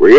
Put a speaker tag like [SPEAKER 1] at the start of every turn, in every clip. [SPEAKER 1] we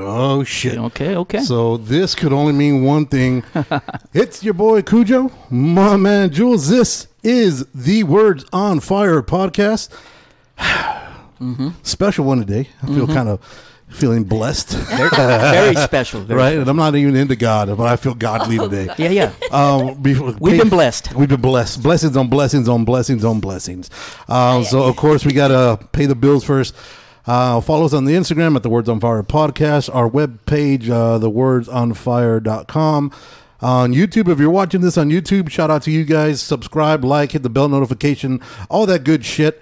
[SPEAKER 2] Oh shit.
[SPEAKER 3] Okay, okay.
[SPEAKER 2] So this could only mean one thing. it's your boy Cujo, my man Jules. This is the Words on Fire podcast. Special one today. I feel kind of feeling blessed,
[SPEAKER 3] very special. Very
[SPEAKER 2] right? And I'm not even into God, but I feel godly today.
[SPEAKER 3] Yeah, yeah.
[SPEAKER 2] Um, before,
[SPEAKER 3] We've been blessed.
[SPEAKER 2] We've been blessed. Blessings on blessings on blessings on blessings. Um, so of course we gotta pay the bills first. Uh, follow us on the Instagram at the Words on Fire podcast. Our webpage, uh, thewordsonfire.com. On YouTube, if you're watching this on YouTube, shout out to you guys. Subscribe, like, hit the bell notification, all that good shit.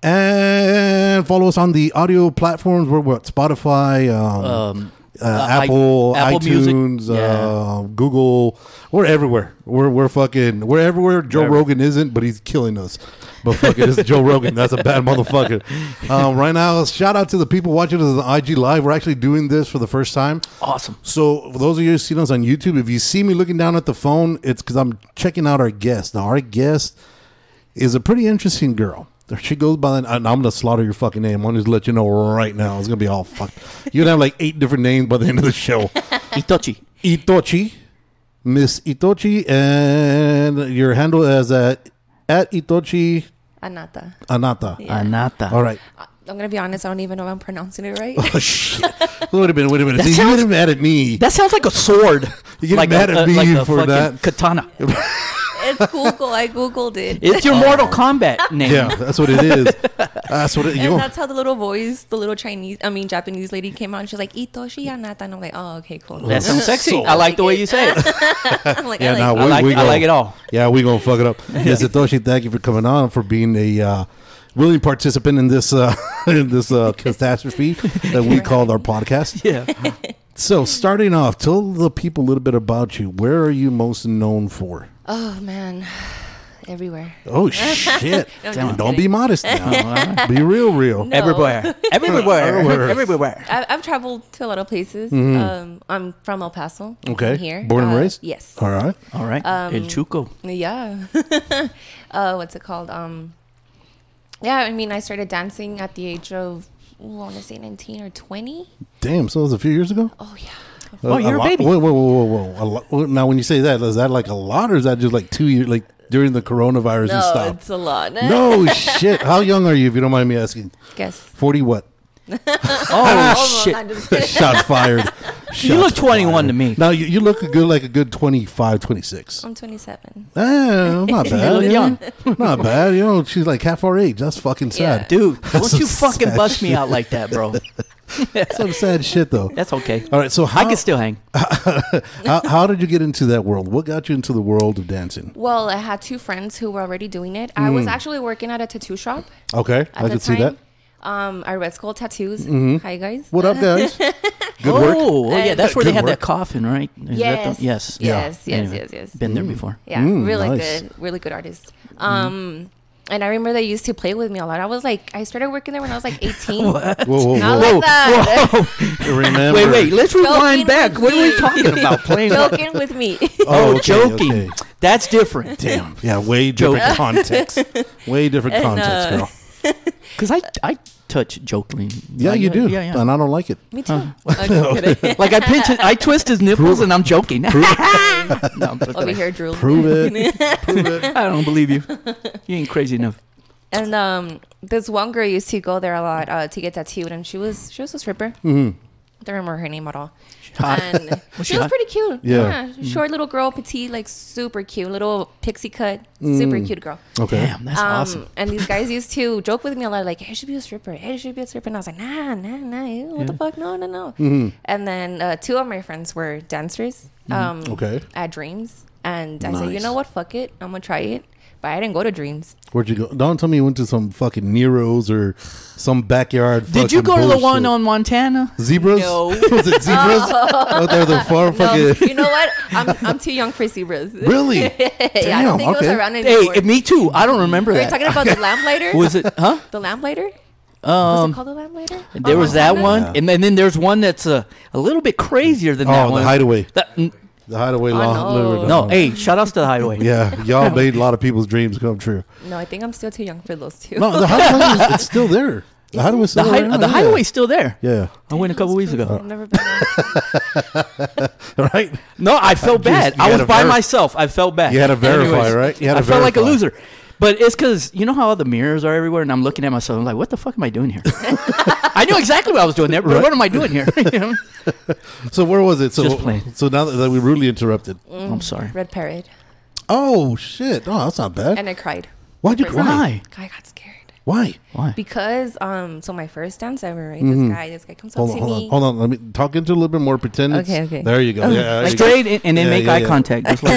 [SPEAKER 2] And follow us on the audio platforms. We're what? Spotify, um, uh,
[SPEAKER 3] I-
[SPEAKER 2] Apple,
[SPEAKER 3] Apple Music.
[SPEAKER 2] iTunes,
[SPEAKER 3] Yeah.
[SPEAKER 2] uh, Google. We're everywhere. We're we're fucking. We're everywhere. Joe Rogan isn't, but he's killing us. But fucking, it's Joe Rogan. That's a bad motherfucker. Um, right now, shout out to the people watching us on IG Live. We're actually doing this for the first time.
[SPEAKER 3] awesome.
[SPEAKER 2] So, for those of you who've seen us on YouTube, if you see me looking down at the phone, it's because I'm checking out our guest. Now, our guest is a pretty interesting girl. She goes by, and I'm going to slaughter your fucking name. I'm just let you know right now. It's going to be all fucked. You're going to have like eight different names by the end of the show.
[SPEAKER 3] Itochi.
[SPEAKER 2] Itochi, Miss Itochi, and your handle is at, at Itochi
[SPEAKER 4] Anata.
[SPEAKER 2] Anata.
[SPEAKER 3] Anata.
[SPEAKER 2] All right.
[SPEAKER 4] I- I'm gonna be honest. I don't even know if I'm pronouncing it right.
[SPEAKER 2] Oh, shit. Wait a minute. Wait a minute. See, you
[SPEAKER 3] sounds-
[SPEAKER 2] getting mad at me.
[SPEAKER 3] That sounds like a sword. uh,
[SPEAKER 2] You get mad at me for
[SPEAKER 3] fucking
[SPEAKER 2] that.
[SPEAKER 3] Katana.
[SPEAKER 4] it's Google. I googled it,
[SPEAKER 3] It's your Mortal Kombat name.
[SPEAKER 2] Oh. Yeah, that's what it is. That's what it
[SPEAKER 4] and
[SPEAKER 2] you know.
[SPEAKER 4] that's how the little voice, the little Chinese, I mean Japanese lady came out. and She's like Itoshi Anata, and I'm like, oh, okay, cool.
[SPEAKER 3] That sounds sexy.
[SPEAKER 2] Sword.
[SPEAKER 3] I like the way you say it.
[SPEAKER 4] I'm like,
[SPEAKER 2] Yeah,
[SPEAKER 4] I
[SPEAKER 2] now
[SPEAKER 4] like
[SPEAKER 3] I
[SPEAKER 2] We-
[SPEAKER 3] like,
[SPEAKER 2] we
[SPEAKER 3] I
[SPEAKER 2] go.
[SPEAKER 3] like it all.
[SPEAKER 2] Yeah, we gonna fuck it up. Yes, Satoshi, thank you for coming on for being a uh, willing participant in this uh, in this uh, catastrophe that we called our podcast.
[SPEAKER 3] Yeah.
[SPEAKER 2] So, starting off, tell the people a little bit about you. Where are you most known for?
[SPEAKER 4] oh man, everywhere.
[SPEAKER 2] Oh shit!
[SPEAKER 4] I'm
[SPEAKER 2] Damn,
[SPEAKER 4] just
[SPEAKER 2] don't be
[SPEAKER 4] kidding.
[SPEAKER 2] modest now. be real, real.
[SPEAKER 4] No.
[SPEAKER 3] Everywhere. Everywhere.
[SPEAKER 2] Everywhere.
[SPEAKER 3] Everywhere.
[SPEAKER 4] I've, I've traveled to a lot of places. Um, I'm from El Paso. I'm
[SPEAKER 2] Mm-hmm. Okay,
[SPEAKER 4] here,
[SPEAKER 2] born and
[SPEAKER 4] Uh,
[SPEAKER 2] raised.
[SPEAKER 4] Yes.
[SPEAKER 2] All right.
[SPEAKER 3] All right. El Chuco.
[SPEAKER 4] Yeah. uh, what's it called? Um, yeah, I mean, I started dancing at the age of, ooh, I want to say 19 or 20.
[SPEAKER 2] Damn. So it was a few years ago.
[SPEAKER 4] Oh, yeah.
[SPEAKER 3] Oh, you're a
[SPEAKER 2] lot-
[SPEAKER 3] baby.
[SPEAKER 2] Whoa, whoa, whoa, whoa, whoa. A lot- well, now, when you say that, is that like a lot, or is that just like two years, like during the coronavirus and
[SPEAKER 4] No,
[SPEAKER 2] stuff?
[SPEAKER 4] it's a lot.
[SPEAKER 2] No shit. How young are you, if you don't mind me asking?
[SPEAKER 4] Guess.
[SPEAKER 2] Forty what?
[SPEAKER 3] Oh, shit.
[SPEAKER 2] Shot fired.
[SPEAKER 3] You look
[SPEAKER 2] Shots
[SPEAKER 3] 21 to
[SPEAKER 2] fired.
[SPEAKER 3] me.
[SPEAKER 2] Now you, you look a good like a good 25, 26.
[SPEAKER 4] I'm 27.
[SPEAKER 2] Ah, not bad.
[SPEAKER 3] look
[SPEAKER 2] you know?
[SPEAKER 3] young.
[SPEAKER 2] Not bad. You know, she's like half our age. That's fucking sad.
[SPEAKER 3] Dude,
[SPEAKER 2] That's
[SPEAKER 3] don't you
[SPEAKER 2] some
[SPEAKER 3] fucking
[SPEAKER 2] sad
[SPEAKER 3] bust me out like that, bro.
[SPEAKER 2] Some sad shit though.
[SPEAKER 3] That's okay.
[SPEAKER 2] All right, so how,
[SPEAKER 3] I can still hang.
[SPEAKER 2] how how did you get into that world? What got you into the world of dancing?
[SPEAKER 4] Well, I had two friends who were already doing it. I was actually working at a tattoo shop
[SPEAKER 2] Okay,
[SPEAKER 4] at
[SPEAKER 2] Mm. I
[SPEAKER 4] the
[SPEAKER 2] can
[SPEAKER 4] time.
[SPEAKER 2] see that. Mm-hmm.
[SPEAKER 4] Um, I Red Skull Tattoos. Hi, guys.
[SPEAKER 2] What up, guys? Good work.
[SPEAKER 3] Oh, oh, yeah, that's where they
[SPEAKER 2] Good
[SPEAKER 3] have
[SPEAKER 2] work.
[SPEAKER 3] that coffin, right? Is that
[SPEAKER 4] Yes.
[SPEAKER 3] the- yes.
[SPEAKER 4] Yes, yes,
[SPEAKER 3] Anyway,
[SPEAKER 4] yes, yes.
[SPEAKER 3] Been there before.
[SPEAKER 4] Yeah, really
[SPEAKER 2] Mm, nice. Mm-hmm.
[SPEAKER 4] good, really good artist. Um, and I remember they used to play with me a lot. I was like, I started working there when I was like 18. Not
[SPEAKER 2] Whoa, whoa, whoa!
[SPEAKER 4] like that.
[SPEAKER 2] Remember?
[SPEAKER 3] Wait, wait, let's rewind
[SPEAKER 4] Joking
[SPEAKER 3] back.
[SPEAKER 4] with
[SPEAKER 3] What are we
[SPEAKER 4] me.
[SPEAKER 3] talking about? Playing
[SPEAKER 4] Joking with me.
[SPEAKER 3] Oh,
[SPEAKER 2] okay,
[SPEAKER 3] joking.
[SPEAKER 2] okay.
[SPEAKER 3] That's different.
[SPEAKER 2] Damn. Yeah, way different context. Way different
[SPEAKER 3] uh,
[SPEAKER 2] context, girl.
[SPEAKER 3] Because I, I touch jokingly.
[SPEAKER 2] Yeah,
[SPEAKER 3] Like,
[SPEAKER 2] you do.
[SPEAKER 3] Yeah, yeah.
[SPEAKER 2] And I don't like it.
[SPEAKER 4] me too. Okay, kidding.
[SPEAKER 3] Like I pinch, his, I twist his nipples, and I'm joking. no, I'm just
[SPEAKER 4] Over
[SPEAKER 3] kidding.
[SPEAKER 4] here, Drew.
[SPEAKER 2] Prove it. Prove it.
[SPEAKER 3] I don't believe you. You ain't crazy enough.
[SPEAKER 4] And um, this one girl used to go there a lot uh, to get tattooed, and she was she was a stripper. I don't remember her name at all.
[SPEAKER 3] hot?
[SPEAKER 4] And
[SPEAKER 3] Was
[SPEAKER 4] she
[SPEAKER 3] she
[SPEAKER 4] was
[SPEAKER 3] hot?
[SPEAKER 4] pretty cute.
[SPEAKER 2] Yeah.
[SPEAKER 4] short little girl, petite, like super cute, little pixie cut, super cute girl.
[SPEAKER 2] Okay.
[SPEAKER 3] Damn, that's
[SPEAKER 4] um,
[SPEAKER 3] awesome.
[SPEAKER 4] And these guys used to joke with me a lot, like, "Hey, you should be a stripper. Hey, you should be a stripper." And I was like, "Nah, nah, nah. ew, What the fuck? No, no, no." And then uh, two of my friends were dancers. Um,
[SPEAKER 2] Okay.
[SPEAKER 4] At Dreams, and I said, "You
[SPEAKER 2] Nice.
[SPEAKER 4] know what? Fuck it. I'm gonna try it." but I didn't go to Dreams.
[SPEAKER 2] Where'd you go? Don't tell me you went to some fucking Nero's or some backyard.
[SPEAKER 3] Did
[SPEAKER 2] fucking
[SPEAKER 3] you go to the one
[SPEAKER 2] bullshit.
[SPEAKER 3] on Montana?
[SPEAKER 2] zebras?
[SPEAKER 4] No.
[SPEAKER 2] Was it zebras? Out there, the far
[SPEAKER 4] No,
[SPEAKER 2] fucking.
[SPEAKER 4] you know what? I'm, I'm too young for zebras.
[SPEAKER 2] Really?
[SPEAKER 4] yeah, I
[SPEAKER 2] Damn,
[SPEAKER 4] don't think it
[SPEAKER 2] okay.
[SPEAKER 4] was around
[SPEAKER 3] Hey,
[SPEAKER 4] anymore.
[SPEAKER 3] eh, me too. I don't remember
[SPEAKER 4] Are you
[SPEAKER 3] that.
[SPEAKER 4] talking about the lamplighter?
[SPEAKER 3] was it? Huh?
[SPEAKER 4] the lamplighter?
[SPEAKER 2] Um,
[SPEAKER 4] Was it called the lamplighter?
[SPEAKER 3] There
[SPEAKER 4] On
[SPEAKER 3] was that
[SPEAKER 4] Montana?
[SPEAKER 3] one,
[SPEAKER 2] Uh-huh. Yeah.
[SPEAKER 3] and, then- then there's one that's a, a little bit crazier than
[SPEAKER 2] Oh,
[SPEAKER 3] that
[SPEAKER 2] the
[SPEAKER 3] one.
[SPEAKER 2] Hideaway.
[SPEAKER 3] That- n-
[SPEAKER 2] The hideaway law.
[SPEAKER 4] no.
[SPEAKER 2] Liver-
[SPEAKER 3] no, hey, shout outs to the hideaway.
[SPEAKER 2] Yeah, y'all made a lot of people's dreams come true.
[SPEAKER 4] No, I think I'm still too young for those two.
[SPEAKER 2] No, the hideaway is it's still there. The hideaway's
[SPEAKER 3] The,
[SPEAKER 2] still
[SPEAKER 3] hi-
[SPEAKER 2] there.
[SPEAKER 3] uh,
[SPEAKER 2] now,
[SPEAKER 3] the
[SPEAKER 2] yeah.
[SPEAKER 3] hideaway's still there.
[SPEAKER 2] Yeah. Uh-huh.
[SPEAKER 3] I went a couple weeks ago.
[SPEAKER 4] I've never been there.
[SPEAKER 2] Right?
[SPEAKER 3] No, I felt bad.
[SPEAKER 2] you
[SPEAKER 3] I
[SPEAKER 2] had
[SPEAKER 3] was
[SPEAKER 2] to
[SPEAKER 3] by
[SPEAKER 2] ver-
[SPEAKER 3] myself. I felt bad.
[SPEAKER 2] You had to verify, right? You had
[SPEAKER 3] I
[SPEAKER 2] to
[SPEAKER 3] felt like a
[SPEAKER 2] verify.
[SPEAKER 3] loser. But it's because you know how all the mirrors are everywhere, and I'm looking at myself. I'm like, "What the fuck am I doing here?" I knew exactly what I was doing there, but
[SPEAKER 2] Right.
[SPEAKER 3] what am I doing here? You know?
[SPEAKER 2] So where was it? So
[SPEAKER 3] Just playing.
[SPEAKER 2] so now that, that we rudely interrupted.
[SPEAKER 3] I'm sorry.
[SPEAKER 4] Red Parrot.
[SPEAKER 2] Oh shit! Oh, that's not bad.
[SPEAKER 4] And I cried.
[SPEAKER 2] Why'd you
[SPEAKER 4] First
[SPEAKER 2] cry?
[SPEAKER 4] time.
[SPEAKER 3] Why?
[SPEAKER 4] I got scared.
[SPEAKER 2] Why?
[SPEAKER 3] Why?
[SPEAKER 4] Because um, so my first dance ever, right? This guy, this guy comes
[SPEAKER 2] Mm-hmm. Hold on,
[SPEAKER 4] up to
[SPEAKER 2] hold
[SPEAKER 4] me.
[SPEAKER 2] on, hold on. Let me talk into a little bit more. Pretend. it's-
[SPEAKER 4] Okay, okay.
[SPEAKER 2] There you go. Yeah, there you go.
[SPEAKER 3] Straight and, and then
[SPEAKER 2] Yeah,
[SPEAKER 3] make
[SPEAKER 2] yeah,
[SPEAKER 3] eye
[SPEAKER 2] yeah.
[SPEAKER 3] contact, just like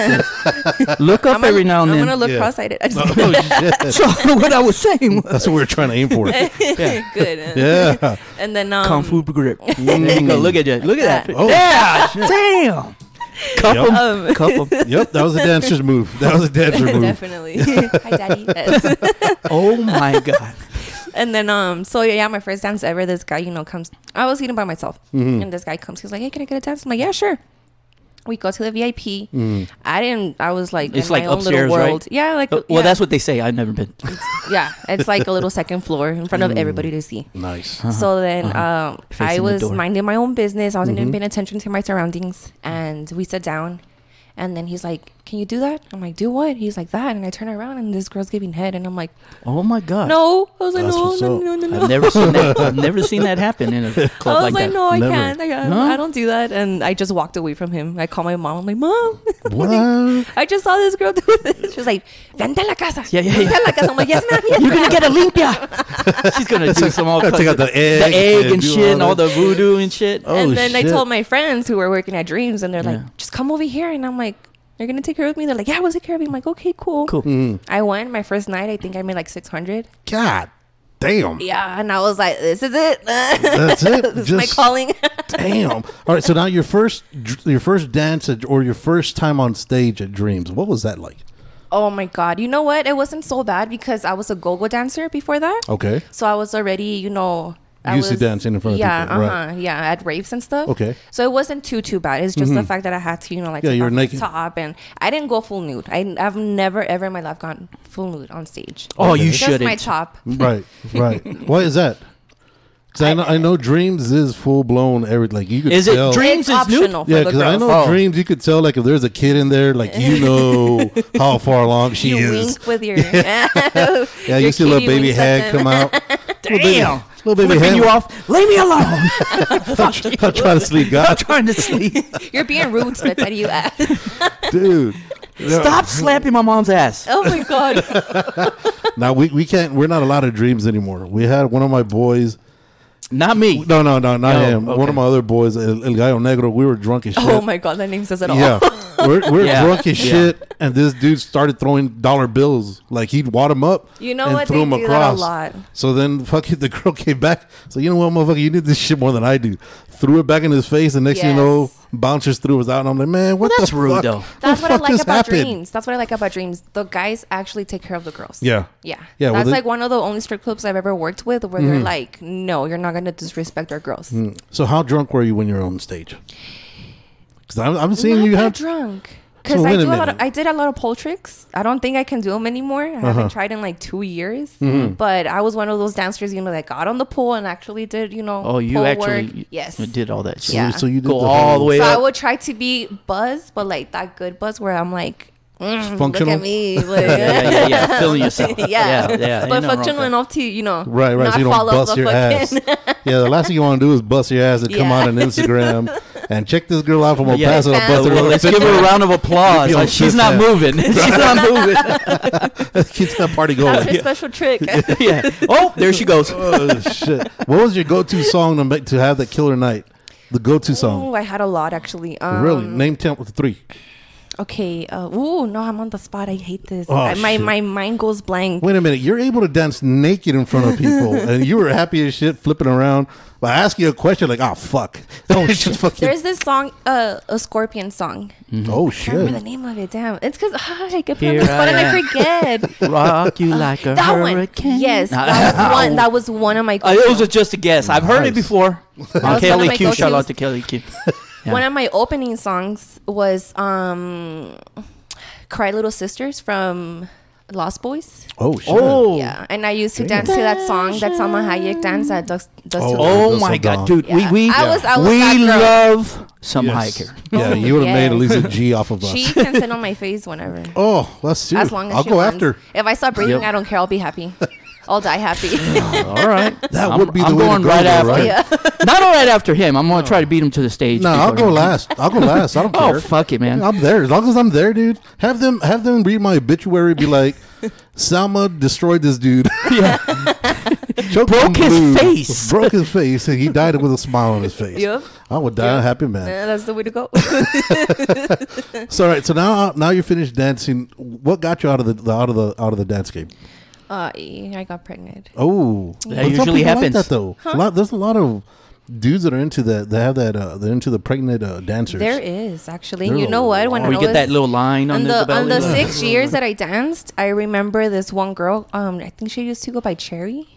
[SPEAKER 3] this. Look up
[SPEAKER 4] I'm
[SPEAKER 3] every now and
[SPEAKER 4] I'm
[SPEAKER 3] then.
[SPEAKER 4] gonna look
[SPEAKER 2] Yeah.
[SPEAKER 4] cross-eyed. I just,
[SPEAKER 2] Oh shit!
[SPEAKER 3] so what I was saying was
[SPEAKER 2] That's what we we're trying to aim for.
[SPEAKER 3] yeah.
[SPEAKER 4] good.
[SPEAKER 2] Yeah.
[SPEAKER 4] And then um,
[SPEAKER 3] kung fu grip. There you go. Look at that. Look at that.
[SPEAKER 2] Oh.
[SPEAKER 3] Yeah.
[SPEAKER 2] Yep.
[SPEAKER 3] Damn. Um, Cup 'em. Cup 'em.
[SPEAKER 2] Yep, that was a dancer's move. That was a dancer move.
[SPEAKER 4] definitely. Hi, daddy. Yes.
[SPEAKER 3] Oh my god.
[SPEAKER 4] And then um, so yeah, my first dance ever. This guy, you know, comes. I was eating by myself,
[SPEAKER 3] Mm-hmm.
[SPEAKER 4] and this guy comes. He's like, "Hey, can I get a dance?" I'm like, "Yeah, sure." We go to the VIP. I didn't. I was like,
[SPEAKER 3] Mm-hmm. It's
[SPEAKER 4] in
[SPEAKER 3] like
[SPEAKER 4] my own
[SPEAKER 3] upstairs,
[SPEAKER 4] little
[SPEAKER 3] right?
[SPEAKER 4] world. Yeah, like
[SPEAKER 3] Uh,
[SPEAKER 4] yeah.
[SPEAKER 3] Well, that's what they say. I've never been.
[SPEAKER 4] yeah. It's like a little second floor in front of everybody to see.
[SPEAKER 2] Nice.
[SPEAKER 4] So then um,
[SPEAKER 3] Mm. Uh-huh. Facing
[SPEAKER 4] I
[SPEAKER 3] the
[SPEAKER 4] was
[SPEAKER 3] door. Mm-hmm.
[SPEAKER 4] minding my own business. I wasn't even paying attention to my surroundings. And we sat down. And then he's like, Can you do that? I'm like, Do what? He's like, That. And I turn around and this girl's giving head. And I'm like,
[SPEAKER 3] Oh my god.
[SPEAKER 4] No. I was like,
[SPEAKER 2] That's
[SPEAKER 4] No,
[SPEAKER 2] what's
[SPEAKER 4] no,
[SPEAKER 2] up.
[SPEAKER 4] no, no, no.
[SPEAKER 3] I've never seen that. I've never seen that happen in a club
[SPEAKER 4] I was
[SPEAKER 3] like,
[SPEAKER 4] like,
[SPEAKER 3] that.
[SPEAKER 4] No, I
[SPEAKER 2] Never.
[SPEAKER 4] can't. I, can't.
[SPEAKER 3] No?
[SPEAKER 4] I don't do that. And I just walked away from him. I called my mom. I'm like, Mom,
[SPEAKER 2] What?
[SPEAKER 4] I just saw this girl do this. She's like, Vente a la casa.
[SPEAKER 3] Yeah, yeah,
[SPEAKER 4] Vente
[SPEAKER 3] yeah.
[SPEAKER 4] a la casa. I'm like, Yes, ma'am. Yes,
[SPEAKER 3] You're gonna
[SPEAKER 4] ma'am."
[SPEAKER 3] get a limpia. She's gonna do some all.
[SPEAKER 2] Gotta take
[SPEAKER 3] kinds
[SPEAKER 2] out
[SPEAKER 3] of-
[SPEAKER 2] the egg
[SPEAKER 3] egg
[SPEAKER 2] and
[SPEAKER 3] and
[SPEAKER 2] do
[SPEAKER 3] shit,
[SPEAKER 2] all
[SPEAKER 3] and all
[SPEAKER 2] that.
[SPEAKER 3] the voodoo and shit.
[SPEAKER 2] Oh,
[SPEAKER 4] and then I
[SPEAKER 2] shit.
[SPEAKER 4] told my friends who were working at Dreams, and they're
[SPEAKER 3] Yeah.
[SPEAKER 4] like, "Just come over here." And I'm like, "You're gonna take care of me?" They're like, "Yeah, I will take care of me." I'm like, "Okay, cool."
[SPEAKER 3] Cool.
[SPEAKER 4] I won my first night. I think I made like 600.
[SPEAKER 2] God damn.
[SPEAKER 4] Yeah, and I was like, "This is it. this
[SPEAKER 2] That's it.
[SPEAKER 4] is my calling."
[SPEAKER 2] damn. All right. So now your first, your first dance at, or your first time on stage at Dreams. What was that like?
[SPEAKER 4] oh my god! You know what? It wasn't so bad because I was a go-go dancer before that.
[SPEAKER 2] Okay.
[SPEAKER 4] So I was already, you know, I
[SPEAKER 2] Used to
[SPEAKER 4] was-
[SPEAKER 2] dancing in front of
[SPEAKER 4] yeah,
[SPEAKER 2] people, right.
[SPEAKER 4] uh-huh, yeah, at raves and stuff.
[SPEAKER 2] Okay. Mm-hmm.
[SPEAKER 4] so it wasn't too too bad. It's just the fact that I had to, you know, like
[SPEAKER 2] Yeah,
[SPEAKER 4] take
[SPEAKER 2] you were
[SPEAKER 4] off my
[SPEAKER 2] naked.
[SPEAKER 4] top, and I didn't go full nude. I, I've never ever in my life gone full nude on stage.
[SPEAKER 3] Oh, you
[SPEAKER 4] just
[SPEAKER 3] shouldn't.
[SPEAKER 4] my top.
[SPEAKER 2] Right. Right. Why is that? Because I know, I know Dreams is full blown. Every like you could.
[SPEAKER 3] Is it
[SPEAKER 2] tell-
[SPEAKER 3] Dream- Dreams
[SPEAKER 4] it's
[SPEAKER 3] is nude?
[SPEAKER 4] optional for
[SPEAKER 2] Yeah,
[SPEAKER 4] the
[SPEAKER 2] because I
[SPEAKER 4] girls.
[SPEAKER 2] know
[SPEAKER 3] Oh.
[SPEAKER 2] dreams. You could tell, like, if there's a kid in there, like you know how far along she
[SPEAKER 4] you
[SPEAKER 2] is.
[SPEAKER 4] wink with your yeah.
[SPEAKER 2] Yeah, you see a little baby head come out.
[SPEAKER 3] Damn.
[SPEAKER 2] Little baby
[SPEAKER 3] Flipping
[SPEAKER 2] hand.
[SPEAKER 3] you off. Leave me alone.
[SPEAKER 2] I'm trying to sleep,
[SPEAKER 3] I'm
[SPEAKER 2] God,
[SPEAKER 3] trying to sleep.
[SPEAKER 4] You're being rude, Smith. That you ask.
[SPEAKER 2] dude.
[SPEAKER 3] Stop slapping my mom's ass.
[SPEAKER 4] Oh my god.
[SPEAKER 2] Now we, we can't. We're not allowed to dreams anymore. We had one of my boys.
[SPEAKER 3] Not me.
[SPEAKER 2] No, no, no, not
[SPEAKER 3] No,
[SPEAKER 2] him. One
[SPEAKER 3] okay.
[SPEAKER 2] of my other boys, El, El Gallo Negro. We were drunk as shit.
[SPEAKER 4] Oh my god. That name says it all.
[SPEAKER 2] Yeah, we're, we're
[SPEAKER 3] Yeah.
[SPEAKER 2] drunk as
[SPEAKER 3] Yeah.
[SPEAKER 2] shit, and this dude started throwing dollar bills. Like he'd wad them up.
[SPEAKER 4] You know
[SPEAKER 2] and
[SPEAKER 4] what?
[SPEAKER 2] Threw
[SPEAKER 4] They
[SPEAKER 2] 'em
[SPEAKER 4] do that a
[SPEAKER 2] across.
[SPEAKER 4] lot.
[SPEAKER 2] So then, fucking the girl came back. So you know what, motherfucker, you need this shit more than I do. Threw it back in his face, and next thing you know,
[SPEAKER 4] Yes.
[SPEAKER 2] bouncers threw us out, and I'm like, man, what
[SPEAKER 3] that's
[SPEAKER 2] the
[SPEAKER 3] rude,
[SPEAKER 2] fuck?
[SPEAKER 3] though.
[SPEAKER 4] That's
[SPEAKER 2] What
[SPEAKER 4] what
[SPEAKER 2] the
[SPEAKER 4] I
[SPEAKER 2] fuck
[SPEAKER 4] like
[SPEAKER 2] just
[SPEAKER 4] about
[SPEAKER 2] happened?
[SPEAKER 4] dreams. That's what I like about dreams. The guys actually take care of the girls.
[SPEAKER 2] Yeah.
[SPEAKER 4] Yeah.
[SPEAKER 2] Yeah, well,
[SPEAKER 4] That's
[SPEAKER 2] they- Mm-hmm.
[SPEAKER 4] like one of the only strip clubs I've ever worked with where they're like, no, you're not going to disrespect our girls.
[SPEAKER 2] So how drunk were you when you were on stage? Because I'm, I'm seeing
[SPEAKER 4] Not
[SPEAKER 2] you
[SPEAKER 4] that
[SPEAKER 2] have
[SPEAKER 4] drunk. Because
[SPEAKER 2] So
[SPEAKER 4] I
[SPEAKER 2] wait a
[SPEAKER 4] do a lot. Of,
[SPEAKER 2] minute. Uh-huh.
[SPEAKER 4] I did a lot of pole tricks. I don't think I can do them anymore. I haven't tried in like two years.
[SPEAKER 2] Mm-hmm.
[SPEAKER 4] But I was one of those dancers, you know, that got on the pole and actually did, you know,
[SPEAKER 3] Oh, you
[SPEAKER 4] pole
[SPEAKER 3] actually
[SPEAKER 4] work. yes.
[SPEAKER 3] you did all that shit.
[SPEAKER 4] Yeah.
[SPEAKER 2] So you did
[SPEAKER 3] Go
[SPEAKER 2] the
[SPEAKER 3] all the
[SPEAKER 2] whole-
[SPEAKER 3] way
[SPEAKER 4] So I
[SPEAKER 3] up.
[SPEAKER 4] would try to be buzz, but like that good buzz where I'm like, mm,
[SPEAKER 2] Functional?
[SPEAKER 4] Look at me. like-
[SPEAKER 3] yeah, yeah, yeah, yeah. Feeling yourself.
[SPEAKER 4] yeah.
[SPEAKER 3] yeah, yeah. Ain't
[SPEAKER 4] But
[SPEAKER 3] nothing wrong
[SPEAKER 4] functional
[SPEAKER 3] with that.
[SPEAKER 4] enough to, you know,
[SPEAKER 2] Right, right.
[SPEAKER 4] not
[SPEAKER 2] so you don't
[SPEAKER 4] follow
[SPEAKER 2] bust
[SPEAKER 4] the
[SPEAKER 2] your ass.
[SPEAKER 4] fucking.
[SPEAKER 2] yeah, the last thing you want to do is bust your ass and come
[SPEAKER 4] Yeah.
[SPEAKER 2] out on Instagram and check this girl out from El
[SPEAKER 3] Yeah.
[SPEAKER 2] Paso.
[SPEAKER 4] Fam.
[SPEAKER 2] Bust her
[SPEAKER 3] Well,
[SPEAKER 2] up.
[SPEAKER 3] let's give her a round of applause.
[SPEAKER 2] Yo,
[SPEAKER 3] Like, she's
[SPEAKER 2] shit,
[SPEAKER 3] not
[SPEAKER 2] man.
[SPEAKER 3] moving. she's not moving.
[SPEAKER 2] Keep that party
[SPEAKER 4] That's her
[SPEAKER 2] going.
[SPEAKER 4] special trick.
[SPEAKER 3] yeah. Oh, there she goes.
[SPEAKER 2] oh shit! What was your go-to song to make, to have that killer night? The go-to song.
[SPEAKER 4] Ooh, I had a lot actually. Um,
[SPEAKER 2] really? Name ten three.
[SPEAKER 4] Okay. Uh, ooh, no, I'm on the spot. I hate this.
[SPEAKER 2] Oh,
[SPEAKER 4] I, my
[SPEAKER 2] shit.
[SPEAKER 4] my mind goes blank.
[SPEAKER 2] Wait a minute, you're able to dance naked in front of people, and you were happy as shit, flipping around. But I ask you a question, like, oh fuck, oh shit, fucking,
[SPEAKER 4] There's this song, uh, a Scorpion song.
[SPEAKER 2] oh
[SPEAKER 4] I can't remember
[SPEAKER 2] shit.
[SPEAKER 4] the name of it. Damn, it's because I get put on
[SPEAKER 3] Here
[SPEAKER 4] the spot
[SPEAKER 3] I
[SPEAKER 4] and I
[SPEAKER 3] am.
[SPEAKER 4] forget.
[SPEAKER 3] Rock you like a
[SPEAKER 4] that
[SPEAKER 3] hurricane.
[SPEAKER 4] one, yes,
[SPEAKER 3] Nah,
[SPEAKER 4] that was
[SPEAKER 3] ow.
[SPEAKER 4] one. That was one of my.
[SPEAKER 3] Uh, it was a- just a guess. I've heard it
[SPEAKER 2] Nice.
[SPEAKER 3] before.
[SPEAKER 4] one
[SPEAKER 3] On
[SPEAKER 4] of
[SPEAKER 3] Kelly
[SPEAKER 4] my
[SPEAKER 3] Q. Shout
[SPEAKER 4] go-tos.
[SPEAKER 3] out to Kelly Q. Yeah.
[SPEAKER 4] One of my opening songs was um, "Cry Little Sisters" from Lost Boys.
[SPEAKER 2] Oh shit.
[SPEAKER 3] Oh,
[SPEAKER 4] Yeah, and I used to
[SPEAKER 2] Damn.
[SPEAKER 4] dance to that song, that Salma Hayek dance that Dust. Dust
[SPEAKER 2] Oh.
[SPEAKER 4] Till Dawn.
[SPEAKER 3] oh
[SPEAKER 2] that's
[SPEAKER 3] my
[SPEAKER 2] so dumb.
[SPEAKER 3] God, dude.
[SPEAKER 4] Yeah.
[SPEAKER 3] We we
[SPEAKER 4] I was- I was that
[SPEAKER 3] we
[SPEAKER 4] girl.
[SPEAKER 3] love some
[SPEAKER 2] Yes.
[SPEAKER 3] hiker.
[SPEAKER 2] Yeah, you would have made at least a G off of us.
[SPEAKER 4] She can sit on my face whenever,
[SPEAKER 2] oh, that's you.
[SPEAKER 4] as long as
[SPEAKER 2] I'll
[SPEAKER 4] she
[SPEAKER 2] go
[SPEAKER 4] wants.
[SPEAKER 2] after.
[SPEAKER 4] If I stop breathing,
[SPEAKER 3] Yep.
[SPEAKER 4] I don't care. I'll be happy. I'll die happy.
[SPEAKER 3] All right,
[SPEAKER 2] That
[SPEAKER 3] I'm,
[SPEAKER 2] would be the
[SPEAKER 3] I'm
[SPEAKER 2] way to
[SPEAKER 3] going
[SPEAKER 2] go,
[SPEAKER 3] right
[SPEAKER 2] though,
[SPEAKER 3] after.
[SPEAKER 2] right?
[SPEAKER 4] Yeah.
[SPEAKER 3] Not all right after him. I'm gonna try to beat him to the stage.
[SPEAKER 2] No, I'll
[SPEAKER 3] before
[SPEAKER 2] go
[SPEAKER 3] him.
[SPEAKER 2] last. I'll go last. I don't
[SPEAKER 3] Oh
[SPEAKER 2] care.
[SPEAKER 3] fuck it, man.
[SPEAKER 2] I'm there as long as I'm there, dude. Have them have them read my obituary. Be like, Salma destroyed this dude.
[SPEAKER 3] yeah.
[SPEAKER 2] Choked
[SPEAKER 3] Broke
[SPEAKER 2] him
[SPEAKER 3] his face.
[SPEAKER 2] Broke his face, and he died with a smile on his face.
[SPEAKER 4] Yep.
[SPEAKER 2] I would die a
[SPEAKER 4] Yep.
[SPEAKER 2] happy man.
[SPEAKER 4] Yeah, That's the way to go.
[SPEAKER 2] So all right, so now now you're finished dancing. What got you out of the, the out of the out of the dance game?
[SPEAKER 4] uh, yeah, I got pregnant.
[SPEAKER 2] Oh,
[SPEAKER 3] That
[SPEAKER 2] But some
[SPEAKER 3] usually
[SPEAKER 2] people
[SPEAKER 3] happens.
[SPEAKER 2] Like that though, a lot, there's a lot of dudes that are into that. They have that. Uh, they're into the pregnant uh, dancers.
[SPEAKER 4] There is actually.
[SPEAKER 2] There's
[SPEAKER 4] you
[SPEAKER 2] a
[SPEAKER 4] know what? When
[SPEAKER 3] Or Oh, you
[SPEAKER 4] I
[SPEAKER 3] get
[SPEAKER 4] was-
[SPEAKER 3] that little line on,
[SPEAKER 4] on
[SPEAKER 3] the,
[SPEAKER 4] the,
[SPEAKER 3] belly.
[SPEAKER 4] on the six years that I danced, I remember this one girl. Um, I think she used to go by Cherry.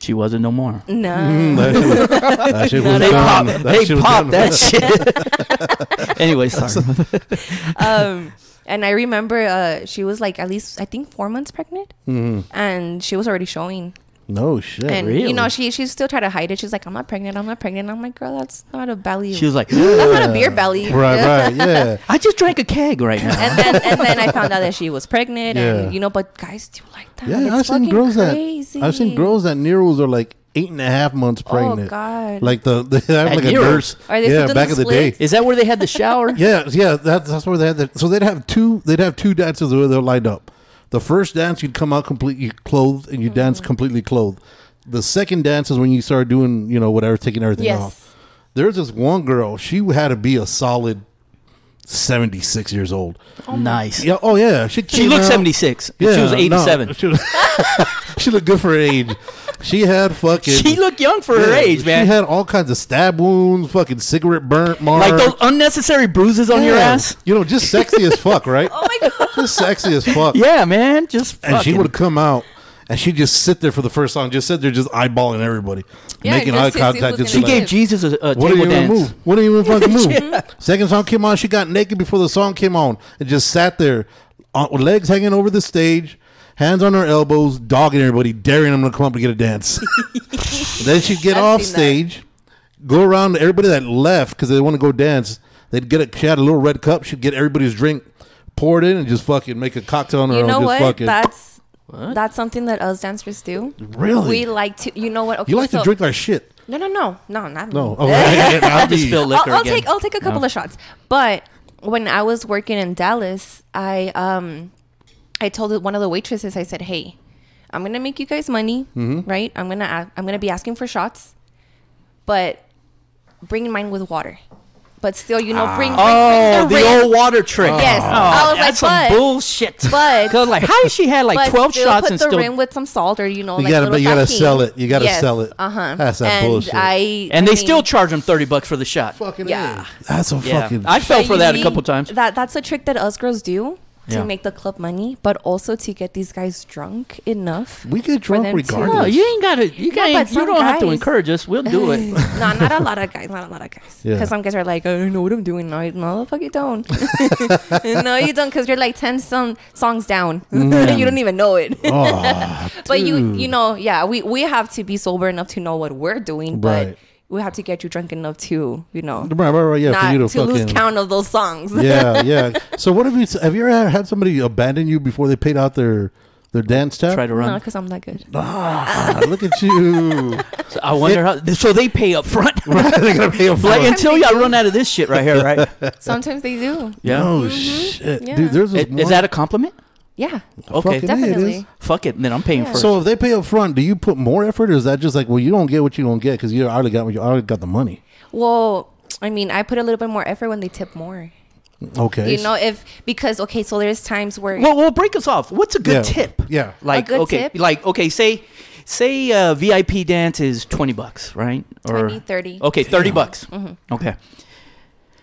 [SPEAKER 3] She wasn't no more.
[SPEAKER 4] No,
[SPEAKER 2] that shit, that shit was
[SPEAKER 3] They
[SPEAKER 2] done.
[SPEAKER 3] pop, they
[SPEAKER 2] shit was
[SPEAKER 3] pop
[SPEAKER 2] done.
[SPEAKER 3] that shit. anyway, sorry.
[SPEAKER 4] um, and I remember uh, she was like at least I think four months pregnant,
[SPEAKER 2] Mm-hmm.
[SPEAKER 4] and she was already showing.
[SPEAKER 2] No shit.
[SPEAKER 4] and
[SPEAKER 3] really?
[SPEAKER 4] you know she she still tried to hide it. She's like, I'm not pregnant. I'm not pregnant. I'm like, girl, that's not a belly.
[SPEAKER 3] She was like,
[SPEAKER 4] that's not a beer belly.
[SPEAKER 2] right, right, yeah.
[SPEAKER 3] I just drank a keg right now.
[SPEAKER 4] and then and then I found out that she was pregnant,
[SPEAKER 2] Yeah.
[SPEAKER 4] and you know, but guys do like that.
[SPEAKER 2] Yeah,
[SPEAKER 4] it's
[SPEAKER 2] I've seen
[SPEAKER 4] fucking
[SPEAKER 2] girls
[SPEAKER 4] crazy. Oh,
[SPEAKER 2] that I've seen girls that Nero's are like eight and a half months pregnant.
[SPEAKER 4] God.
[SPEAKER 2] Like the they have
[SPEAKER 3] At
[SPEAKER 2] like a nurse.
[SPEAKER 3] Nero's?
[SPEAKER 4] Are they still
[SPEAKER 2] yeah,
[SPEAKER 4] doing
[SPEAKER 2] back
[SPEAKER 4] the
[SPEAKER 2] in the day.
[SPEAKER 4] splits?
[SPEAKER 3] Is that where they had the shower?
[SPEAKER 2] Yeah, yeah. That's that's where they had. The, so they'd have two. They'd have two dances where they're lined up. The first dance you'd come out completely clothed and you dance completely clothed. The second dance is when you start doing you know whatever, taking everything
[SPEAKER 4] Yes.
[SPEAKER 2] off. There's this one girl. She had to be a solid seventy six years old.
[SPEAKER 3] Nice.
[SPEAKER 2] Yeah. Oh yeah. She
[SPEAKER 3] She
[SPEAKER 2] came
[SPEAKER 3] looked
[SPEAKER 2] out-
[SPEAKER 3] 76. and she was
[SPEAKER 2] no,
[SPEAKER 3] 87.
[SPEAKER 2] she, was- she looked good for her age. She had fucking.
[SPEAKER 3] She looked young for her
[SPEAKER 2] Yeah,
[SPEAKER 3] age, man.
[SPEAKER 2] She had all kinds of stab wounds, fucking cigarette burnt marks.
[SPEAKER 3] like those unnecessary bruises on your
[SPEAKER 2] Yeah.
[SPEAKER 3] ass.
[SPEAKER 2] You know, just sexy as fuck, right? oh my god, just sexy as fuck.
[SPEAKER 3] Yeah, man. Just
[SPEAKER 2] and she
[SPEAKER 3] fucking-
[SPEAKER 2] would come out. And she'd just sit there for the first song, just sit there, just eyeballing everybody,
[SPEAKER 4] Yeah,
[SPEAKER 2] making
[SPEAKER 4] just
[SPEAKER 2] eye
[SPEAKER 4] to see who's
[SPEAKER 2] contact. Just
[SPEAKER 4] gonna
[SPEAKER 3] She
[SPEAKER 2] be
[SPEAKER 3] gave
[SPEAKER 2] like,
[SPEAKER 4] live.
[SPEAKER 3] Jesus a, a
[SPEAKER 2] what are
[SPEAKER 3] table
[SPEAKER 2] you even
[SPEAKER 3] dance.
[SPEAKER 2] move? What are you even fucking move? Second song came on, she got naked before the song came on, and just sat there, on, with legs hanging over the stage, hands on her elbows, dogging everybody, daring them to come up and get a dance. then she'd get
[SPEAKER 4] I've
[SPEAKER 2] off
[SPEAKER 4] seen that.
[SPEAKER 2] stage, go around to everybody that left because they want to go dance. They'd get a she had a little red cup. She'd get everybody's drink, pour it in, and just fucking make a cocktail on her
[SPEAKER 4] You
[SPEAKER 2] own.
[SPEAKER 4] know
[SPEAKER 2] just
[SPEAKER 4] what?
[SPEAKER 2] fucking
[SPEAKER 4] That's that's something that us dancers do.
[SPEAKER 2] Really?
[SPEAKER 4] we like to. You know what? Okay,
[SPEAKER 2] you like
[SPEAKER 4] so-
[SPEAKER 2] to drink like shit.
[SPEAKER 4] No, no, no, no, not
[SPEAKER 2] No,
[SPEAKER 4] me.
[SPEAKER 2] oh, I, I,
[SPEAKER 3] Just spill liquor
[SPEAKER 4] I'll, I'll
[SPEAKER 3] again.
[SPEAKER 4] take I'll take a couple of shots. But when I was working in Dallas, I um I told one of the waitresses, I said, "Hey, I'm gonna make you guys money,
[SPEAKER 2] Mm-hmm.
[SPEAKER 4] right? I'm gonna a- I'm gonna be asking for shots, but bring mine with water. But still, you know, bring, bring,
[SPEAKER 2] Ah.
[SPEAKER 3] Oh,
[SPEAKER 4] bring
[SPEAKER 3] the
[SPEAKER 4] ring.
[SPEAKER 3] old water trick.
[SPEAKER 4] Yes.
[SPEAKER 3] Oh,
[SPEAKER 4] I was like,
[SPEAKER 3] that's some
[SPEAKER 4] but-
[SPEAKER 3] bullshit.
[SPEAKER 4] but-
[SPEAKER 3] 'Cause I was like, how she had like
[SPEAKER 4] but
[SPEAKER 3] twelve
[SPEAKER 4] still
[SPEAKER 3] shots
[SPEAKER 4] put
[SPEAKER 3] and
[SPEAKER 4] the
[SPEAKER 3] still
[SPEAKER 4] ring with some salt or you know,
[SPEAKER 2] You
[SPEAKER 4] like
[SPEAKER 2] gotta-
[SPEAKER 4] little
[SPEAKER 2] but you gotta
[SPEAKER 4] tajín.
[SPEAKER 2] sell it. You gotta sell it.
[SPEAKER 4] Uh huh.
[SPEAKER 2] That's that
[SPEAKER 4] and
[SPEAKER 2] bullshit.
[SPEAKER 4] I
[SPEAKER 3] and
[SPEAKER 4] I
[SPEAKER 3] they
[SPEAKER 4] mean-
[SPEAKER 3] still charge him thirty bucks for the shot.
[SPEAKER 2] fucking
[SPEAKER 4] Yeah.
[SPEAKER 2] A. That's a
[SPEAKER 3] Yeah,
[SPEAKER 2] fucking.
[SPEAKER 3] I fell for
[SPEAKER 4] But
[SPEAKER 3] that a
[SPEAKER 4] you
[SPEAKER 3] couple
[SPEAKER 4] see,
[SPEAKER 3] times.
[SPEAKER 4] That that's a trick that us girls do to
[SPEAKER 3] Yeah.
[SPEAKER 4] make the club money, but also to get these guys drunk enough.
[SPEAKER 2] We get drunk
[SPEAKER 4] them to-
[SPEAKER 2] regardless.
[SPEAKER 3] No, you ain't gotta. You,
[SPEAKER 4] Yeah,
[SPEAKER 3] can't,
[SPEAKER 4] but
[SPEAKER 3] you
[SPEAKER 4] some
[SPEAKER 3] don't have to
[SPEAKER 4] guys-
[SPEAKER 3] encourage us. We'll do it.
[SPEAKER 4] no, not a lot of guys. Not a lot of guys.
[SPEAKER 2] Yeah.
[SPEAKER 4] Because some guys are like, I don't know what I'm doing. No, no, the fuck you don't. no, you don't, because you're like ten some songs down. you don't even know it.
[SPEAKER 2] Oh,
[SPEAKER 4] but you,
[SPEAKER 2] Mm. dude.
[SPEAKER 4] you know, yeah, we we have to be sober enough to know what we're doing,
[SPEAKER 2] Right.
[SPEAKER 4] but we have to get you drunk enough to, you know,
[SPEAKER 2] Right, right, right, yeah, for
[SPEAKER 4] not
[SPEAKER 2] you
[SPEAKER 4] to,
[SPEAKER 2] to, fucking,
[SPEAKER 4] lose count of those songs.
[SPEAKER 2] yeah, yeah. So what have you have you ever had somebody abandon you before they paid out their their dance tab?
[SPEAKER 3] Try to
[SPEAKER 4] no,
[SPEAKER 3] run.
[SPEAKER 4] because I'm not good.
[SPEAKER 2] Ah, look at you.
[SPEAKER 3] So I wonder how. So they pay up front.
[SPEAKER 2] They're gonna pay a
[SPEAKER 3] like
[SPEAKER 2] fine.
[SPEAKER 3] until y'all run out of this shit right here, right?
[SPEAKER 4] Sometimes they do.
[SPEAKER 3] Yeah.
[SPEAKER 2] Oh shit,
[SPEAKER 4] Mm-hmm. Yeah.
[SPEAKER 2] dude. There's this
[SPEAKER 3] Is, is that a compliment?
[SPEAKER 4] Yeah.
[SPEAKER 3] Okay.
[SPEAKER 2] Fucking- Yeah, it
[SPEAKER 4] Definitely.
[SPEAKER 2] is.
[SPEAKER 3] Fuck it. Then I'm paying for it.
[SPEAKER 2] so if they pay up front, do you put more effort, or is that just like, well, you don't get what you don't get because you already got what you already got the money?
[SPEAKER 4] Well, I mean, I put a little bit more effort when they tip more.
[SPEAKER 2] Okay.
[SPEAKER 4] You know, if because okay, so there's times where
[SPEAKER 3] Well, well, break us off. What's a good
[SPEAKER 2] Yeah.
[SPEAKER 3] tip?
[SPEAKER 2] Yeah. A
[SPEAKER 3] Like
[SPEAKER 4] good
[SPEAKER 3] okay,
[SPEAKER 4] tip?
[SPEAKER 3] like okay, say say uh, VIP dance is twenty bucks, right?
[SPEAKER 4] 20, 30.
[SPEAKER 3] Okay, thirty bucks. Okay.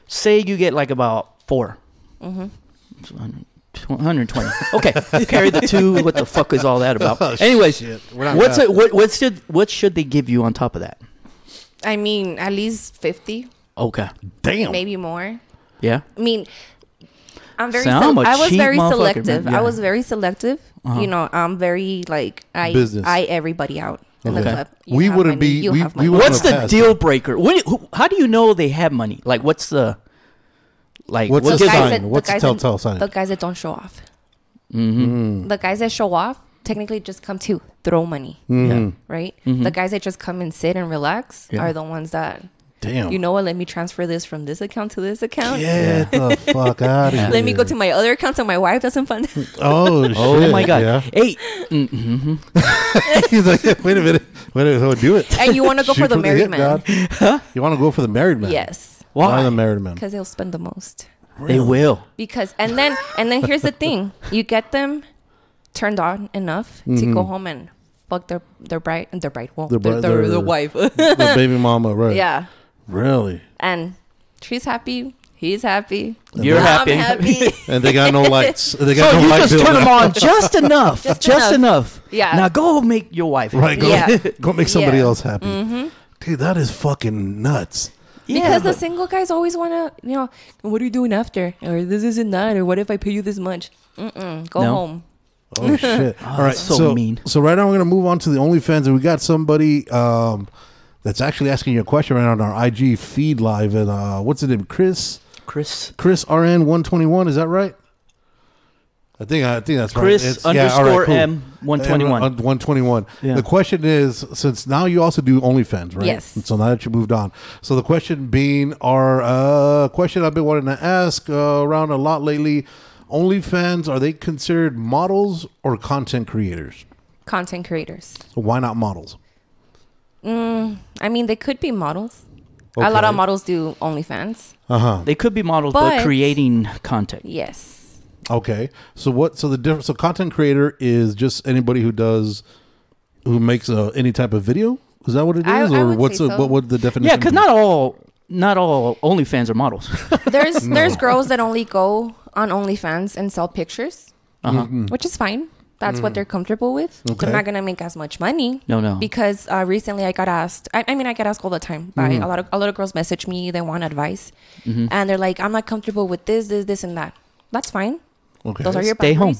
[SPEAKER 3] Say you get like about 4 Mm-hmm. 120. Okay, carry the two. What the fuck is all that about? Anyways,
[SPEAKER 2] Oh, We're not
[SPEAKER 3] what's
[SPEAKER 2] gonna-
[SPEAKER 3] a, what, what should what should they give you on top of that?
[SPEAKER 4] I mean at least fifty,
[SPEAKER 3] Okay,
[SPEAKER 2] Damn.
[SPEAKER 4] maybe more.
[SPEAKER 3] yeah.
[SPEAKER 4] I mean, I'm very.
[SPEAKER 3] Sound
[SPEAKER 4] sel-
[SPEAKER 3] a
[SPEAKER 4] I was
[SPEAKER 3] cheap
[SPEAKER 4] very
[SPEAKER 3] motherfucker,
[SPEAKER 4] selective.
[SPEAKER 3] man.
[SPEAKER 4] I
[SPEAKER 3] Yeah.
[SPEAKER 4] was very selective. You know, I'm very like I
[SPEAKER 2] Uh-huh. Business.
[SPEAKER 4] I everybody out in the
[SPEAKER 2] Okay.
[SPEAKER 4] club. You
[SPEAKER 2] We
[SPEAKER 4] have
[SPEAKER 2] wouldn't
[SPEAKER 4] money,
[SPEAKER 2] be-
[SPEAKER 4] You
[SPEAKER 2] we-
[SPEAKER 4] have
[SPEAKER 2] we
[SPEAKER 4] money.
[SPEAKER 2] wouldn't
[SPEAKER 3] What's
[SPEAKER 2] gonna
[SPEAKER 3] the
[SPEAKER 2] pass,
[SPEAKER 3] deal breaker? What, do- who, how do you know they have money? Like, what's the like?
[SPEAKER 2] What's
[SPEAKER 3] what
[SPEAKER 2] the
[SPEAKER 3] gives-
[SPEAKER 2] sign? What's the telltale
[SPEAKER 4] that,
[SPEAKER 2] sign?
[SPEAKER 4] The guys that don't show off.
[SPEAKER 3] Mm-hmm.
[SPEAKER 2] Mm.
[SPEAKER 4] The guys that show off technically just come to throw money,
[SPEAKER 2] Mm-hmm.
[SPEAKER 3] Yeah. Mm-hmm.
[SPEAKER 4] right? The guys that just come and sit and relax
[SPEAKER 3] Yeah.
[SPEAKER 4] are the ones that
[SPEAKER 2] Damn.
[SPEAKER 4] you know what. Let me transfer this from this account to this account.
[SPEAKER 2] Get the fuck out of here.
[SPEAKER 4] Let me go to my other account so my wife doesn't fund.
[SPEAKER 2] Oh, shit.
[SPEAKER 3] Oh my god!
[SPEAKER 2] Yeah.
[SPEAKER 3] Hey,
[SPEAKER 2] He's like, wait a minute. Wait a minute. Oh, do it.
[SPEAKER 4] and you want to go
[SPEAKER 2] Shoot
[SPEAKER 4] for the
[SPEAKER 2] from
[SPEAKER 4] married
[SPEAKER 2] hip,
[SPEAKER 4] man?
[SPEAKER 2] God. You want to go for the married man?
[SPEAKER 4] Yes,
[SPEAKER 2] Why,
[SPEAKER 3] why?
[SPEAKER 2] the married man?
[SPEAKER 4] because he'll spend the most.
[SPEAKER 3] They will.
[SPEAKER 4] because and then and then here's the thing you get them turned on enough to go home and fuck their their bride their bride well
[SPEAKER 2] Mm-hmm. Their
[SPEAKER 4] their,
[SPEAKER 2] bri-
[SPEAKER 4] their, their,
[SPEAKER 2] their-
[SPEAKER 4] wife
[SPEAKER 2] The baby mama, right?
[SPEAKER 4] yeah
[SPEAKER 2] Really?
[SPEAKER 4] and she's happy he's happy
[SPEAKER 3] You're happy.
[SPEAKER 4] i'm happy
[SPEAKER 2] And they got no lights. They got
[SPEAKER 3] So
[SPEAKER 2] no
[SPEAKER 3] you
[SPEAKER 2] light
[SPEAKER 3] just
[SPEAKER 2] bill.
[SPEAKER 3] turn them on just enough, just, enough.
[SPEAKER 4] Yeah.
[SPEAKER 3] Now go make your wife. happy.
[SPEAKER 2] Right. Go,
[SPEAKER 4] Yeah.
[SPEAKER 2] go make somebody
[SPEAKER 4] Yeah. Mm-hmm.
[SPEAKER 2] else happy. Dude, that is fucking nuts.
[SPEAKER 3] Yeah.
[SPEAKER 4] because the single guys always want to you know what are you doing after or this isn't that or what if i pay you this much Mm-mm, go
[SPEAKER 3] No.
[SPEAKER 4] home
[SPEAKER 2] Oh shit! All right,
[SPEAKER 3] so mean.
[SPEAKER 2] So right now we're gonna move on to the OnlyFans, and we got somebody um, that's actually asking you a question right now on our IG feed live, and uh, what's his name? Chris
[SPEAKER 3] Chris.
[SPEAKER 2] Chris RN one twenty one. Is that right? I think I think that's
[SPEAKER 3] Chris
[SPEAKER 2] right. It's-
[SPEAKER 3] underscore M121.
[SPEAKER 2] One twenty one.
[SPEAKER 3] Yeah.
[SPEAKER 2] The question is, since now you also do OnlyFans, right?
[SPEAKER 4] Yes.
[SPEAKER 2] So now that you moved on, so the question being, our uh, question I've been wanting to ask uh, around a lot lately. OnlyFans are they considered models or content creators?
[SPEAKER 4] content creators
[SPEAKER 2] Why not models?
[SPEAKER 4] i mean they could be models a lot of
[SPEAKER 2] Okay.
[SPEAKER 4] models do onlyfans
[SPEAKER 2] Oh.
[SPEAKER 3] They could be models, but,
[SPEAKER 4] But-
[SPEAKER 3] creating content.
[SPEAKER 4] yes
[SPEAKER 2] Okay, so what? So the difference. So content creator is just anybody who does, who makes uh any type of video. Is that what it is,
[SPEAKER 4] I- I
[SPEAKER 2] or
[SPEAKER 4] would
[SPEAKER 2] what's
[SPEAKER 4] say
[SPEAKER 2] a,
[SPEAKER 4] so.
[SPEAKER 2] what would the definition?
[SPEAKER 3] Yeah, because
[SPEAKER 2] be?
[SPEAKER 3] not all not all OnlyFans are models.
[SPEAKER 4] There's there's girls that only go on OnlyFans and sell pictures,
[SPEAKER 3] Uh-huh. Mm-hmm.
[SPEAKER 4] which is fine. That's what they're comfortable with.
[SPEAKER 2] Okay.
[SPEAKER 4] They're not gonna make as much money.
[SPEAKER 3] Mm. No, no.
[SPEAKER 4] Because uh, recently I got asked. I, I mean, I get asked all the time by
[SPEAKER 3] Mm-hmm.
[SPEAKER 4] a lot of a lot of girls. Message me. They want advice, and they're like, "I'm not comfortable with this, this, this, and that." That's fine.
[SPEAKER 2] Okay.
[SPEAKER 4] Those are your
[SPEAKER 3] Stay home.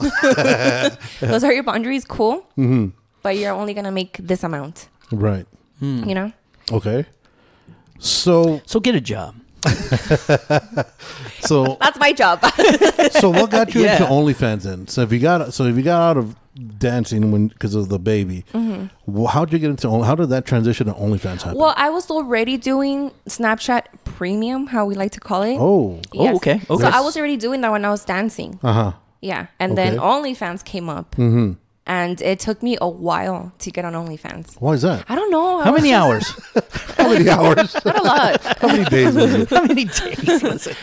[SPEAKER 4] boundaries. Those are your boundaries. Cool.
[SPEAKER 3] Mm-hmm.
[SPEAKER 4] But you're only gonna make this amount.
[SPEAKER 2] right.
[SPEAKER 3] Mm.
[SPEAKER 4] You know.
[SPEAKER 2] Okay. So
[SPEAKER 3] so get a job.
[SPEAKER 2] so
[SPEAKER 4] That's my job.
[SPEAKER 2] so what got you
[SPEAKER 3] Yeah.
[SPEAKER 2] into OnlyFans then? So if you got so if you got out of dancing when because of the baby, wh- how'd you get into Only- how did that transition to OnlyFans happen?
[SPEAKER 4] Mm-hmm. well, I was already doing Snapchat Premium, how we like to call it.
[SPEAKER 2] oh
[SPEAKER 3] Oh, Uh-huh. okay.
[SPEAKER 4] So
[SPEAKER 3] Okay.
[SPEAKER 4] I was already doing that when I was dancing.
[SPEAKER 2] uh huh
[SPEAKER 4] Yeah. And then
[SPEAKER 2] Okay.
[SPEAKER 4] OnlyFans came up. Mm-hmm. And it took me a while to get on OnlyFans.
[SPEAKER 2] why is that?
[SPEAKER 4] I don't know. I
[SPEAKER 3] How
[SPEAKER 4] was
[SPEAKER 3] many
[SPEAKER 4] just-
[SPEAKER 3] hours?
[SPEAKER 2] How many hours?
[SPEAKER 4] Not a lot.
[SPEAKER 2] how many days was it?
[SPEAKER 3] How many days? was it?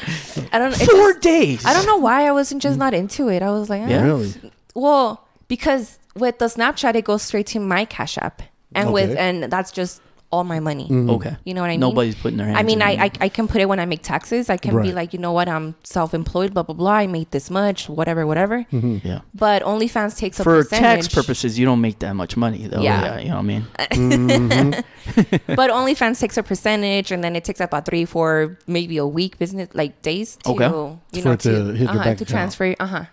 [SPEAKER 4] I don't. it
[SPEAKER 3] Four
[SPEAKER 4] just-
[SPEAKER 3] days.
[SPEAKER 4] I don't know why I wasn't just not into it. I was like, eh.
[SPEAKER 3] Yeah.
[SPEAKER 2] Really?
[SPEAKER 4] well, because with the Snapchat, it goes straight to my Cash App, and with
[SPEAKER 2] Okay.
[SPEAKER 4] and that's just all my money.
[SPEAKER 3] Okay.
[SPEAKER 4] You know what I mean?
[SPEAKER 3] Mm. Nobody's putting their hands.
[SPEAKER 4] I mean,
[SPEAKER 3] in it.
[SPEAKER 4] I, I I can put it when I make taxes. I can be
[SPEAKER 2] Right.
[SPEAKER 4] like, you know what? I'm self-employed. Blah blah blah. I made this much. Whatever, whatever.
[SPEAKER 2] Mm-hmm.
[SPEAKER 3] yeah.
[SPEAKER 4] But OnlyFans takes a
[SPEAKER 3] For tax
[SPEAKER 4] percentage.
[SPEAKER 3] purposes, you don't make that much money, though.
[SPEAKER 4] Yeah. Uh,
[SPEAKER 3] yeah you know what I mean.
[SPEAKER 4] but OnlyFans takes a percentage, and then it takes about three, four, maybe a week business like days to
[SPEAKER 3] Okay.
[SPEAKER 4] you
[SPEAKER 2] For
[SPEAKER 4] know
[SPEAKER 2] it to hit your
[SPEAKER 4] uh-huh,
[SPEAKER 2] bank
[SPEAKER 4] to
[SPEAKER 2] account.
[SPEAKER 4] transfer. Uh huh.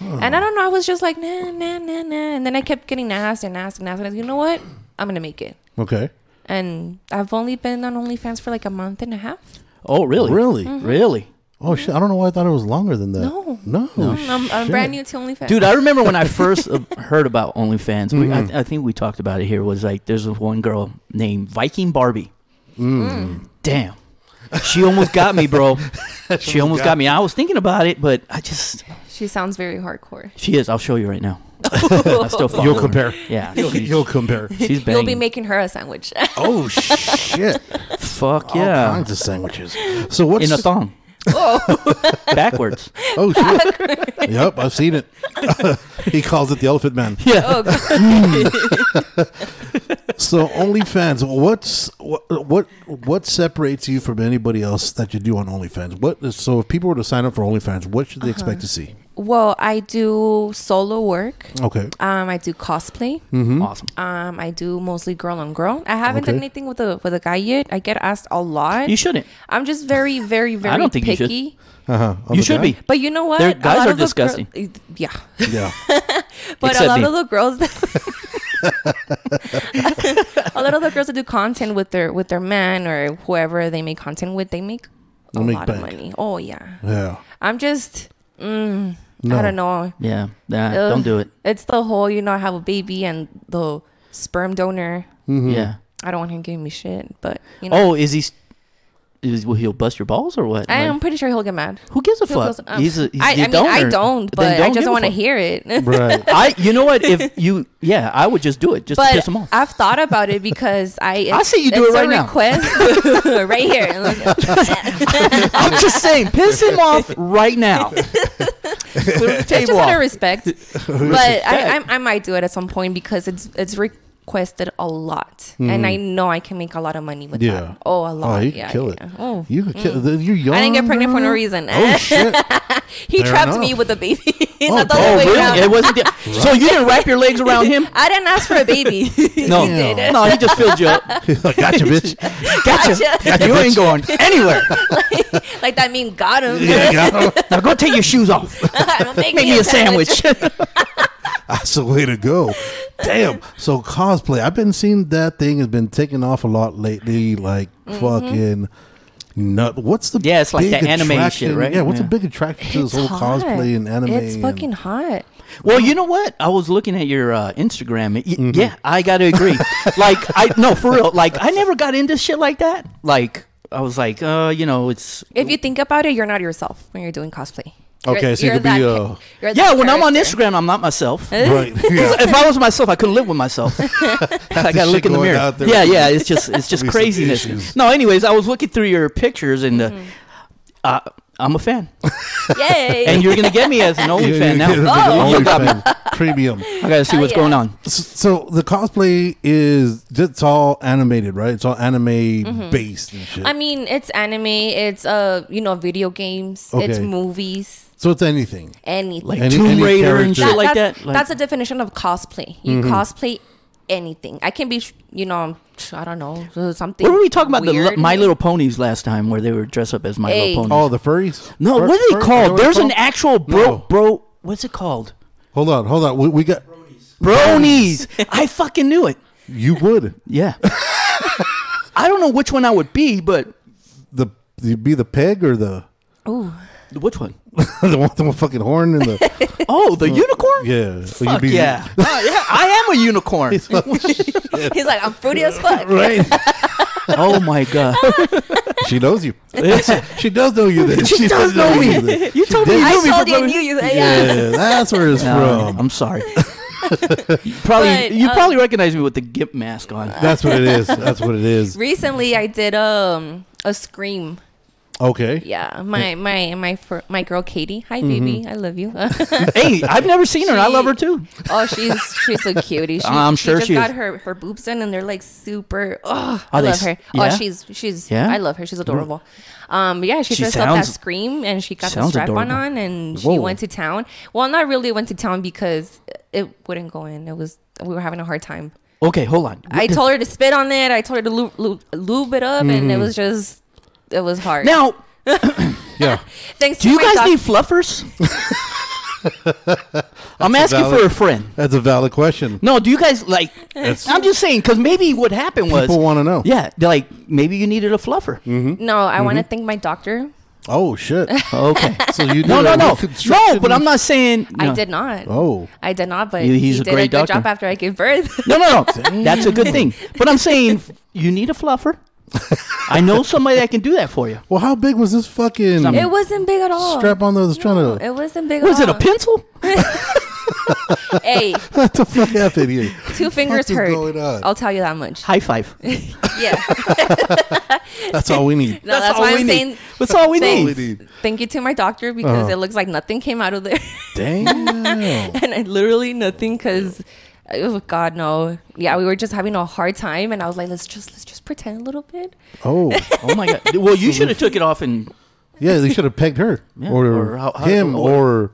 [SPEAKER 4] And I don't know. I was just like nah, nah, nah, nah, and then I kept getting asked and asked and asked. And I was, you know what? I'm gonna make it.
[SPEAKER 2] Okay.
[SPEAKER 4] And I've only been on OnlyFans for like a month and a half.
[SPEAKER 3] Oh, really?
[SPEAKER 2] Really?
[SPEAKER 4] Mm-hmm.
[SPEAKER 3] Really?
[SPEAKER 2] Oh shit! I don't know why I thought it was longer than that.
[SPEAKER 4] No.
[SPEAKER 2] no,
[SPEAKER 4] I'm, I'm
[SPEAKER 2] shit.
[SPEAKER 4] brand new to OnlyFans.
[SPEAKER 3] Oh, Dude, I remember when I first uh, heard about OnlyFans. We,
[SPEAKER 2] Mm-hmm.
[SPEAKER 3] I, I think we talked about it here. Was like there's this one girl named Viking Barbie.
[SPEAKER 2] Mm.
[SPEAKER 3] Damn, she almost got me, bro. she almost got me. I was thinking about it, but I just
[SPEAKER 4] she sounds very hardcore.
[SPEAKER 3] she is. I'll show you right now. I still follow
[SPEAKER 2] You'll
[SPEAKER 3] her.
[SPEAKER 2] compare.
[SPEAKER 3] Yeah,
[SPEAKER 2] You'll,
[SPEAKER 3] she's-
[SPEAKER 2] you'll compare.
[SPEAKER 3] She's banging.
[SPEAKER 4] Oh, You'll be making her a sandwich.
[SPEAKER 2] Oh shit!
[SPEAKER 3] Fuck
[SPEAKER 2] All
[SPEAKER 3] yeah,
[SPEAKER 2] kinds of sandwiches. So what's
[SPEAKER 3] in a thong. backwards.
[SPEAKER 2] Oh shit! yep, I've seen it. he calls it the Elephant Man.
[SPEAKER 3] Yeah.
[SPEAKER 4] Oh, God.
[SPEAKER 2] So OnlyFans, what's what, what what separates you from anybody else that you do on OnlyFans? What is, so if people were to sign up for OnlyFans, what should they
[SPEAKER 4] Uh-huh.
[SPEAKER 2] expect to see?
[SPEAKER 4] well, I do solo work.
[SPEAKER 2] Okay,
[SPEAKER 4] Um, I do cosplay.
[SPEAKER 2] Mm-hmm.
[SPEAKER 3] Awesome.
[SPEAKER 4] Um, I do mostly girl on girl. I haven't
[SPEAKER 2] Okay.
[SPEAKER 4] done anything with a with a guy yet. I get asked a lot.
[SPEAKER 3] You shouldn't.
[SPEAKER 4] I'm just very, very, very
[SPEAKER 3] don't think you
[SPEAKER 4] picky.
[SPEAKER 3] should.
[SPEAKER 2] uh-huh.
[SPEAKER 3] you should be.
[SPEAKER 4] But you know what?
[SPEAKER 3] Their
[SPEAKER 4] A
[SPEAKER 3] guys
[SPEAKER 4] lot
[SPEAKER 3] are
[SPEAKER 4] of the girl-
[SPEAKER 3] disgusting.
[SPEAKER 4] yeah,
[SPEAKER 2] Yeah,
[SPEAKER 4] but
[SPEAKER 3] Except
[SPEAKER 4] a lot
[SPEAKER 3] me.
[SPEAKER 4] of the girls that a lot of the girls that do content with their with their man or whoever they make content with, they make a
[SPEAKER 2] They make
[SPEAKER 4] lot of
[SPEAKER 2] bank.
[SPEAKER 4] money. Oh yeah,
[SPEAKER 2] yeah.
[SPEAKER 4] I'm just. Mm,
[SPEAKER 2] No.
[SPEAKER 4] I don't know.
[SPEAKER 3] Yeah. Nah,
[SPEAKER 4] Ugh.
[SPEAKER 3] don't do it.
[SPEAKER 4] It's the whole, you know, I have a baby and the sperm donor.
[SPEAKER 2] Mm-hmm.
[SPEAKER 3] Yeah.
[SPEAKER 4] I don't want him giving me shit, but you know,
[SPEAKER 3] Oh, is he? s- Is will he'll bust your balls or what?
[SPEAKER 4] I
[SPEAKER 3] Like,
[SPEAKER 4] am pretty sure he'll get mad.
[SPEAKER 3] who gives a
[SPEAKER 4] He'll
[SPEAKER 3] fuck?
[SPEAKER 4] go, um,
[SPEAKER 3] he's a. He's
[SPEAKER 4] I,
[SPEAKER 3] the
[SPEAKER 4] I mean, I
[SPEAKER 3] donor.
[SPEAKER 4] don't,
[SPEAKER 3] Then
[SPEAKER 4] but I
[SPEAKER 3] don't give a
[SPEAKER 4] just want to
[SPEAKER 3] fuck.
[SPEAKER 4] hear it.
[SPEAKER 2] Right.
[SPEAKER 3] I. You know what? If you, yeah, I would just do it just to piss
[SPEAKER 4] but
[SPEAKER 3] him off.
[SPEAKER 4] I've thought about it because I.
[SPEAKER 3] I see you do it
[SPEAKER 4] it's
[SPEAKER 3] right
[SPEAKER 4] a
[SPEAKER 3] now.
[SPEAKER 4] Request right here.
[SPEAKER 3] I'm just saying, piss him off right now. Clear the
[SPEAKER 4] It's just
[SPEAKER 3] table
[SPEAKER 4] out of
[SPEAKER 3] off.
[SPEAKER 4] respect, but I,
[SPEAKER 3] Respect.
[SPEAKER 4] I, I might do it at some point because it's it's requested a lot,
[SPEAKER 3] Hmm.
[SPEAKER 4] and I know I can make a lot of money with
[SPEAKER 2] Yeah.
[SPEAKER 4] that. Oh, a
[SPEAKER 2] Oh,
[SPEAKER 4] lot.
[SPEAKER 2] you could
[SPEAKER 4] yeah,
[SPEAKER 2] kill
[SPEAKER 4] yeah.
[SPEAKER 2] it.
[SPEAKER 4] Oh.
[SPEAKER 2] You could kill. You're young.
[SPEAKER 4] I didn't get pregnant for no
[SPEAKER 2] girl.
[SPEAKER 4] reason.
[SPEAKER 2] Oh shit!
[SPEAKER 4] he
[SPEAKER 2] fair
[SPEAKER 4] trapped
[SPEAKER 2] enough.
[SPEAKER 4] me with a baby.
[SPEAKER 2] Oh,
[SPEAKER 4] Not
[SPEAKER 2] oh,
[SPEAKER 4] the whole way
[SPEAKER 3] Really?
[SPEAKER 4] around.
[SPEAKER 3] It wasn't. The, so you didn't wrap your legs around him?
[SPEAKER 4] I didn't ask for a baby.
[SPEAKER 3] No,
[SPEAKER 2] He did.
[SPEAKER 3] no, he just filled you up.
[SPEAKER 2] gotcha, bitch.
[SPEAKER 3] Gotcha. You ain't going anywhere.
[SPEAKER 4] like that mean got him.
[SPEAKER 2] Yeah, got him.
[SPEAKER 3] Now go take your shoes off.
[SPEAKER 4] I'ma make,
[SPEAKER 3] Make me a sandwich.
[SPEAKER 2] That's the way to go. Damn. So cosplay, I've been seeing that thing has been taking off a lot lately. Like fucking. Nut. What's the
[SPEAKER 3] Mm-hmm. Yeah, it's like
[SPEAKER 2] big
[SPEAKER 3] the anime shit,
[SPEAKER 2] attraction-
[SPEAKER 3] right?
[SPEAKER 2] Yeah, what's
[SPEAKER 3] Yeah.
[SPEAKER 2] the big attraction to this whole
[SPEAKER 4] hot.
[SPEAKER 2] cosplay and anime?
[SPEAKER 4] It's
[SPEAKER 2] and-
[SPEAKER 4] fucking hot.
[SPEAKER 3] Well, you know what? I was looking at your uh, Instagram. Y-
[SPEAKER 2] Mm-hmm.
[SPEAKER 3] Yeah, I got to agree. like, I no, for real. Like, I never got into shit like that. Like, I was like, uh, you know, it's
[SPEAKER 4] If you think about it, you're not yourself when you're doing cosplay. You're-
[SPEAKER 2] Okay, so you
[SPEAKER 4] you're
[SPEAKER 2] could be,
[SPEAKER 4] that
[SPEAKER 2] uh,
[SPEAKER 4] ca- you're
[SPEAKER 3] yeah.
[SPEAKER 4] that
[SPEAKER 3] When I'm on
[SPEAKER 4] character.
[SPEAKER 3] Instagram, I'm not myself.
[SPEAKER 2] right. Yeah.
[SPEAKER 3] if I was myself, I couldn't live with myself. I
[SPEAKER 2] shit
[SPEAKER 3] gotta look in the
[SPEAKER 2] going
[SPEAKER 3] mirror.
[SPEAKER 2] out there.
[SPEAKER 3] Yeah, yeah. It's just it's just
[SPEAKER 2] Be some
[SPEAKER 3] craziness.
[SPEAKER 2] issues.
[SPEAKER 3] No, anyways, I was looking through your pictures and uh,
[SPEAKER 4] Mm-hmm.
[SPEAKER 3] uh, I'm a fan,
[SPEAKER 4] Yay!
[SPEAKER 3] and you're gonna get me as an
[SPEAKER 2] Yeah,
[SPEAKER 3] only
[SPEAKER 2] you
[SPEAKER 3] fan
[SPEAKER 2] get it,
[SPEAKER 3] now.
[SPEAKER 2] but
[SPEAKER 3] Oh.
[SPEAKER 2] only fan, premium.
[SPEAKER 3] I gotta see
[SPEAKER 4] Hell
[SPEAKER 3] what's
[SPEAKER 4] Oh, yeah.
[SPEAKER 3] going on.
[SPEAKER 2] S- So the cosplay is it's all animated, right? It's all anime based and shit.
[SPEAKER 4] Mm-hmm. I mean, it's anime. It's uh, you know, video games. It's
[SPEAKER 2] Okay.
[SPEAKER 4] movies.
[SPEAKER 2] so it's anything.
[SPEAKER 4] Anything.
[SPEAKER 3] Like
[SPEAKER 2] Any-
[SPEAKER 3] Tomb
[SPEAKER 2] any
[SPEAKER 3] Raider and
[SPEAKER 2] character.
[SPEAKER 3] shit like
[SPEAKER 4] that's,
[SPEAKER 3] that. Like, Mm-hmm.
[SPEAKER 4] that's the definition of cosplay. You cosplay anything. I can be, you know, I don't know, something.
[SPEAKER 3] what were we talking about? The
[SPEAKER 4] weird.
[SPEAKER 3] li- My Little Ponies last time, where they were dressed up as My
[SPEAKER 4] Hey.
[SPEAKER 3] Little Ponies.
[SPEAKER 2] Oh, the furries?
[SPEAKER 3] no,
[SPEAKER 2] Fur-
[SPEAKER 3] what
[SPEAKER 2] fur-
[SPEAKER 3] are they
[SPEAKER 2] is that
[SPEAKER 3] called?
[SPEAKER 2] what
[SPEAKER 3] There's
[SPEAKER 2] they're
[SPEAKER 3] an
[SPEAKER 2] called?
[SPEAKER 3] actual bro,
[SPEAKER 2] No.
[SPEAKER 3] bro. What's it called?
[SPEAKER 2] Hold on, hold on. We, we got
[SPEAKER 3] Bronies. I fucking knew it.
[SPEAKER 2] you would
[SPEAKER 3] Yeah. I don't know which one I would be, but
[SPEAKER 2] the you'd be the peg or the
[SPEAKER 4] Ooh.
[SPEAKER 3] which one?
[SPEAKER 2] the one with the fucking horn and the
[SPEAKER 3] Oh, the unicorn?
[SPEAKER 2] yeah. So you'd
[SPEAKER 3] Fuck
[SPEAKER 2] be-
[SPEAKER 3] yeah. Uh, yeah. I am a unicorn.
[SPEAKER 4] He's like, I'm fruity as fuck.
[SPEAKER 2] right.
[SPEAKER 3] oh my god.
[SPEAKER 2] She knows you. she does know you. Then. She, does know
[SPEAKER 3] me.
[SPEAKER 2] then.
[SPEAKER 3] You
[SPEAKER 2] She
[SPEAKER 3] told me
[SPEAKER 2] did.
[SPEAKER 3] you
[SPEAKER 4] I
[SPEAKER 3] knew me
[SPEAKER 4] told
[SPEAKER 3] from
[SPEAKER 4] you, I
[SPEAKER 3] Brony.
[SPEAKER 4] knew you. Yeah.
[SPEAKER 2] Yeah, that's where it's
[SPEAKER 3] No,
[SPEAKER 2] from.
[SPEAKER 3] I'm sorry. probably
[SPEAKER 4] But,
[SPEAKER 3] you
[SPEAKER 4] um,
[SPEAKER 3] probably recognize me with the gimp mask on.
[SPEAKER 2] That's what it is. That's what it is.
[SPEAKER 4] Recently, I did um a scream.
[SPEAKER 2] Okay.
[SPEAKER 4] Yeah, my my my fir- my girl Katie. Hi, baby.
[SPEAKER 3] Mm-hmm.
[SPEAKER 4] I love you.
[SPEAKER 3] hey, I've never seen her. I love her too.
[SPEAKER 4] oh, she's she's so cutie. She,
[SPEAKER 3] I'm sure
[SPEAKER 4] she just
[SPEAKER 3] she is.
[SPEAKER 4] got her her boobs in, and they're like super. Oh,
[SPEAKER 3] Are
[SPEAKER 4] I
[SPEAKER 3] they
[SPEAKER 4] love
[SPEAKER 3] s-
[SPEAKER 4] her.
[SPEAKER 3] yeah?
[SPEAKER 4] Oh, she's she's.
[SPEAKER 3] Yeah? Mm-hmm.
[SPEAKER 4] I love her. She's adorable. Um, yeah, she,
[SPEAKER 3] She
[SPEAKER 4] dressed up that
[SPEAKER 3] sounds-
[SPEAKER 4] scream, and she got the
[SPEAKER 3] sounds
[SPEAKER 4] strap on
[SPEAKER 3] adorable.
[SPEAKER 4] on, and she
[SPEAKER 2] Whoa.
[SPEAKER 4] went to town. Well, not really went to town because it wouldn't go in. It was we were having a hard time.
[SPEAKER 3] Okay, hold on.
[SPEAKER 4] I told her to spit on it. I told her to lube, lube, lube it up, and it was just it was hard.
[SPEAKER 3] Mm-hmm. now,
[SPEAKER 2] Yeah.
[SPEAKER 4] thanks
[SPEAKER 3] do
[SPEAKER 4] to
[SPEAKER 3] you
[SPEAKER 4] my
[SPEAKER 3] guys
[SPEAKER 4] doc-
[SPEAKER 3] need fluffers? I'm asking
[SPEAKER 2] valid-
[SPEAKER 3] for a friend.
[SPEAKER 2] That's a valid question.
[SPEAKER 3] No, do you guys like?
[SPEAKER 2] That's-
[SPEAKER 3] I'm just saying because maybe what happened was
[SPEAKER 2] People want to know. Mm-hmm.
[SPEAKER 3] Yeah, they're like maybe you needed a fluffer.
[SPEAKER 4] No, I want to
[SPEAKER 3] Mm-hmm.
[SPEAKER 4] thank my doctor.
[SPEAKER 2] Oh shit.
[SPEAKER 3] Okay.
[SPEAKER 2] So you
[SPEAKER 3] No,
[SPEAKER 2] did
[SPEAKER 3] no,
[SPEAKER 2] a
[SPEAKER 3] no,
[SPEAKER 2] reconstruction-
[SPEAKER 3] no. But I'm not saying
[SPEAKER 4] I
[SPEAKER 3] no.
[SPEAKER 4] did not.
[SPEAKER 2] Oh.
[SPEAKER 4] I did not, but
[SPEAKER 3] He- he's
[SPEAKER 4] he
[SPEAKER 3] a
[SPEAKER 4] did
[SPEAKER 3] great
[SPEAKER 4] a good job
[SPEAKER 3] doctor.
[SPEAKER 4] after I gave birth.
[SPEAKER 3] No, no, no. That's a good thing. But I'm saying you need a fluffer. I know somebody that can do that for you.
[SPEAKER 2] Well, how big was this fucking
[SPEAKER 4] It wasn't big at all.
[SPEAKER 2] strap on that was
[SPEAKER 4] No,
[SPEAKER 2] trying to?
[SPEAKER 4] It wasn't big.
[SPEAKER 3] Was it
[SPEAKER 4] at
[SPEAKER 3] a
[SPEAKER 4] all.
[SPEAKER 3] pencil?
[SPEAKER 4] Hey,
[SPEAKER 2] What the fuck happened here?
[SPEAKER 4] two fingers
[SPEAKER 2] is
[SPEAKER 4] hurt.
[SPEAKER 2] going on?
[SPEAKER 4] I'll tell you that much.
[SPEAKER 3] High five.
[SPEAKER 4] yeah.
[SPEAKER 2] That's all we need.
[SPEAKER 4] No, that's, why I'm saying
[SPEAKER 3] That's all we
[SPEAKER 4] Thanks.
[SPEAKER 2] all
[SPEAKER 3] need.
[SPEAKER 2] we need.
[SPEAKER 4] thank you to my doctor because
[SPEAKER 2] Uh-huh.
[SPEAKER 4] it looks like nothing came out of there,
[SPEAKER 2] Damn.
[SPEAKER 4] and I literally nothing because. Oh God, no! Yeah, we were just having a hard time, and I was like, "Let's just let's just pretend a little bit."
[SPEAKER 2] oh,
[SPEAKER 3] Oh my god. Well, you should have took it off and
[SPEAKER 2] yeah. They should have pegged her
[SPEAKER 3] Yeah,
[SPEAKER 2] or,
[SPEAKER 3] or how- how-
[SPEAKER 2] him or,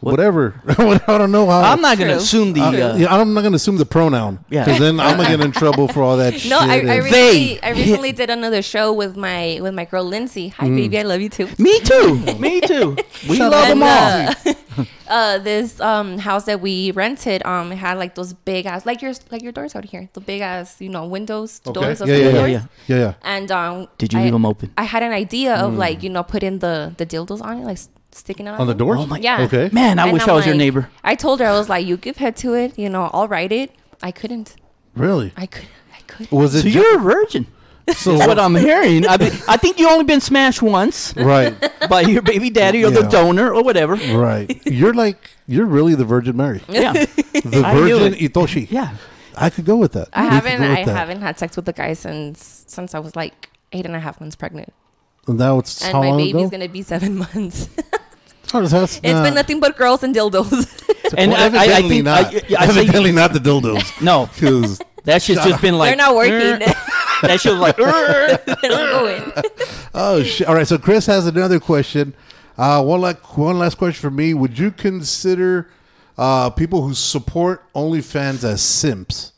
[SPEAKER 2] whatever. I don't know how.
[SPEAKER 3] I'm not going to
[SPEAKER 4] True.
[SPEAKER 3] assume the
[SPEAKER 2] I,
[SPEAKER 3] uh,
[SPEAKER 2] yeah, I'm not going to assume the pronoun.
[SPEAKER 3] Yeah.
[SPEAKER 2] Because then I'm going to get in trouble for all that shit.
[SPEAKER 4] No, I, I
[SPEAKER 2] and-
[SPEAKER 4] recently,
[SPEAKER 3] They.
[SPEAKER 4] I recently did another show with my with my girl Lindsay. Hi,
[SPEAKER 2] Mm.
[SPEAKER 4] baby, I love you too.
[SPEAKER 3] Me too. Me too. We
[SPEAKER 2] Shut
[SPEAKER 3] love
[SPEAKER 2] up.
[SPEAKER 3] them all.
[SPEAKER 4] Uh, this um house that we rented um it had like those big ass like your like your doors out here, the big ass you know windows, the
[SPEAKER 2] Okay.
[SPEAKER 4] doors, those
[SPEAKER 2] Yeah,
[SPEAKER 4] big
[SPEAKER 2] yeah,
[SPEAKER 4] doors.
[SPEAKER 3] yeah.
[SPEAKER 2] yeah, yeah.
[SPEAKER 4] And um,
[SPEAKER 3] Did you
[SPEAKER 4] I-
[SPEAKER 3] leave 'em open?
[SPEAKER 4] I had an idea of like you know putting the the dildos on it, like s- sticking out
[SPEAKER 2] On the
[SPEAKER 4] door.
[SPEAKER 2] doors?
[SPEAKER 3] Oh my-
[SPEAKER 4] Yeah.
[SPEAKER 2] Okay.
[SPEAKER 3] Man, I
[SPEAKER 4] And
[SPEAKER 3] wish
[SPEAKER 4] I'm
[SPEAKER 3] I was your
[SPEAKER 4] like-
[SPEAKER 3] neighbor.
[SPEAKER 4] I told her I was like, you give head to it, you know, I'll write it. I couldn't.
[SPEAKER 2] Really?
[SPEAKER 4] I couldn't. I couldn't.
[SPEAKER 2] Was it
[SPEAKER 3] So
[SPEAKER 2] ju-
[SPEAKER 3] you're a virgin.
[SPEAKER 2] so
[SPEAKER 3] What I'm hearing, I, be, I think you only been smashed once
[SPEAKER 2] right,
[SPEAKER 3] by your baby daddy or the
[SPEAKER 2] Yeah.
[SPEAKER 3] donor or whatever.
[SPEAKER 2] right. You're like you're really the Virgin Mary,
[SPEAKER 3] Yeah,
[SPEAKER 2] the
[SPEAKER 3] I knew
[SPEAKER 2] Virgin
[SPEAKER 3] it.
[SPEAKER 2] Itoshi.
[SPEAKER 3] yeah.
[SPEAKER 2] I could go with that.
[SPEAKER 4] I
[SPEAKER 2] We could
[SPEAKER 4] haven't.
[SPEAKER 2] go with
[SPEAKER 4] I
[SPEAKER 2] that.
[SPEAKER 4] haven't had sex with a guy since since I was like eight and a half months pregnant,
[SPEAKER 2] And now it's
[SPEAKER 4] and
[SPEAKER 2] how
[SPEAKER 4] my
[SPEAKER 2] long
[SPEAKER 4] baby's
[SPEAKER 2] ago?
[SPEAKER 4] gonna be seven months.
[SPEAKER 2] It's
[SPEAKER 4] It's been nothing but girls and dildos.
[SPEAKER 3] And I- I- I
[SPEAKER 2] evidently
[SPEAKER 3] think-
[SPEAKER 2] not.
[SPEAKER 3] I- yeah, I think-
[SPEAKER 2] evidently not the dildos.
[SPEAKER 3] No,
[SPEAKER 2] 'Cause-
[SPEAKER 3] that shit's just been like er,
[SPEAKER 4] They're not working.
[SPEAKER 3] "Err." That shit was like "Err."
[SPEAKER 4] They're not going.
[SPEAKER 2] oh shit! All right, so Chris has another question. Uh, one like one last question for me: Would you consider uh, people who support OnlyFans as simp's?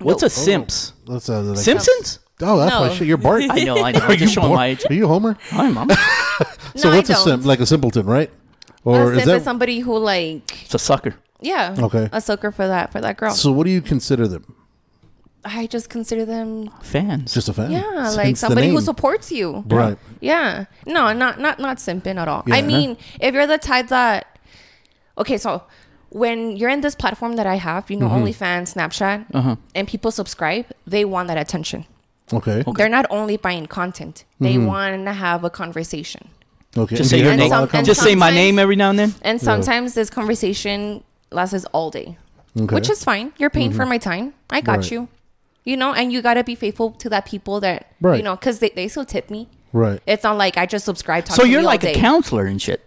[SPEAKER 3] what's a simps?
[SPEAKER 2] That's uh, like,
[SPEAKER 3] Simpsons?
[SPEAKER 2] Oh, that's my
[SPEAKER 4] No.
[SPEAKER 2] shit. You're Bart.
[SPEAKER 3] I know, I know.
[SPEAKER 2] Are
[SPEAKER 3] I'm
[SPEAKER 2] you,
[SPEAKER 3] just showing
[SPEAKER 2] Bart?
[SPEAKER 3] my age.
[SPEAKER 2] Are you Homer?
[SPEAKER 3] Hi, mom.
[SPEAKER 2] So
[SPEAKER 4] No, I
[SPEAKER 2] what's a simp?
[SPEAKER 4] don't.
[SPEAKER 2] Like a simpleton, right?
[SPEAKER 4] Or
[SPEAKER 2] Or is that
[SPEAKER 4] somebody who like
[SPEAKER 3] It's a sucker.
[SPEAKER 4] yeah,
[SPEAKER 2] Okay.
[SPEAKER 4] a sucker for that for that girl.
[SPEAKER 2] so? What do you consider them?
[SPEAKER 4] I just consider them
[SPEAKER 3] Fans.
[SPEAKER 2] Just a fan?
[SPEAKER 4] yeah,
[SPEAKER 2] Hence
[SPEAKER 4] like
[SPEAKER 2] the
[SPEAKER 4] somebody who
[SPEAKER 2] name.
[SPEAKER 4] supports you.
[SPEAKER 2] Right.
[SPEAKER 4] Yeah. No, not not not simping at all.
[SPEAKER 2] Yeah.
[SPEAKER 4] I mean, if you're the type that okay, so when you're in this platform that I have, you know,
[SPEAKER 2] Mm-hmm.
[SPEAKER 4] OnlyFans, Snapchat,
[SPEAKER 2] Uh-huh.
[SPEAKER 4] and people subscribe, they want that attention.
[SPEAKER 2] Okay. Mm-hmm.
[SPEAKER 4] They're not only buying content; they want to have a conversation.
[SPEAKER 2] Okay. And do
[SPEAKER 3] Just say
[SPEAKER 2] you
[SPEAKER 3] your
[SPEAKER 2] have a
[SPEAKER 3] name.
[SPEAKER 2] lot of
[SPEAKER 4] some- and
[SPEAKER 3] Just say my
[SPEAKER 4] sometimes-
[SPEAKER 3] name every now and then.
[SPEAKER 4] And sometimes this conversation lasts all day,
[SPEAKER 2] Okay. Mm-hmm.
[SPEAKER 4] which is fine. You're paying for my time. I got
[SPEAKER 2] Right.
[SPEAKER 4] you. You know, and you got to be faithful to that people that
[SPEAKER 2] Right.
[SPEAKER 4] you know, because they, they still tip me.
[SPEAKER 2] Right.
[SPEAKER 4] It's not like I just subscribe. Talk
[SPEAKER 3] So
[SPEAKER 4] to
[SPEAKER 3] you're
[SPEAKER 4] me all
[SPEAKER 3] like a
[SPEAKER 4] day.
[SPEAKER 3] counselor and shit.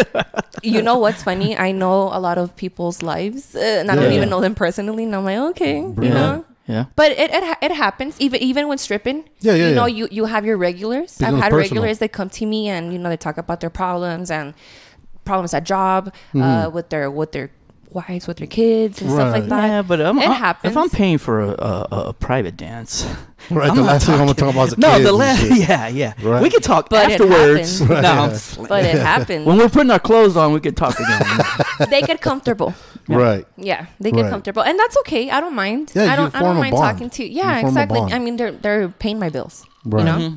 [SPEAKER 4] you know what's funny? I know a lot of people's lives, uh, and I don't
[SPEAKER 3] Yeah.
[SPEAKER 4] even know them personally. And I'm like, okay, you know.
[SPEAKER 3] Yeah.
[SPEAKER 4] But it, it ha- it happens even even when stripping.
[SPEAKER 2] Yeah, yeah,
[SPEAKER 4] You know,
[SPEAKER 2] yeah.
[SPEAKER 4] you you have your regulars.
[SPEAKER 2] Becomes
[SPEAKER 4] I've had
[SPEAKER 2] personal.
[SPEAKER 4] regulars that come to me and you know they talk about their problems and problems at job uh, with their with their wives with their kids and stuff
[SPEAKER 2] Hmm. Right.
[SPEAKER 4] like that.
[SPEAKER 3] Yeah, but I'm,
[SPEAKER 4] it
[SPEAKER 3] I-
[SPEAKER 4] happens.
[SPEAKER 3] if I'm paying for a, a, a- a private dance,
[SPEAKER 2] Right,
[SPEAKER 3] I'm
[SPEAKER 2] the
[SPEAKER 3] not
[SPEAKER 2] last thing I'm gonna talk about is the
[SPEAKER 3] no,
[SPEAKER 2] kids
[SPEAKER 3] the
[SPEAKER 2] and
[SPEAKER 3] last,
[SPEAKER 2] shit.
[SPEAKER 3] yeah, yeah.
[SPEAKER 2] Right.
[SPEAKER 3] We can talk
[SPEAKER 4] But it
[SPEAKER 3] afterwards.
[SPEAKER 4] happens.
[SPEAKER 3] No, I'm just-
[SPEAKER 4] but it happens.
[SPEAKER 3] when we're putting our clothes on, we can talk again.
[SPEAKER 4] they get comfortable.
[SPEAKER 2] Right.
[SPEAKER 4] Yeah, they get
[SPEAKER 2] Right.
[SPEAKER 4] comfortable, and that's okay. I don't mind.
[SPEAKER 2] Yeah, you
[SPEAKER 4] I don't. I
[SPEAKER 2] form
[SPEAKER 4] don't
[SPEAKER 2] a
[SPEAKER 4] mind
[SPEAKER 2] bond.
[SPEAKER 4] talking to.
[SPEAKER 2] You
[SPEAKER 4] Yeah,
[SPEAKER 2] form a
[SPEAKER 4] exactly.
[SPEAKER 2] bond.
[SPEAKER 4] I mean, they're they're paying my bills.
[SPEAKER 2] Right.
[SPEAKER 4] You know.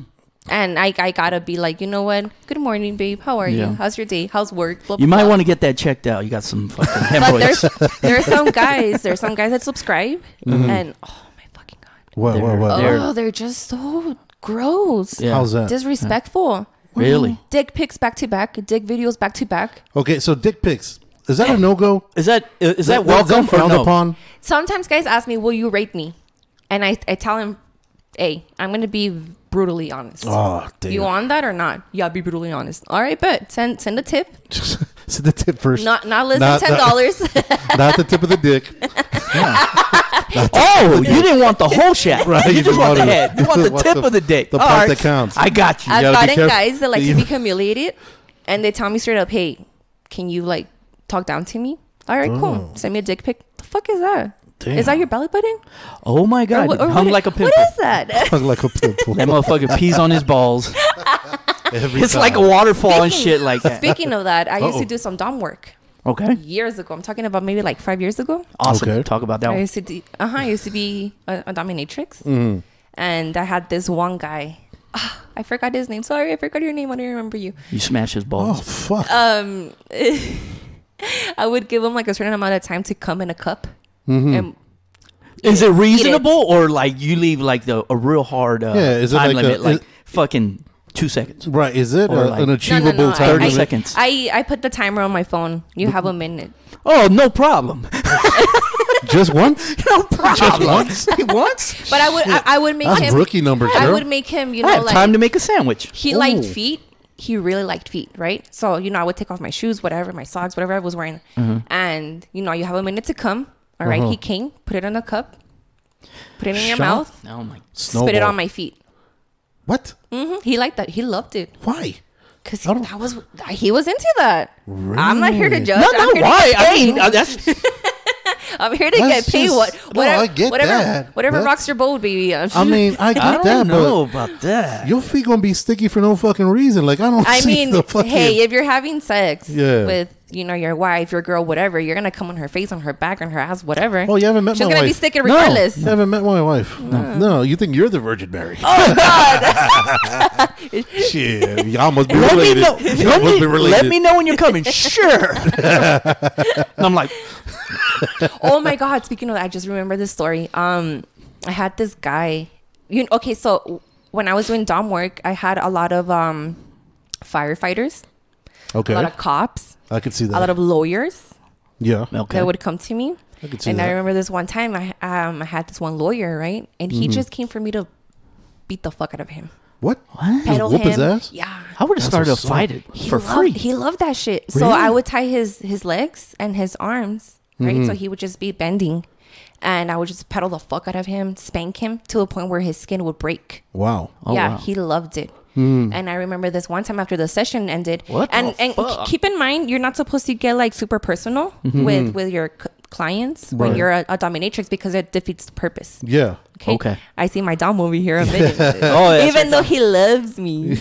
[SPEAKER 4] And I, I gotta be like, you know what? Good morning, babe. How are
[SPEAKER 3] Yeah.
[SPEAKER 4] you? How's your day? How's work? Blah,
[SPEAKER 3] you
[SPEAKER 4] blah,
[SPEAKER 3] might
[SPEAKER 4] blah.
[SPEAKER 3] want to get that checked out. You got some fucking
[SPEAKER 4] But there's
[SPEAKER 3] hemorrhoids.
[SPEAKER 4] there's some guys. There's some guys that subscribe,
[SPEAKER 2] Mm-hmm.
[SPEAKER 4] and oh my fucking god.
[SPEAKER 2] What? What?
[SPEAKER 3] They're-
[SPEAKER 2] What?
[SPEAKER 3] they're-
[SPEAKER 4] Oh, they're just so gross.
[SPEAKER 3] Yeah.
[SPEAKER 2] How's that?
[SPEAKER 4] Disrespectful.
[SPEAKER 3] Really?
[SPEAKER 4] Dick pics back to back. Dick videos back to back.
[SPEAKER 2] Okay. So dick pics. Is that a no go?
[SPEAKER 3] Is that is, that welcome or
[SPEAKER 2] frowned
[SPEAKER 3] no?
[SPEAKER 2] upon?
[SPEAKER 4] Sometimes guys ask me, "Will you rape me?" And I I tell him, "Hey, I'm gonna be brutally honest."
[SPEAKER 2] Oh, damn.
[SPEAKER 4] You on that or not? Yeah, be brutally honest. All right, but send send a tip.
[SPEAKER 2] Send the tip first.
[SPEAKER 4] Not not less
[SPEAKER 2] Not-
[SPEAKER 4] than ten dollars.
[SPEAKER 2] Not the tip of the dick.
[SPEAKER 3] Oh, you didn't want the whole shaft.
[SPEAKER 2] Right,
[SPEAKER 3] You,
[SPEAKER 2] you
[SPEAKER 3] just want the
[SPEAKER 2] wanted-
[SPEAKER 3] head. You want the
[SPEAKER 2] What's
[SPEAKER 3] tip
[SPEAKER 2] the-
[SPEAKER 3] of the dick.
[SPEAKER 2] the
[SPEAKER 3] All
[SPEAKER 2] part that counts.
[SPEAKER 3] I got you.
[SPEAKER 4] I've
[SPEAKER 2] gotta be
[SPEAKER 4] gotten
[SPEAKER 2] careful.
[SPEAKER 4] guys that like
[SPEAKER 2] You-
[SPEAKER 4] to be humiliated, and they tell me straight up, "Hey, can you like talk down to me?" All right,
[SPEAKER 2] Oh.
[SPEAKER 4] cool. Send me a dick pic. The fuck is that? Is that your belly button?
[SPEAKER 3] oh my god,
[SPEAKER 4] what-
[SPEAKER 3] it hung
[SPEAKER 4] what-
[SPEAKER 3] like a pimple.
[SPEAKER 4] What is that?
[SPEAKER 2] Hung like a pimple.
[SPEAKER 3] That motherfucker pees on his balls.
[SPEAKER 2] Every
[SPEAKER 3] It's
[SPEAKER 2] time.
[SPEAKER 3] like a waterfall and shit like that.
[SPEAKER 4] Speaking of that, I used
[SPEAKER 2] Uh-oh.
[SPEAKER 4] to do some dom work
[SPEAKER 3] Okay,
[SPEAKER 4] years ago. I'm talking about maybe like five years ago.
[SPEAKER 3] awesome.
[SPEAKER 2] Okay.
[SPEAKER 3] Talk about that.
[SPEAKER 4] I
[SPEAKER 3] One.
[SPEAKER 4] used to do, uh-huh, I used to be a, a dominatrix,
[SPEAKER 2] Mm-hmm.
[SPEAKER 4] and I had this one guy. Ah, I forgot his name. Sorry, I forgot your name. I don't remember you.
[SPEAKER 3] You smash his
[SPEAKER 2] Oh
[SPEAKER 3] balls.
[SPEAKER 2] fuck.
[SPEAKER 4] Um, I would give him like a certain amount of time to come in a cup,
[SPEAKER 2] Mm-hmm.
[SPEAKER 4] and
[SPEAKER 3] Is it reasonable or like you leave like the a real hard uh,
[SPEAKER 2] Yeah, is it
[SPEAKER 3] time
[SPEAKER 2] like
[SPEAKER 3] limit,
[SPEAKER 2] a-
[SPEAKER 3] like
[SPEAKER 2] is-
[SPEAKER 3] fucking two seconds?
[SPEAKER 2] right. Is it
[SPEAKER 3] or
[SPEAKER 2] a-
[SPEAKER 3] like-
[SPEAKER 2] an
[SPEAKER 3] No, no,
[SPEAKER 2] achievable
[SPEAKER 4] I-
[SPEAKER 2] time?
[SPEAKER 3] Thirty
[SPEAKER 4] I,
[SPEAKER 2] limit?
[SPEAKER 3] seconds.
[SPEAKER 4] I I put the timer on my phone. You have a minute.
[SPEAKER 3] Oh, no problem.
[SPEAKER 2] Just once?
[SPEAKER 3] No problem.
[SPEAKER 2] Just once?
[SPEAKER 3] once?
[SPEAKER 4] But I would I, I would make
[SPEAKER 2] That's
[SPEAKER 4] him
[SPEAKER 2] rookie numbers,
[SPEAKER 4] I
[SPEAKER 2] girl.
[SPEAKER 4] would make him, you
[SPEAKER 3] I
[SPEAKER 4] know,
[SPEAKER 3] had
[SPEAKER 4] like
[SPEAKER 3] time to make a sandwich.
[SPEAKER 4] he
[SPEAKER 2] Ooh.
[SPEAKER 4] liked feet. He really liked feet, right? So, you know, I would take off my shoes, whatever, my socks, whatever I was wearing.
[SPEAKER 3] Mm-hmm.
[SPEAKER 4] And, you know, you have a minute to come. All right,
[SPEAKER 2] Uh-huh.
[SPEAKER 4] He came, put it in a cup, put it in your
[SPEAKER 2] Shut up.
[SPEAKER 4] mouth,
[SPEAKER 3] Oh my.
[SPEAKER 4] spit it
[SPEAKER 2] Snowball.
[SPEAKER 4] on my feet.
[SPEAKER 2] What?
[SPEAKER 4] hmm He liked that. He loved it.
[SPEAKER 2] Why?
[SPEAKER 4] Because
[SPEAKER 2] I don't-
[SPEAKER 4] that was, he was into that. I'm not here to
[SPEAKER 2] Really?
[SPEAKER 4] judge.
[SPEAKER 3] No,
[SPEAKER 4] I'm
[SPEAKER 3] no.
[SPEAKER 4] here to
[SPEAKER 3] Why?
[SPEAKER 4] get
[SPEAKER 3] I
[SPEAKER 4] paid.
[SPEAKER 3] mean, uh, that's
[SPEAKER 4] I'm here to
[SPEAKER 2] That's
[SPEAKER 4] get paid.
[SPEAKER 2] just-
[SPEAKER 4] What?
[SPEAKER 2] no,
[SPEAKER 4] Whatever.
[SPEAKER 2] I get
[SPEAKER 4] whatever,
[SPEAKER 2] that.
[SPEAKER 4] Whatever
[SPEAKER 2] That's-
[SPEAKER 4] rocks your boat, baby.
[SPEAKER 2] I mean, I get
[SPEAKER 3] I don't
[SPEAKER 2] that,
[SPEAKER 3] know
[SPEAKER 2] but
[SPEAKER 3] about that.
[SPEAKER 2] your feet gonna be sticky for no fucking reason. Like I don't.
[SPEAKER 4] I
[SPEAKER 2] see
[SPEAKER 4] mean,
[SPEAKER 2] the fucking,
[SPEAKER 4] hey, if you're having sex
[SPEAKER 2] Yeah.
[SPEAKER 4] with you know your wife, your girl, whatever, you're gonna come on her face, on her back, on her ass, whatever.
[SPEAKER 2] Oh, you haven't met
[SPEAKER 4] She's
[SPEAKER 2] my
[SPEAKER 4] gonna
[SPEAKER 2] wife.
[SPEAKER 4] be sticking regardless.
[SPEAKER 2] No, I haven't met my wife. No. you think you're the Virgin Mary? Oh God! Shit, you almost be
[SPEAKER 3] Let me
[SPEAKER 2] related.
[SPEAKER 3] know.
[SPEAKER 2] You
[SPEAKER 3] Let
[SPEAKER 2] almost
[SPEAKER 3] me,
[SPEAKER 2] be related.
[SPEAKER 3] let me know when you're coming. Sure. and I'm like,
[SPEAKER 4] oh my god! Speaking of that, I just remember this story. Um, I had this guy. You okay? So when I was doing dom work, I had a lot of um firefighters,
[SPEAKER 2] Okay,
[SPEAKER 4] a lot of cops,
[SPEAKER 2] I could see that.
[SPEAKER 4] a lot of lawyers.
[SPEAKER 2] yeah.
[SPEAKER 3] okay.
[SPEAKER 4] that would come to me.
[SPEAKER 2] I could see
[SPEAKER 4] and
[SPEAKER 2] that.
[SPEAKER 4] I remember this one time I um I had this one lawyer, right? And
[SPEAKER 2] Mm-hmm.
[SPEAKER 4] he just came for me to beat the fuck out of him.
[SPEAKER 2] What?
[SPEAKER 3] What?
[SPEAKER 2] Just
[SPEAKER 4] Pedal
[SPEAKER 2] whoop
[SPEAKER 4] him.
[SPEAKER 2] his ass.
[SPEAKER 4] Yeah.
[SPEAKER 3] I would have
[SPEAKER 2] That's
[SPEAKER 3] started a
[SPEAKER 2] what's up.
[SPEAKER 3] fight it
[SPEAKER 4] He
[SPEAKER 3] for
[SPEAKER 4] loved,
[SPEAKER 3] free.
[SPEAKER 4] He loved that shit. So
[SPEAKER 2] Really?
[SPEAKER 4] I would tie his his legs and his arms, right?
[SPEAKER 2] Mm-hmm.
[SPEAKER 4] So he would just be bending. And I would just pedal the fuck out of him, spank him to a point where his skin would break.
[SPEAKER 2] Wow.
[SPEAKER 4] yeah,
[SPEAKER 3] Oh, wow. Hmm.
[SPEAKER 4] he loved it. And I remember this one time after the session ended.
[SPEAKER 3] What
[SPEAKER 4] And
[SPEAKER 3] the
[SPEAKER 4] and
[SPEAKER 3] fuck? Mm-hmm.
[SPEAKER 4] keep in mind, you're not supposed to get like super personal
[SPEAKER 3] Hmm.
[SPEAKER 4] with with your c- clients when
[SPEAKER 2] Right.
[SPEAKER 4] you're a, a dominatrix because it defeats the purpose.
[SPEAKER 2] Yeah.
[SPEAKER 4] Okay.
[SPEAKER 3] Okay.
[SPEAKER 4] I see my dom over here. I'm in it.
[SPEAKER 3] Oh, yeah.
[SPEAKER 4] Even though he loves me.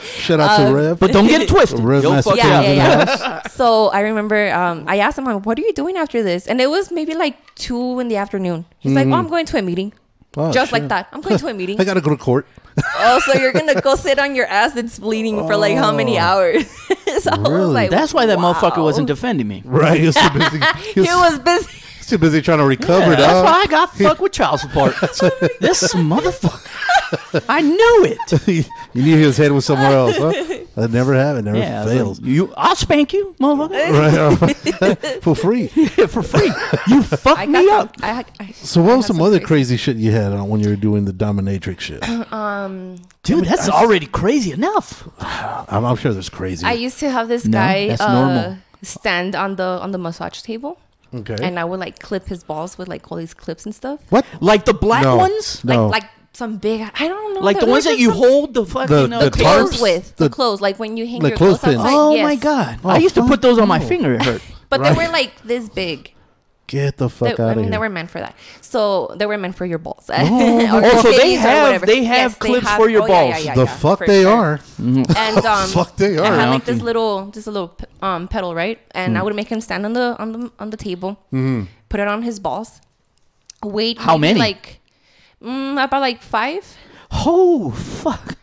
[SPEAKER 2] Shout out to Rev.
[SPEAKER 3] But don't get it twisted.
[SPEAKER 2] Rev
[SPEAKER 3] You'll
[SPEAKER 2] Master
[SPEAKER 3] fuck
[SPEAKER 4] yeah,
[SPEAKER 3] it up.
[SPEAKER 4] yeah, yeah. so I remember um, I asked him, like, what are you doing after this? And it was maybe like two in the afternoon. He's like,
[SPEAKER 3] Hmm.
[SPEAKER 4] oh, I'm going to a meeting.
[SPEAKER 2] Oh,
[SPEAKER 4] Just like
[SPEAKER 2] shit.
[SPEAKER 4] that. I'm going to a meeting.
[SPEAKER 2] I gotta go to court.
[SPEAKER 4] oh, so you're gonna go sit on your ass that's bleeding for like how many hours? so I was
[SPEAKER 2] Really?
[SPEAKER 4] like,
[SPEAKER 3] Oh. That's why that motherfucker
[SPEAKER 4] wow.
[SPEAKER 3] wasn't defending me.
[SPEAKER 2] Right. He was too busy. He
[SPEAKER 4] He
[SPEAKER 2] was,
[SPEAKER 4] was busy.
[SPEAKER 2] too busy trying to recover.
[SPEAKER 3] Yeah, that's
[SPEAKER 2] dog.
[SPEAKER 3] why I got fucked with child support. this motherfucker. I knew it.
[SPEAKER 2] you knew his head was somewhere else. Huh? That never happened. Never
[SPEAKER 3] Yeah, I was like,
[SPEAKER 2] fails.
[SPEAKER 3] you, I'll spank you, motherfucker,
[SPEAKER 2] right. For free.
[SPEAKER 3] for free. You fuck
[SPEAKER 4] I
[SPEAKER 3] me up.
[SPEAKER 4] got. Some, I, I,
[SPEAKER 2] So what was some other
[SPEAKER 4] crazy?
[SPEAKER 2] crazy shit you had on when you were doing the dominatrix shit?
[SPEAKER 3] Dude, that's already crazy enough.
[SPEAKER 2] I'm, I'm sure there's crazy.
[SPEAKER 4] I used to have this
[SPEAKER 3] No,
[SPEAKER 4] guy
[SPEAKER 3] that's
[SPEAKER 4] uh,
[SPEAKER 3] normal.
[SPEAKER 4] stand on the on the massage table,
[SPEAKER 2] okay.
[SPEAKER 4] and I would like clip his balls with like all these clips and stuff.
[SPEAKER 2] what?
[SPEAKER 3] Like the black
[SPEAKER 2] No.
[SPEAKER 3] ones?
[SPEAKER 2] No.
[SPEAKER 4] Like like some big. I don't know.
[SPEAKER 3] Like the
[SPEAKER 4] there
[SPEAKER 3] ones
[SPEAKER 4] was
[SPEAKER 3] that
[SPEAKER 4] just
[SPEAKER 3] you
[SPEAKER 4] some
[SPEAKER 3] hold the fucking
[SPEAKER 2] The-
[SPEAKER 3] uh,
[SPEAKER 2] the
[SPEAKER 3] clothes.
[SPEAKER 4] Clothes with
[SPEAKER 2] The-
[SPEAKER 4] the, clothes, like when you hang
[SPEAKER 2] the
[SPEAKER 4] your clothes
[SPEAKER 2] clothespins.
[SPEAKER 4] outside.
[SPEAKER 3] Oh my
[SPEAKER 4] yes.
[SPEAKER 3] god.
[SPEAKER 2] Oh,
[SPEAKER 3] I used to
[SPEAKER 2] fuck
[SPEAKER 3] put those on my
[SPEAKER 2] no.
[SPEAKER 3] finger. It hurt.
[SPEAKER 4] But
[SPEAKER 2] Right.
[SPEAKER 4] they were like this big.
[SPEAKER 2] Get the
[SPEAKER 4] They,
[SPEAKER 2] fuck
[SPEAKER 4] I
[SPEAKER 2] out
[SPEAKER 4] mean,
[SPEAKER 2] of
[SPEAKER 4] they
[SPEAKER 2] here.
[SPEAKER 4] were meant for that. So they were meant for your balls.
[SPEAKER 2] Oh,
[SPEAKER 4] Or
[SPEAKER 3] Oh, so they
[SPEAKER 4] titties or
[SPEAKER 3] have-
[SPEAKER 4] whatever.
[SPEAKER 3] they have clips for your
[SPEAKER 4] oh, yeah, yeah,
[SPEAKER 3] balls.
[SPEAKER 4] yeah,
[SPEAKER 2] the
[SPEAKER 4] yeah,
[SPEAKER 2] fuck
[SPEAKER 4] for
[SPEAKER 2] they
[SPEAKER 4] sure.
[SPEAKER 2] are.
[SPEAKER 4] And um,
[SPEAKER 2] fuck they
[SPEAKER 4] I
[SPEAKER 2] are. Mm-hmm.
[SPEAKER 4] had
[SPEAKER 3] I
[SPEAKER 4] like
[SPEAKER 3] don't
[SPEAKER 4] this
[SPEAKER 3] think-
[SPEAKER 4] little, this little p- um pedal, right? And I would make him stand on the on the on the table, put it on his balls. Wait,
[SPEAKER 3] How
[SPEAKER 4] maybe
[SPEAKER 3] many?
[SPEAKER 4] Like, mm, about like five.
[SPEAKER 3] Oh fuck.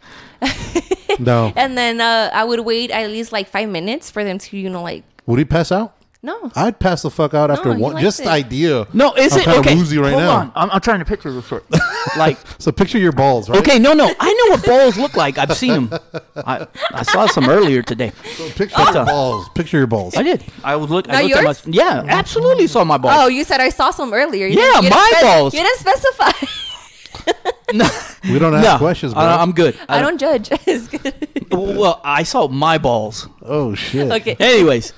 [SPEAKER 2] No.
[SPEAKER 4] And then uh, I would wait at least like five minutes for them to, you know, like
[SPEAKER 2] Would he pass out?
[SPEAKER 4] no.
[SPEAKER 2] I'd pass the fuck out after
[SPEAKER 4] he
[SPEAKER 2] one.
[SPEAKER 4] likes
[SPEAKER 2] Just the
[SPEAKER 4] it.
[SPEAKER 2] idea.
[SPEAKER 3] No, is
[SPEAKER 2] I'm
[SPEAKER 3] it
[SPEAKER 2] kinda
[SPEAKER 3] okay?
[SPEAKER 2] woozy right
[SPEAKER 3] hold
[SPEAKER 2] now.
[SPEAKER 3] on. I'm, I'm trying to picture this short. like
[SPEAKER 2] So picture your balls, right?
[SPEAKER 3] Okay, no, no. I know what balls look like. I've seen them. I, I saw some earlier today.
[SPEAKER 2] Picture
[SPEAKER 3] Oh.
[SPEAKER 2] your balls. Picture your balls.
[SPEAKER 3] I did. I was look.
[SPEAKER 4] Not
[SPEAKER 3] I looked
[SPEAKER 4] yours?
[SPEAKER 3] At my, yeah, absolutely saw my
[SPEAKER 4] Oh,
[SPEAKER 3] balls.
[SPEAKER 4] you said I saw some earlier. You
[SPEAKER 3] Yeah,
[SPEAKER 4] didn't- you didn't
[SPEAKER 3] my
[SPEAKER 4] spec-
[SPEAKER 3] balls.
[SPEAKER 4] You didn't specify.
[SPEAKER 3] no,
[SPEAKER 2] We don't ask
[SPEAKER 3] no. Uh,
[SPEAKER 2] questions, bro.
[SPEAKER 3] I, am good.
[SPEAKER 4] Oh.
[SPEAKER 3] Uh,
[SPEAKER 4] I don't judge. It's good.
[SPEAKER 3] Well, I saw my balls.
[SPEAKER 2] oh shit.
[SPEAKER 4] okay.
[SPEAKER 3] Anyways,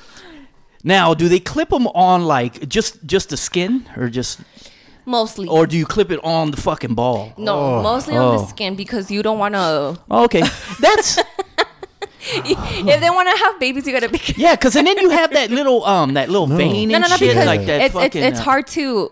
[SPEAKER 3] now do they clip them on like just just the skin, or just
[SPEAKER 4] Mostly.
[SPEAKER 3] or do you clip it on the fucking ball?
[SPEAKER 4] no, mostly on
[SPEAKER 3] Oh.
[SPEAKER 4] the skin because you don't want to.
[SPEAKER 3] Okay, that's
[SPEAKER 4] if they want to have babies, you gotta be.
[SPEAKER 3] yeah. Because and then you have that little um that little vein
[SPEAKER 4] No,
[SPEAKER 3] and
[SPEAKER 4] no, no,
[SPEAKER 3] shit
[SPEAKER 4] because
[SPEAKER 3] like that.
[SPEAKER 4] it's, it's
[SPEAKER 3] fucking,
[SPEAKER 4] it's
[SPEAKER 3] uh,
[SPEAKER 4] hard to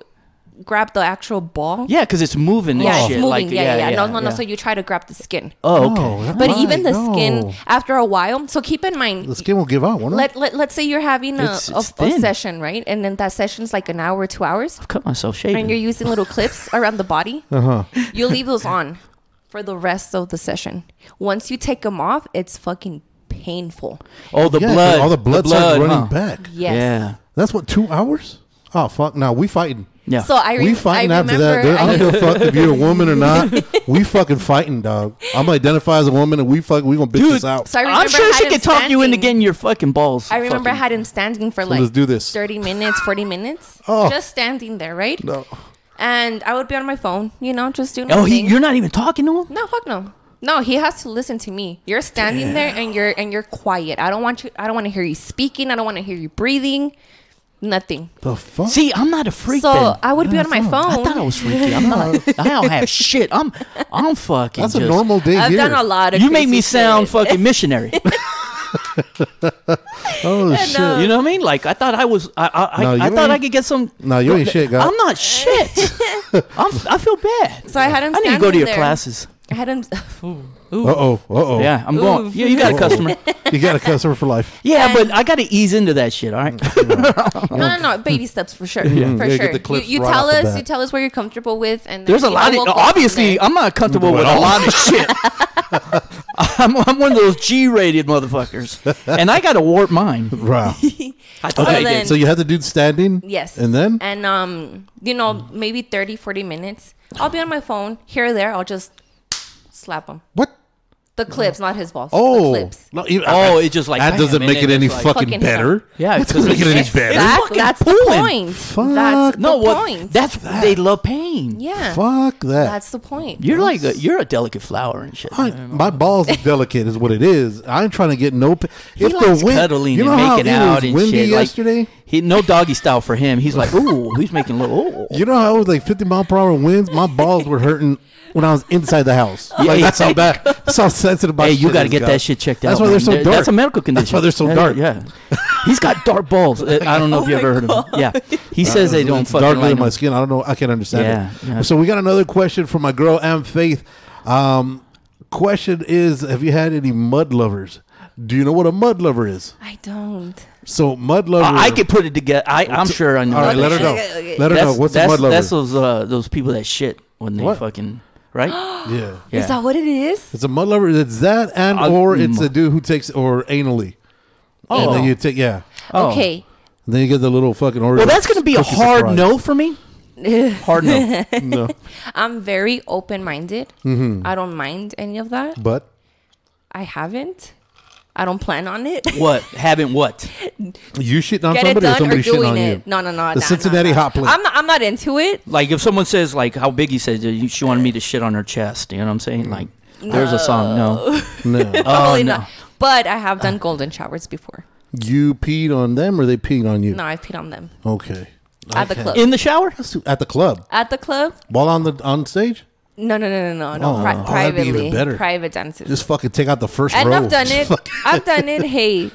[SPEAKER 4] grab the actual ball.
[SPEAKER 3] Yeah, because it's moving. and
[SPEAKER 4] Yeah, it's
[SPEAKER 3] shit,
[SPEAKER 4] moving.
[SPEAKER 3] like,
[SPEAKER 4] yeah, yeah, yeah. No, no, no.
[SPEAKER 3] yeah.
[SPEAKER 4] So you try to grab the skin,
[SPEAKER 3] oh, okay.
[SPEAKER 2] Oh,
[SPEAKER 4] but
[SPEAKER 2] my
[SPEAKER 4] even the
[SPEAKER 2] God.
[SPEAKER 4] skin after a while. So keep in mind,
[SPEAKER 2] The skin will give out, won't it?
[SPEAKER 4] let, let let's say you're having a,
[SPEAKER 3] It's-
[SPEAKER 4] a,
[SPEAKER 3] it's
[SPEAKER 4] a
[SPEAKER 3] thin.
[SPEAKER 4] session, right? And then that session's like an hour or two hours,
[SPEAKER 3] Cut myself
[SPEAKER 4] and you're
[SPEAKER 3] shaving.
[SPEAKER 4] using little clips around the body. Uh-huh. You leave those on for the rest of the session. Once you take them off, it's fucking painful.
[SPEAKER 3] Oh, the
[SPEAKER 2] Yeah, 'cause
[SPEAKER 3] blood.
[SPEAKER 2] All the blood starts running
[SPEAKER 3] huh?
[SPEAKER 2] back.
[SPEAKER 4] Yes.
[SPEAKER 3] Yeah.
[SPEAKER 2] That's what two hours. Oh fuck! Now we fighting.
[SPEAKER 3] Yeah.
[SPEAKER 4] So I, re-
[SPEAKER 2] we fighting
[SPEAKER 4] I
[SPEAKER 2] after that.
[SPEAKER 4] remember
[SPEAKER 2] Dude. I
[SPEAKER 4] I-
[SPEAKER 2] don't give a fuck if you're a woman or not. We fucking fighting, dog. I'm gonna identify as a woman, and we fuck. We gonna bitch this out.
[SPEAKER 4] so I
[SPEAKER 3] I'm
[SPEAKER 4] remember
[SPEAKER 3] sure she
[SPEAKER 4] had him
[SPEAKER 3] could talk you into
[SPEAKER 4] standing.
[SPEAKER 3] getting your fucking balls.
[SPEAKER 4] I remember I
[SPEAKER 3] fucking-
[SPEAKER 4] had him standing for like
[SPEAKER 2] let's do this.
[SPEAKER 4] 30 minutes, 40 minutes.
[SPEAKER 2] Oh.
[SPEAKER 4] Just standing there, right?
[SPEAKER 2] No.
[SPEAKER 4] And I would be on my phone, you know, just doing.
[SPEAKER 3] Oh,
[SPEAKER 4] my
[SPEAKER 3] he,
[SPEAKER 4] thing.
[SPEAKER 3] you're not even talking to him.
[SPEAKER 4] No, fuck no. No, he has to listen to me. You're standing there and you're and you're quiet. I don't want you I don't want to hear you speaking. I don't want to hear you breathing. Nothing.
[SPEAKER 2] The fuck?
[SPEAKER 3] See, I'm not a freak.
[SPEAKER 4] so
[SPEAKER 3] then.
[SPEAKER 4] I would be on my phone.
[SPEAKER 3] I thought I was freaky. I'm not. I don't have shit. I'm. I'm fucking.
[SPEAKER 2] that's a
[SPEAKER 3] just-
[SPEAKER 2] normal day
[SPEAKER 4] have
[SPEAKER 2] here.
[SPEAKER 4] done a lot of
[SPEAKER 3] You make
[SPEAKER 4] crazy
[SPEAKER 3] me sound
[SPEAKER 4] shit.
[SPEAKER 3] fucking missionary.
[SPEAKER 2] Oh shit!
[SPEAKER 4] no.
[SPEAKER 3] You know what I mean? Like I thought I was. I I,
[SPEAKER 2] No,
[SPEAKER 3] I, I
[SPEAKER 2] you
[SPEAKER 3] thought I
[SPEAKER 2] ain't-
[SPEAKER 3] could get some.
[SPEAKER 2] No, you ain't shit, guy.
[SPEAKER 3] I'm not shit. I'm, I feel bad.
[SPEAKER 4] So I had him
[SPEAKER 3] I need to go to
[SPEAKER 4] standing
[SPEAKER 3] your
[SPEAKER 4] there.
[SPEAKER 3] classes.
[SPEAKER 4] I had him
[SPEAKER 2] Uh oh. Uh oh.
[SPEAKER 3] Yeah, I'm going. Yeah, you got a customer.
[SPEAKER 2] You got a customer for life.
[SPEAKER 3] Yeah, but I got to ease into that shit. All right.
[SPEAKER 4] No, no, no, baby steps for sure. For
[SPEAKER 2] Yeah, get
[SPEAKER 4] sure.
[SPEAKER 2] the clips
[SPEAKER 4] you you
[SPEAKER 2] right
[SPEAKER 4] tell
[SPEAKER 2] off the
[SPEAKER 4] us
[SPEAKER 2] bat.
[SPEAKER 4] you tell us where you're comfortable with and
[SPEAKER 3] There's a
[SPEAKER 4] then
[SPEAKER 3] lot
[SPEAKER 4] we'll
[SPEAKER 3] of
[SPEAKER 4] go from
[SPEAKER 3] obviously.
[SPEAKER 4] there.
[SPEAKER 3] I'm not comfortable with a lot of shit. I'm, I'm one of those G-rated motherfuckers, and I got to warp mine.
[SPEAKER 2] Wow.
[SPEAKER 3] I thought I
[SPEAKER 4] So then-
[SPEAKER 3] did.
[SPEAKER 2] So you had the dude standing.
[SPEAKER 4] Yes.
[SPEAKER 2] And then
[SPEAKER 4] And um, you know, maybe 30, 40 minutes. I'll be on my phone here or there. I'll just slap him.
[SPEAKER 2] what?
[SPEAKER 4] The clips, not his balls.
[SPEAKER 2] Oh.
[SPEAKER 4] the clips.
[SPEAKER 2] No, you-
[SPEAKER 3] Oh, it just like
[SPEAKER 2] that
[SPEAKER 3] bam,
[SPEAKER 2] doesn't
[SPEAKER 3] and
[SPEAKER 2] make
[SPEAKER 3] then
[SPEAKER 2] it any
[SPEAKER 3] it's like-
[SPEAKER 2] fucking,
[SPEAKER 4] Fucking
[SPEAKER 2] better.
[SPEAKER 3] Yeah,
[SPEAKER 2] That
[SPEAKER 3] it's
[SPEAKER 2] doesn't make it any better.
[SPEAKER 3] It's
[SPEAKER 4] That,
[SPEAKER 3] fucking
[SPEAKER 4] that's the
[SPEAKER 3] pulling.
[SPEAKER 4] point.
[SPEAKER 2] Fuck.
[SPEAKER 4] That's the
[SPEAKER 3] No, what?
[SPEAKER 4] point.
[SPEAKER 3] That's they love pain.
[SPEAKER 4] yeah.
[SPEAKER 2] Fuck that.
[SPEAKER 4] That's the point.
[SPEAKER 3] You're like a, you're a delicate flower and shit.
[SPEAKER 2] I, my balls are delicate, is what it is. I ain't trying to get no. P- if
[SPEAKER 3] likes
[SPEAKER 2] the wind,
[SPEAKER 3] cuddling
[SPEAKER 2] you know
[SPEAKER 3] and
[SPEAKER 2] how
[SPEAKER 3] making
[SPEAKER 2] it
[SPEAKER 3] out
[SPEAKER 2] was
[SPEAKER 3] and
[SPEAKER 2] windy
[SPEAKER 3] shit. like,
[SPEAKER 2] yesterday.
[SPEAKER 3] he no doggy style for him. He's like, ooh, he's making little. Oh.
[SPEAKER 2] you know how it was like fifty mile per hour winds. My balls were hurting when I was inside the house.
[SPEAKER 3] Yeah,
[SPEAKER 2] like
[SPEAKER 3] yeah.
[SPEAKER 2] that's how bad. That's how sensitive. My
[SPEAKER 3] Hey, you
[SPEAKER 2] shit
[SPEAKER 3] got to
[SPEAKER 2] is,
[SPEAKER 3] get
[SPEAKER 2] guys.
[SPEAKER 3] that shit checked out.
[SPEAKER 2] That's why they're
[SPEAKER 3] man.
[SPEAKER 2] so
[SPEAKER 3] That-
[SPEAKER 2] dark.
[SPEAKER 3] That's a medical condition.
[SPEAKER 2] That's why they're so
[SPEAKER 3] Yeah,
[SPEAKER 2] dark.
[SPEAKER 3] Yeah, he's got dark balls. Uh, I don't know if you ever heard of him. Yeah, he says they don't
[SPEAKER 2] It's
[SPEAKER 3] fucking
[SPEAKER 2] darker
[SPEAKER 3] like
[SPEAKER 2] Uh, than my
[SPEAKER 3] him.
[SPEAKER 2] skin. I don't know. I can't understand it.
[SPEAKER 3] Yeah, yeah.
[SPEAKER 2] So we got another question from my girl Am Faith. Um, question is: Have you had any mud lovers? Do you know what a mud lover is?
[SPEAKER 4] I don't.
[SPEAKER 2] So mud lover.
[SPEAKER 3] I, I could put it together. I, I'm sure I know.
[SPEAKER 2] All right,
[SPEAKER 3] that
[SPEAKER 2] let her
[SPEAKER 3] shit.
[SPEAKER 2] know.
[SPEAKER 4] Okay, okay.
[SPEAKER 2] Let her
[SPEAKER 3] That's,
[SPEAKER 2] know. What's
[SPEAKER 3] that's,
[SPEAKER 2] a mud lover?
[SPEAKER 3] That's those uh, those people that shit when they
[SPEAKER 2] What?
[SPEAKER 3] fucking right.
[SPEAKER 2] yeah.
[SPEAKER 3] Yeah.
[SPEAKER 4] Is that what it is?
[SPEAKER 2] It's a mud lover. It's that, and
[SPEAKER 4] Um,
[SPEAKER 3] Uh,
[SPEAKER 2] or it's
[SPEAKER 3] mm.
[SPEAKER 2] a dude who takes or anally. Oh,
[SPEAKER 3] Anal.
[SPEAKER 2] you take yeah.
[SPEAKER 3] Oh.
[SPEAKER 4] Okay.
[SPEAKER 2] And then you get the little fucking order.
[SPEAKER 3] Well, that's gonna be a
[SPEAKER 2] Cookie
[SPEAKER 3] hard
[SPEAKER 2] surprise.
[SPEAKER 3] no for me. Hard no.
[SPEAKER 2] no,
[SPEAKER 4] I'm very open minded.
[SPEAKER 3] Mm-hmm.
[SPEAKER 4] I don't mind any of that.
[SPEAKER 2] but
[SPEAKER 4] I haven't. I don't plan on it.
[SPEAKER 3] what? Haven't what?
[SPEAKER 2] you shit on
[SPEAKER 4] Get it
[SPEAKER 2] somebody or
[SPEAKER 4] done or
[SPEAKER 2] somebody shitting
[SPEAKER 4] doing
[SPEAKER 2] on
[SPEAKER 4] it.
[SPEAKER 2] you.
[SPEAKER 4] No, no, no. nah,
[SPEAKER 2] The
[SPEAKER 4] nah,
[SPEAKER 2] Cincinnati
[SPEAKER 4] nah.
[SPEAKER 2] hot plate.
[SPEAKER 4] I'm not, I'm not into it.
[SPEAKER 3] Like if someone says like how Biggie said that you- she wanted me to shit on her chest, you know what I'm saying? Like there's a song. No,
[SPEAKER 2] Oh, no,
[SPEAKER 4] Probably
[SPEAKER 3] no.
[SPEAKER 4] not. But I have done golden showers before.
[SPEAKER 2] you peed on them or they peed on you.
[SPEAKER 4] No, I've peed on them
[SPEAKER 2] Okay,
[SPEAKER 4] at the
[SPEAKER 2] Okay.
[SPEAKER 4] club.
[SPEAKER 3] in the shower.
[SPEAKER 2] at the club
[SPEAKER 4] at the club?
[SPEAKER 2] while on the on stage.
[SPEAKER 4] No, no, no, no, no, no.
[SPEAKER 2] Oh,
[SPEAKER 4] Pri-
[SPEAKER 2] oh, that'd be
[SPEAKER 4] privately,
[SPEAKER 2] even better.
[SPEAKER 4] private dances.
[SPEAKER 2] Just fucking take out the first
[SPEAKER 4] and
[SPEAKER 2] row.
[SPEAKER 4] I've done it.
[SPEAKER 2] Fuck,
[SPEAKER 4] I've done it. Hey,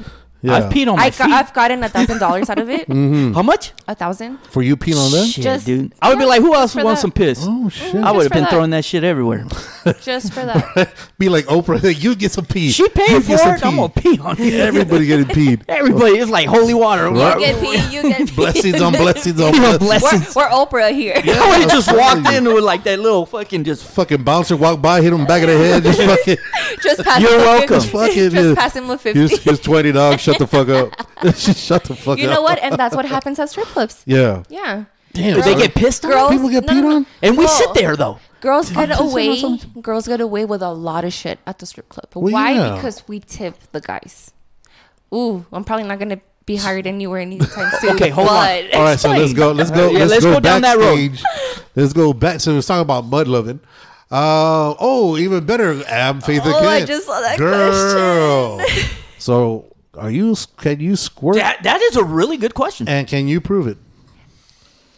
[SPEAKER 2] Oh, yeah.
[SPEAKER 3] I've peed on my
[SPEAKER 4] I
[SPEAKER 3] feet.
[SPEAKER 4] got, I've gotten a thousand dollars out of it.
[SPEAKER 2] Mm.
[SPEAKER 3] how much?
[SPEAKER 4] A thousand.
[SPEAKER 2] for you peeing on them.
[SPEAKER 3] Shit,
[SPEAKER 4] Just-
[SPEAKER 3] dude. I would be
[SPEAKER 4] yeah,
[SPEAKER 3] like, who else
[SPEAKER 4] for
[SPEAKER 3] wants
[SPEAKER 4] that.
[SPEAKER 3] some piss?
[SPEAKER 2] Oh shit!
[SPEAKER 3] I would have
[SPEAKER 4] for
[SPEAKER 3] been
[SPEAKER 4] that.
[SPEAKER 3] throwing that shit everywhere.
[SPEAKER 4] Just for that.
[SPEAKER 2] Be like Oprah. You get some pee.
[SPEAKER 3] She
[SPEAKER 2] You
[SPEAKER 3] paid for
[SPEAKER 2] get some
[SPEAKER 3] it. I'm
[SPEAKER 2] pee.
[SPEAKER 3] gonna pee on it.
[SPEAKER 2] Everybody getting peed.
[SPEAKER 3] Everybody is like holy water.
[SPEAKER 4] You get pee. You get pee.
[SPEAKER 2] blessings on blessings on
[SPEAKER 3] You know,
[SPEAKER 2] blessings.
[SPEAKER 4] We're,
[SPEAKER 3] blessings.
[SPEAKER 4] we're Oprah here.
[SPEAKER 3] I would have just walked in with like that little fucking just.
[SPEAKER 2] fucking bouncer walk by, hit him back of the head, just fucking,
[SPEAKER 4] Just pass.
[SPEAKER 3] You're
[SPEAKER 4] him a
[SPEAKER 3] welcome.
[SPEAKER 4] fifty.
[SPEAKER 2] fucking.
[SPEAKER 4] Just pass him a fifty.
[SPEAKER 2] Here's, here's twenty dollars. Shut the fuck up. shut the fuck
[SPEAKER 4] you
[SPEAKER 2] up.
[SPEAKER 4] know what? And that's what happens at strip clubs.
[SPEAKER 2] Yeah.
[SPEAKER 4] Yeah.
[SPEAKER 2] Damn.
[SPEAKER 3] Do they
[SPEAKER 2] son.
[SPEAKER 3] get pissed on?
[SPEAKER 4] Girls,
[SPEAKER 2] People get
[SPEAKER 4] no, no,
[SPEAKER 2] peed
[SPEAKER 4] no.
[SPEAKER 2] on?
[SPEAKER 3] And we
[SPEAKER 4] Well,
[SPEAKER 3] sit there though.
[SPEAKER 4] Girls get
[SPEAKER 3] pissing
[SPEAKER 4] away.
[SPEAKER 3] on
[SPEAKER 4] Girls get away with a lot of shit at the strip club.
[SPEAKER 2] Well,
[SPEAKER 4] Why?
[SPEAKER 2] yeah.
[SPEAKER 4] Because we tip the guys. Ooh, I'm probably not gonna be hired anywhere anytime soon.
[SPEAKER 3] Okay, hold on.
[SPEAKER 4] but-
[SPEAKER 2] All right, so let's go. Let's go.
[SPEAKER 3] Yeah,
[SPEAKER 2] let's,
[SPEAKER 3] let's
[SPEAKER 2] go,
[SPEAKER 3] go down that road.
[SPEAKER 2] backstage. Let's go back. So let's talk about mud loving. Uh, oh, even better, Ab Faith
[SPEAKER 4] Oh,
[SPEAKER 2] again.
[SPEAKER 4] I just saw that
[SPEAKER 2] Girl. so, are you? Can you squirt?
[SPEAKER 3] That, that is a really good question.
[SPEAKER 2] And can you prove it?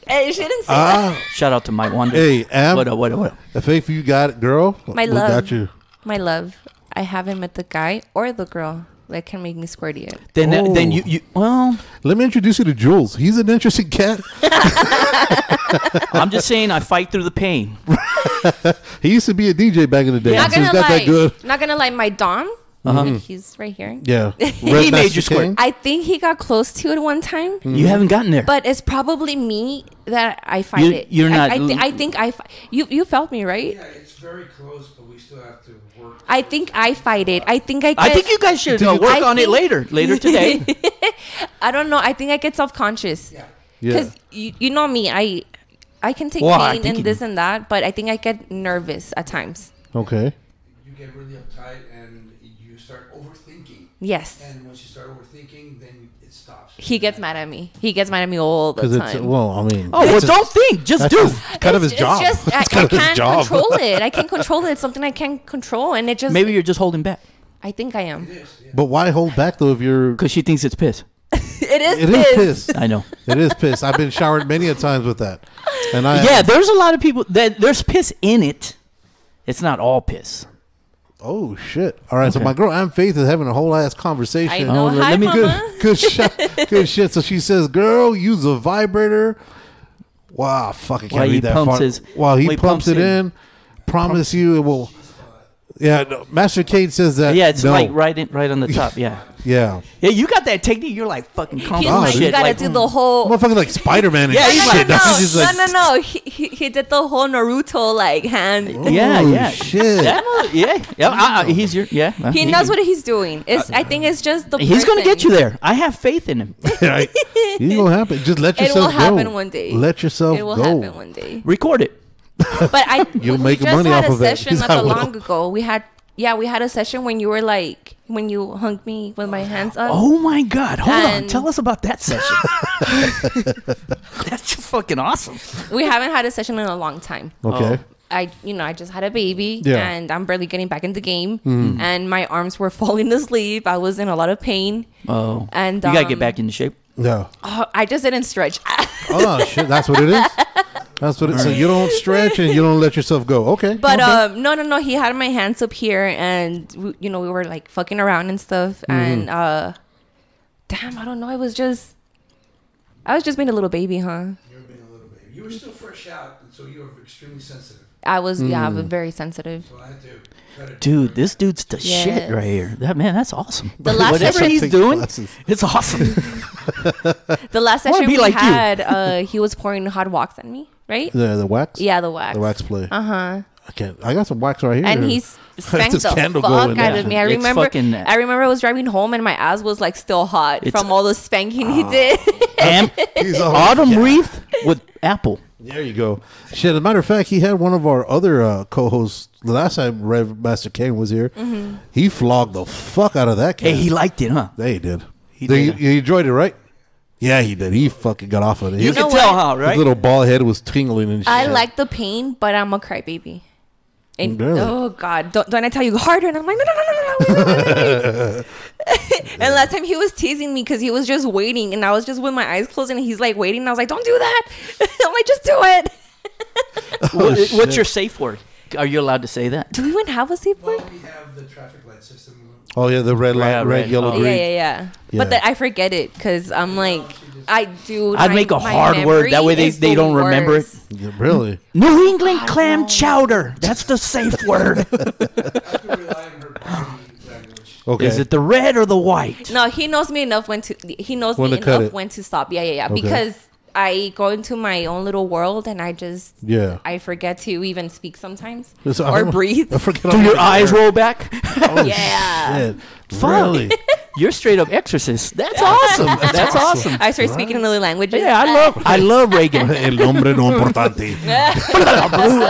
[SPEAKER 4] Hey, you shouldn't say that.
[SPEAKER 2] Ah,
[SPEAKER 3] Shout out to Mike Wonder.
[SPEAKER 2] Hey, Am-
[SPEAKER 3] What up? What up? What up?
[SPEAKER 2] Faith, you got it, girl.
[SPEAKER 4] My
[SPEAKER 2] we
[SPEAKER 4] love.
[SPEAKER 2] got you.
[SPEAKER 4] My love, I haven't met the guy or the girl that can make me squirt yet.
[SPEAKER 3] Then
[SPEAKER 2] Oh.
[SPEAKER 3] then you, you well,
[SPEAKER 2] Let me introduce you to Jules. He's an interesting cat.
[SPEAKER 3] I'm just saying I fight through the pain.
[SPEAKER 2] He used to be a DJ back in the day.
[SPEAKER 4] Not
[SPEAKER 2] so he's
[SPEAKER 4] gonna
[SPEAKER 2] got
[SPEAKER 4] lie.
[SPEAKER 2] that good.
[SPEAKER 4] Not gonna lie. My dom. Mm-hmm. He's right here.
[SPEAKER 2] Yeah.
[SPEAKER 3] He made you squirt.
[SPEAKER 4] I think he got close to it one time.
[SPEAKER 2] Mm-hmm.
[SPEAKER 3] You haven't gotten there.
[SPEAKER 4] But it's probably me that I find
[SPEAKER 3] You-
[SPEAKER 4] it.
[SPEAKER 3] you're
[SPEAKER 4] I-
[SPEAKER 3] not
[SPEAKER 4] I, thi-
[SPEAKER 3] l-
[SPEAKER 4] I think I. Fi- you you felt me right.
[SPEAKER 5] Yeah, it's very close, but we still have to work.
[SPEAKER 4] I think I fight it. I think I. Get,
[SPEAKER 3] I think you guys should
[SPEAKER 2] Did
[SPEAKER 3] uh,
[SPEAKER 2] you-
[SPEAKER 3] work
[SPEAKER 4] I
[SPEAKER 3] on it
[SPEAKER 4] think-
[SPEAKER 3] later, later today.
[SPEAKER 4] I don't know. I think I get self conscious.
[SPEAKER 5] Yeah.
[SPEAKER 2] Yeah.
[SPEAKER 4] because you, you know me i i can take
[SPEAKER 3] Well, I
[SPEAKER 4] pain
[SPEAKER 3] think
[SPEAKER 4] and
[SPEAKER 3] you-
[SPEAKER 4] this and that but i think i get nervous at times
[SPEAKER 2] Okay.
[SPEAKER 5] You get really uptight and you start overthinking.
[SPEAKER 4] yes
[SPEAKER 5] And once you start overthinking, then it stops.
[SPEAKER 4] he gets mad at me he gets mad at me all the
[SPEAKER 2] Because
[SPEAKER 4] time
[SPEAKER 2] it's well, I mean,
[SPEAKER 3] Oh, well,
[SPEAKER 2] it's
[SPEAKER 3] don't think. Just
[SPEAKER 2] that's
[SPEAKER 3] do.
[SPEAKER 2] his- kind of his
[SPEAKER 4] it's
[SPEAKER 2] job.
[SPEAKER 4] just I,
[SPEAKER 2] It's kind
[SPEAKER 4] I
[SPEAKER 2] of his
[SPEAKER 4] can't
[SPEAKER 2] job.
[SPEAKER 4] control it i can't control it it's something i can't control and it just
[SPEAKER 3] Maybe you're just holding back
[SPEAKER 4] i think i am
[SPEAKER 2] But why hold back though if you're?
[SPEAKER 3] because she thinks it's piss.
[SPEAKER 4] it is
[SPEAKER 2] It is
[SPEAKER 4] piss.
[SPEAKER 2] piss.
[SPEAKER 3] I know.
[SPEAKER 2] It is piss. I've been showered many a times with that, and I
[SPEAKER 3] Yeah, there's a lot of people that there's piss in it. It's not all piss.
[SPEAKER 2] Oh shit! All right, so my girl and Faith is having a whole ass conversation.
[SPEAKER 4] i know
[SPEAKER 3] Oh, let
[SPEAKER 4] hi
[SPEAKER 3] me-
[SPEAKER 4] mama
[SPEAKER 3] good-
[SPEAKER 2] Good, good shit, good shit. So she says, "Girl, use a vibrator." Wow, fuck! I can't
[SPEAKER 3] While
[SPEAKER 2] read
[SPEAKER 3] he
[SPEAKER 2] that
[SPEAKER 3] pumps
[SPEAKER 2] far.
[SPEAKER 3] his-
[SPEAKER 2] While he
[SPEAKER 3] while he
[SPEAKER 2] pumps,
[SPEAKER 3] pumps
[SPEAKER 2] it in,
[SPEAKER 3] in.
[SPEAKER 2] promise you it will. Yeah, no, Master Kate says that.
[SPEAKER 3] Yeah, it's
[SPEAKER 2] Uh, no.
[SPEAKER 3] like right in, right on the top. Yeah.
[SPEAKER 2] Yeah,
[SPEAKER 3] Yeah, you got that technique. You're like fucking
[SPEAKER 4] he's
[SPEAKER 3] comfortable.
[SPEAKER 4] like
[SPEAKER 2] dude.
[SPEAKER 4] you
[SPEAKER 3] shit.
[SPEAKER 4] gotta
[SPEAKER 3] like, "Mm,
[SPEAKER 4] do the whole
[SPEAKER 2] motherfucker, like Spider Man.
[SPEAKER 3] Yeah,
[SPEAKER 4] no,
[SPEAKER 3] he's
[SPEAKER 4] no,
[SPEAKER 3] like-
[SPEAKER 4] no,
[SPEAKER 3] that's
[SPEAKER 2] just
[SPEAKER 4] no,
[SPEAKER 2] like-
[SPEAKER 4] no, no. He, he, he did the whole Naruto like hand.
[SPEAKER 3] yeah,
[SPEAKER 2] Oh,
[SPEAKER 3] yeah,
[SPEAKER 2] shit.
[SPEAKER 3] Yeah, well, yeah, yeah. I, I, he's your yeah. uh,
[SPEAKER 4] He knows what he's doing. It's I think it's just the
[SPEAKER 3] He's gonna
[SPEAKER 4] person.
[SPEAKER 3] get you there. I have faith in him.
[SPEAKER 2] right. You gonna happen? Just let
[SPEAKER 4] It will
[SPEAKER 2] yourself go.
[SPEAKER 4] happen one day.
[SPEAKER 2] Let yourself
[SPEAKER 4] It will
[SPEAKER 2] go.
[SPEAKER 4] happen one day.
[SPEAKER 3] Record it.
[SPEAKER 4] But I
[SPEAKER 2] You'll
[SPEAKER 4] we
[SPEAKER 2] make
[SPEAKER 4] just
[SPEAKER 2] money
[SPEAKER 4] had
[SPEAKER 2] off
[SPEAKER 4] a
[SPEAKER 2] of it.
[SPEAKER 4] session
[SPEAKER 2] Yes,
[SPEAKER 4] not
[SPEAKER 2] I
[SPEAKER 4] that
[SPEAKER 2] will.
[SPEAKER 4] long ago. We had yeah, we had a session when you were like when you hung me with my hands up.
[SPEAKER 3] Oh my God! Hold on.
[SPEAKER 4] And-
[SPEAKER 3] Tell us about that session. That's just fucking awesome.
[SPEAKER 4] We haven't had a session in a long time.
[SPEAKER 2] Okay.
[SPEAKER 4] I you know I just had a baby
[SPEAKER 2] Oh. Yeah. Mm.
[SPEAKER 4] and I'm barely getting back in the game and my arms were falling asleep. I was in a lot of pain.
[SPEAKER 3] Oh,
[SPEAKER 4] And,
[SPEAKER 3] you gotta get
[SPEAKER 4] um,
[SPEAKER 3] back into shape.
[SPEAKER 2] Yeah.
[SPEAKER 4] Oh, I just didn't stretch.
[SPEAKER 2] Oh shit! That's what it is. That's what. It, so you don't stretch and you don't let yourself go. Okay.
[SPEAKER 4] But
[SPEAKER 2] okay.
[SPEAKER 4] um, no, no, no. He had my hands up here, and we, you know we were like fucking around and stuff.
[SPEAKER 2] Mm-hmm.
[SPEAKER 4] And uh, damn, I don't know. I was just, I was just being a little baby, huh?
[SPEAKER 5] You were being a little baby. You were still fresh out, and so you were extremely sensitive.
[SPEAKER 4] I was, yeah, I was
[SPEAKER 2] Mm.
[SPEAKER 4] very sensitive.
[SPEAKER 5] So I had to cut it.
[SPEAKER 3] Dude, this dude's the shit
[SPEAKER 4] Yes.
[SPEAKER 3] right here. That man, that's awesome.
[SPEAKER 4] The last
[SPEAKER 3] Whatever
[SPEAKER 4] session-
[SPEAKER 3] he's doing,
[SPEAKER 2] Glasses.
[SPEAKER 3] it's awesome.
[SPEAKER 4] The last
[SPEAKER 3] wanna
[SPEAKER 4] session
[SPEAKER 3] be
[SPEAKER 4] we
[SPEAKER 3] like you.
[SPEAKER 4] had, uh, he was pouring hot wax on me, right?
[SPEAKER 2] the, the wax.
[SPEAKER 4] Yeah, the wax.
[SPEAKER 2] The wax play.
[SPEAKER 4] Uh huh.
[SPEAKER 2] I can't. I got some wax right here.
[SPEAKER 4] And he's spanked the
[SPEAKER 2] this candle
[SPEAKER 4] fuck
[SPEAKER 2] going
[SPEAKER 4] out
[SPEAKER 2] there.
[SPEAKER 4] of me. I
[SPEAKER 3] It's
[SPEAKER 4] remember.
[SPEAKER 3] fucking-
[SPEAKER 4] I remember I was driving home and my ass was like still hot
[SPEAKER 3] It's-
[SPEAKER 4] from all the spanking
[SPEAKER 2] Oh.
[SPEAKER 4] he did.
[SPEAKER 3] Am-
[SPEAKER 2] He's all-
[SPEAKER 3] autumn wreath with apple.
[SPEAKER 2] There you go. Shit. As a matter of fact, he had one of our other uh, co-hosts the last time Rev Master Kane was here.
[SPEAKER 4] Mm-hmm.
[SPEAKER 2] He flogged the fuck out of that
[SPEAKER 3] Hey,
[SPEAKER 2] cat.
[SPEAKER 3] he liked it, huh?
[SPEAKER 2] they did. He
[SPEAKER 3] did.
[SPEAKER 2] You enjoyed it, right? Yeah, he did. He fucking got off on it.
[SPEAKER 3] You
[SPEAKER 2] His-
[SPEAKER 3] can
[SPEAKER 4] know
[SPEAKER 3] tell,
[SPEAKER 4] what?
[SPEAKER 3] huh? Right?
[SPEAKER 2] His little bald head was tingling and shit.
[SPEAKER 4] I like the pain, but I'm a crybaby. And
[SPEAKER 2] Really?
[SPEAKER 4] oh god, don't, don't I tell you harder? And I'm like, no, no, no, no, no, no. Wait, wait, wait, wait. and last time he was teasing me because he was just waiting, and I was just with my eyes closed, and he's like waiting, and I was like, don't do that. I'm like, just do it.
[SPEAKER 3] What-
[SPEAKER 2] Oh, shit.
[SPEAKER 3] what's your safe word? Are you allowed to say that?
[SPEAKER 4] Do we even have a safe word?
[SPEAKER 5] Well, we have the traffic light system.
[SPEAKER 2] Oh yeah, the red light,
[SPEAKER 3] Yeah,
[SPEAKER 2] red,
[SPEAKER 3] red.
[SPEAKER 2] yellow,
[SPEAKER 3] Oh,
[SPEAKER 4] Yeah,
[SPEAKER 2] green.
[SPEAKER 4] yeah, yeah.
[SPEAKER 2] Yeah.
[SPEAKER 4] But that I forget it because I'm like, I do.
[SPEAKER 3] I'd
[SPEAKER 4] my-
[SPEAKER 3] make a
[SPEAKER 4] my
[SPEAKER 3] hard word. That
[SPEAKER 4] memory
[SPEAKER 3] way they-
[SPEAKER 4] is
[SPEAKER 3] they
[SPEAKER 4] the
[SPEAKER 3] don't remember it.
[SPEAKER 4] worst.
[SPEAKER 2] Yeah, Really?
[SPEAKER 3] New England clam chowder. That's the safe word.
[SPEAKER 5] I have to rely on her body language.
[SPEAKER 2] Okay.
[SPEAKER 3] Is it the red or the white?
[SPEAKER 4] No, he knows me enough when to he knows
[SPEAKER 2] When
[SPEAKER 4] me
[SPEAKER 2] to cut
[SPEAKER 4] enough
[SPEAKER 2] it.
[SPEAKER 4] when to stop. Yeah, yeah, yeah.
[SPEAKER 2] Okay.
[SPEAKER 4] Because I go into my own little world and I just
[SPEAKER 2] Yeah.
[SPEAKER 4] I forget to even speak sometimes
[SPEAKER 2] It's- I
[SPEAKER 4] or
[SPEAKER 2] remember-
[SPEAKER 4] breathe.
[SPEAKER 2] I forget.
[SPEAKER 3] Do
[SPEAKER 2] I'm
[SPEAKER 3] your
[SPEAKER 2] even
[SPEAKER 3] eyes
[SPEAKER 2] there.
[SPEAKER 3] roll back?
[SPEAKER 2] Oh,
[SPEAKER 4] Yeah.
[SPEAKER 2] Shit.
[SPEAKER 3] Fuck.
[SPEAKER 2] Really?
[SPEAKER 3] You're straight up exorcist. That's awesome. That's awesome.
[SPEAKER 4] I start speaking in other languages.
[SPEAKER 3] Yeah, I love I love Reagan.
[SPEAKER 2] El nombre no importante.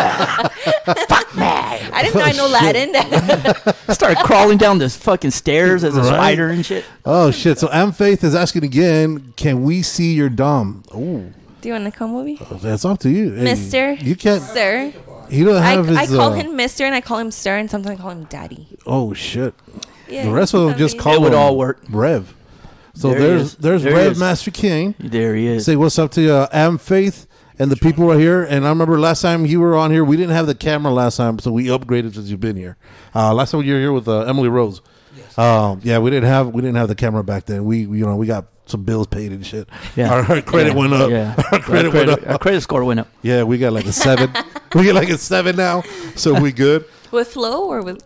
[SPEAKER 3] Fuck man.
[SPEAKER 4] I didn't
[SPEAKER 2] Oh,
[SPEAKER 4] know I know Latin.
[SPEAKER 3] Start crawling down the fucking stairs as a
[SPEAKER 2] Right.
[SPEAKER 3] spider and shit.
[SPEAKER 2] Oh shit! So M Faith is asking again. Can we see your dom? Oh,
[SPEAKER 4] Do you want to come with me,
[SPEAKER 2] that's up to you, Hey,
[SPEAKER 4] Mister?
[SPEAKER 2] You can't.
[SPEAKER 4] sir.
[SPEAKER 2] He don't
[SPEAKER 4] I,
[SPEAKER 2] have his.
[SPEAKER 4] I call
[SPEAKER 2] uh,
[SPEAKER 4] him Mister and I call him Sir and sometimes I call him Daddy.
[SPEAKER 2] Oh shit!
[SPEAKER 4] Yeah,
[SPEAKER 2] The rest of them
[SPEAKER 4] I
[SPEAKER 2] just
[SPEAKER 4] mean,
[SPEAKER 2] call.
[SPEAKER 3] It would
[SPEAKER 2] him
[SPEAKER 3] all work.
[SPEAKER 2] Rev. So
[SPEAKER 3] There he
[SPEAKER 2] there's
[SPEAKER 3] is.
[SPEAKER 2] there's
[SPEAKER 3] There he
[SPEAKER 2] Rev
[SPEAKER 3] is.
[SPEAKER 2] Master King.
[SPEAKER 3] There he is.
[SPEAKER 2] Say what's up to uh, Am Faith and the people right here. And I remember last time you were on here, we didn't have the camera last time, so we upgraded since you've been here. Uh, last time you were here with uh, Emily Rose. Um, yeah, we didn't have we didn't have the camera back then. We you know we got some bills paid and shit.
[SPEAKER 3] Yeah.
[SPEAKER 2] Our, our credit
[SPEAKER 3] Yeah,
[SPEAKER 2] went up.
[SPEAKER 3] Yeah.
[SPEAKER 2] Our credit went up.
[SPEAKER 3] our credit score went up.
[SPEAKER 2] Yeah, we got like a seven. we got like a seven now, so we good.
[SPEAKER 4] with flow or with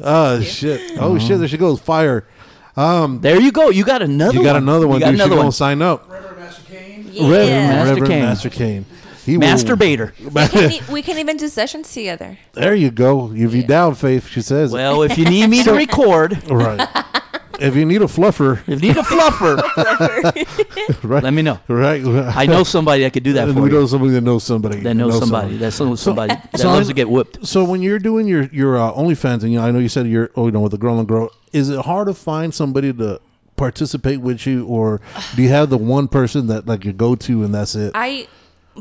[SPEAKER 2] Oh shit! Oh shit! There she goes. Fire!
[SPEAKER 3] There you go. You got another.
[SPEAKER 2] You got
[SPEAKER 3] one.
[SPEAKER 2] another one.
[SPEAKER 3] You got
[SPEAKER 2] dude. She
[SPEAKER 3] another
[SPEAKER 2] gonna
[SPEAKER 3] one.
[SPEAKER 2] sign up.
[SPEAKER 5] Reverend Master Kane,
[SPEAKER 4] yeah.
[SPEAKER 2] Reverend,
[SPEAKER 3] Master
[SPEAKER 2] Reverend
[SPEAKER 3] Kane.
[SPEAKER 2] Master Kane. He will-
[SPEAKER 3] Masturbator.
[SPEAKER 4] We can, e- we can even do sessions together.
[SPEAKER 2] There you go. If you down, Faith, she says.
[SPEAKER 3] Well, if you need me to record,
[SPEAKER 2] right. if you need a fluffer,
[SPEAKER 3] If you need a fluffer,
[SPEAKER 2] right?
[SPEAKER 3] let me know.
[SPEAKER 2] Right.
[SPEAKER 3] I know somebody that could do that
[SPEAKER 2] And
[SPEAKER 3] for
[SPEAKER 2] we
[SPEAKER 3] you.
[SPEAKER 2] know somebody that knows somebody
[SPEAKER 3] that knows somebody. That knows somebody that
[SPEAKER 2] so
[SPEAKER 3] loves
[SPEAKER 2] I'm-
[SPEAKER 3] to get whipped.
[SPEAKER 2] So when you're doing your your uh, OnlyFans, and you know, I know you said you're oh you know with the girl and girl, is it hard to find somebody to participate with you, or do you have the one person that like you go to and that's it?
[SPEAKER 4] I,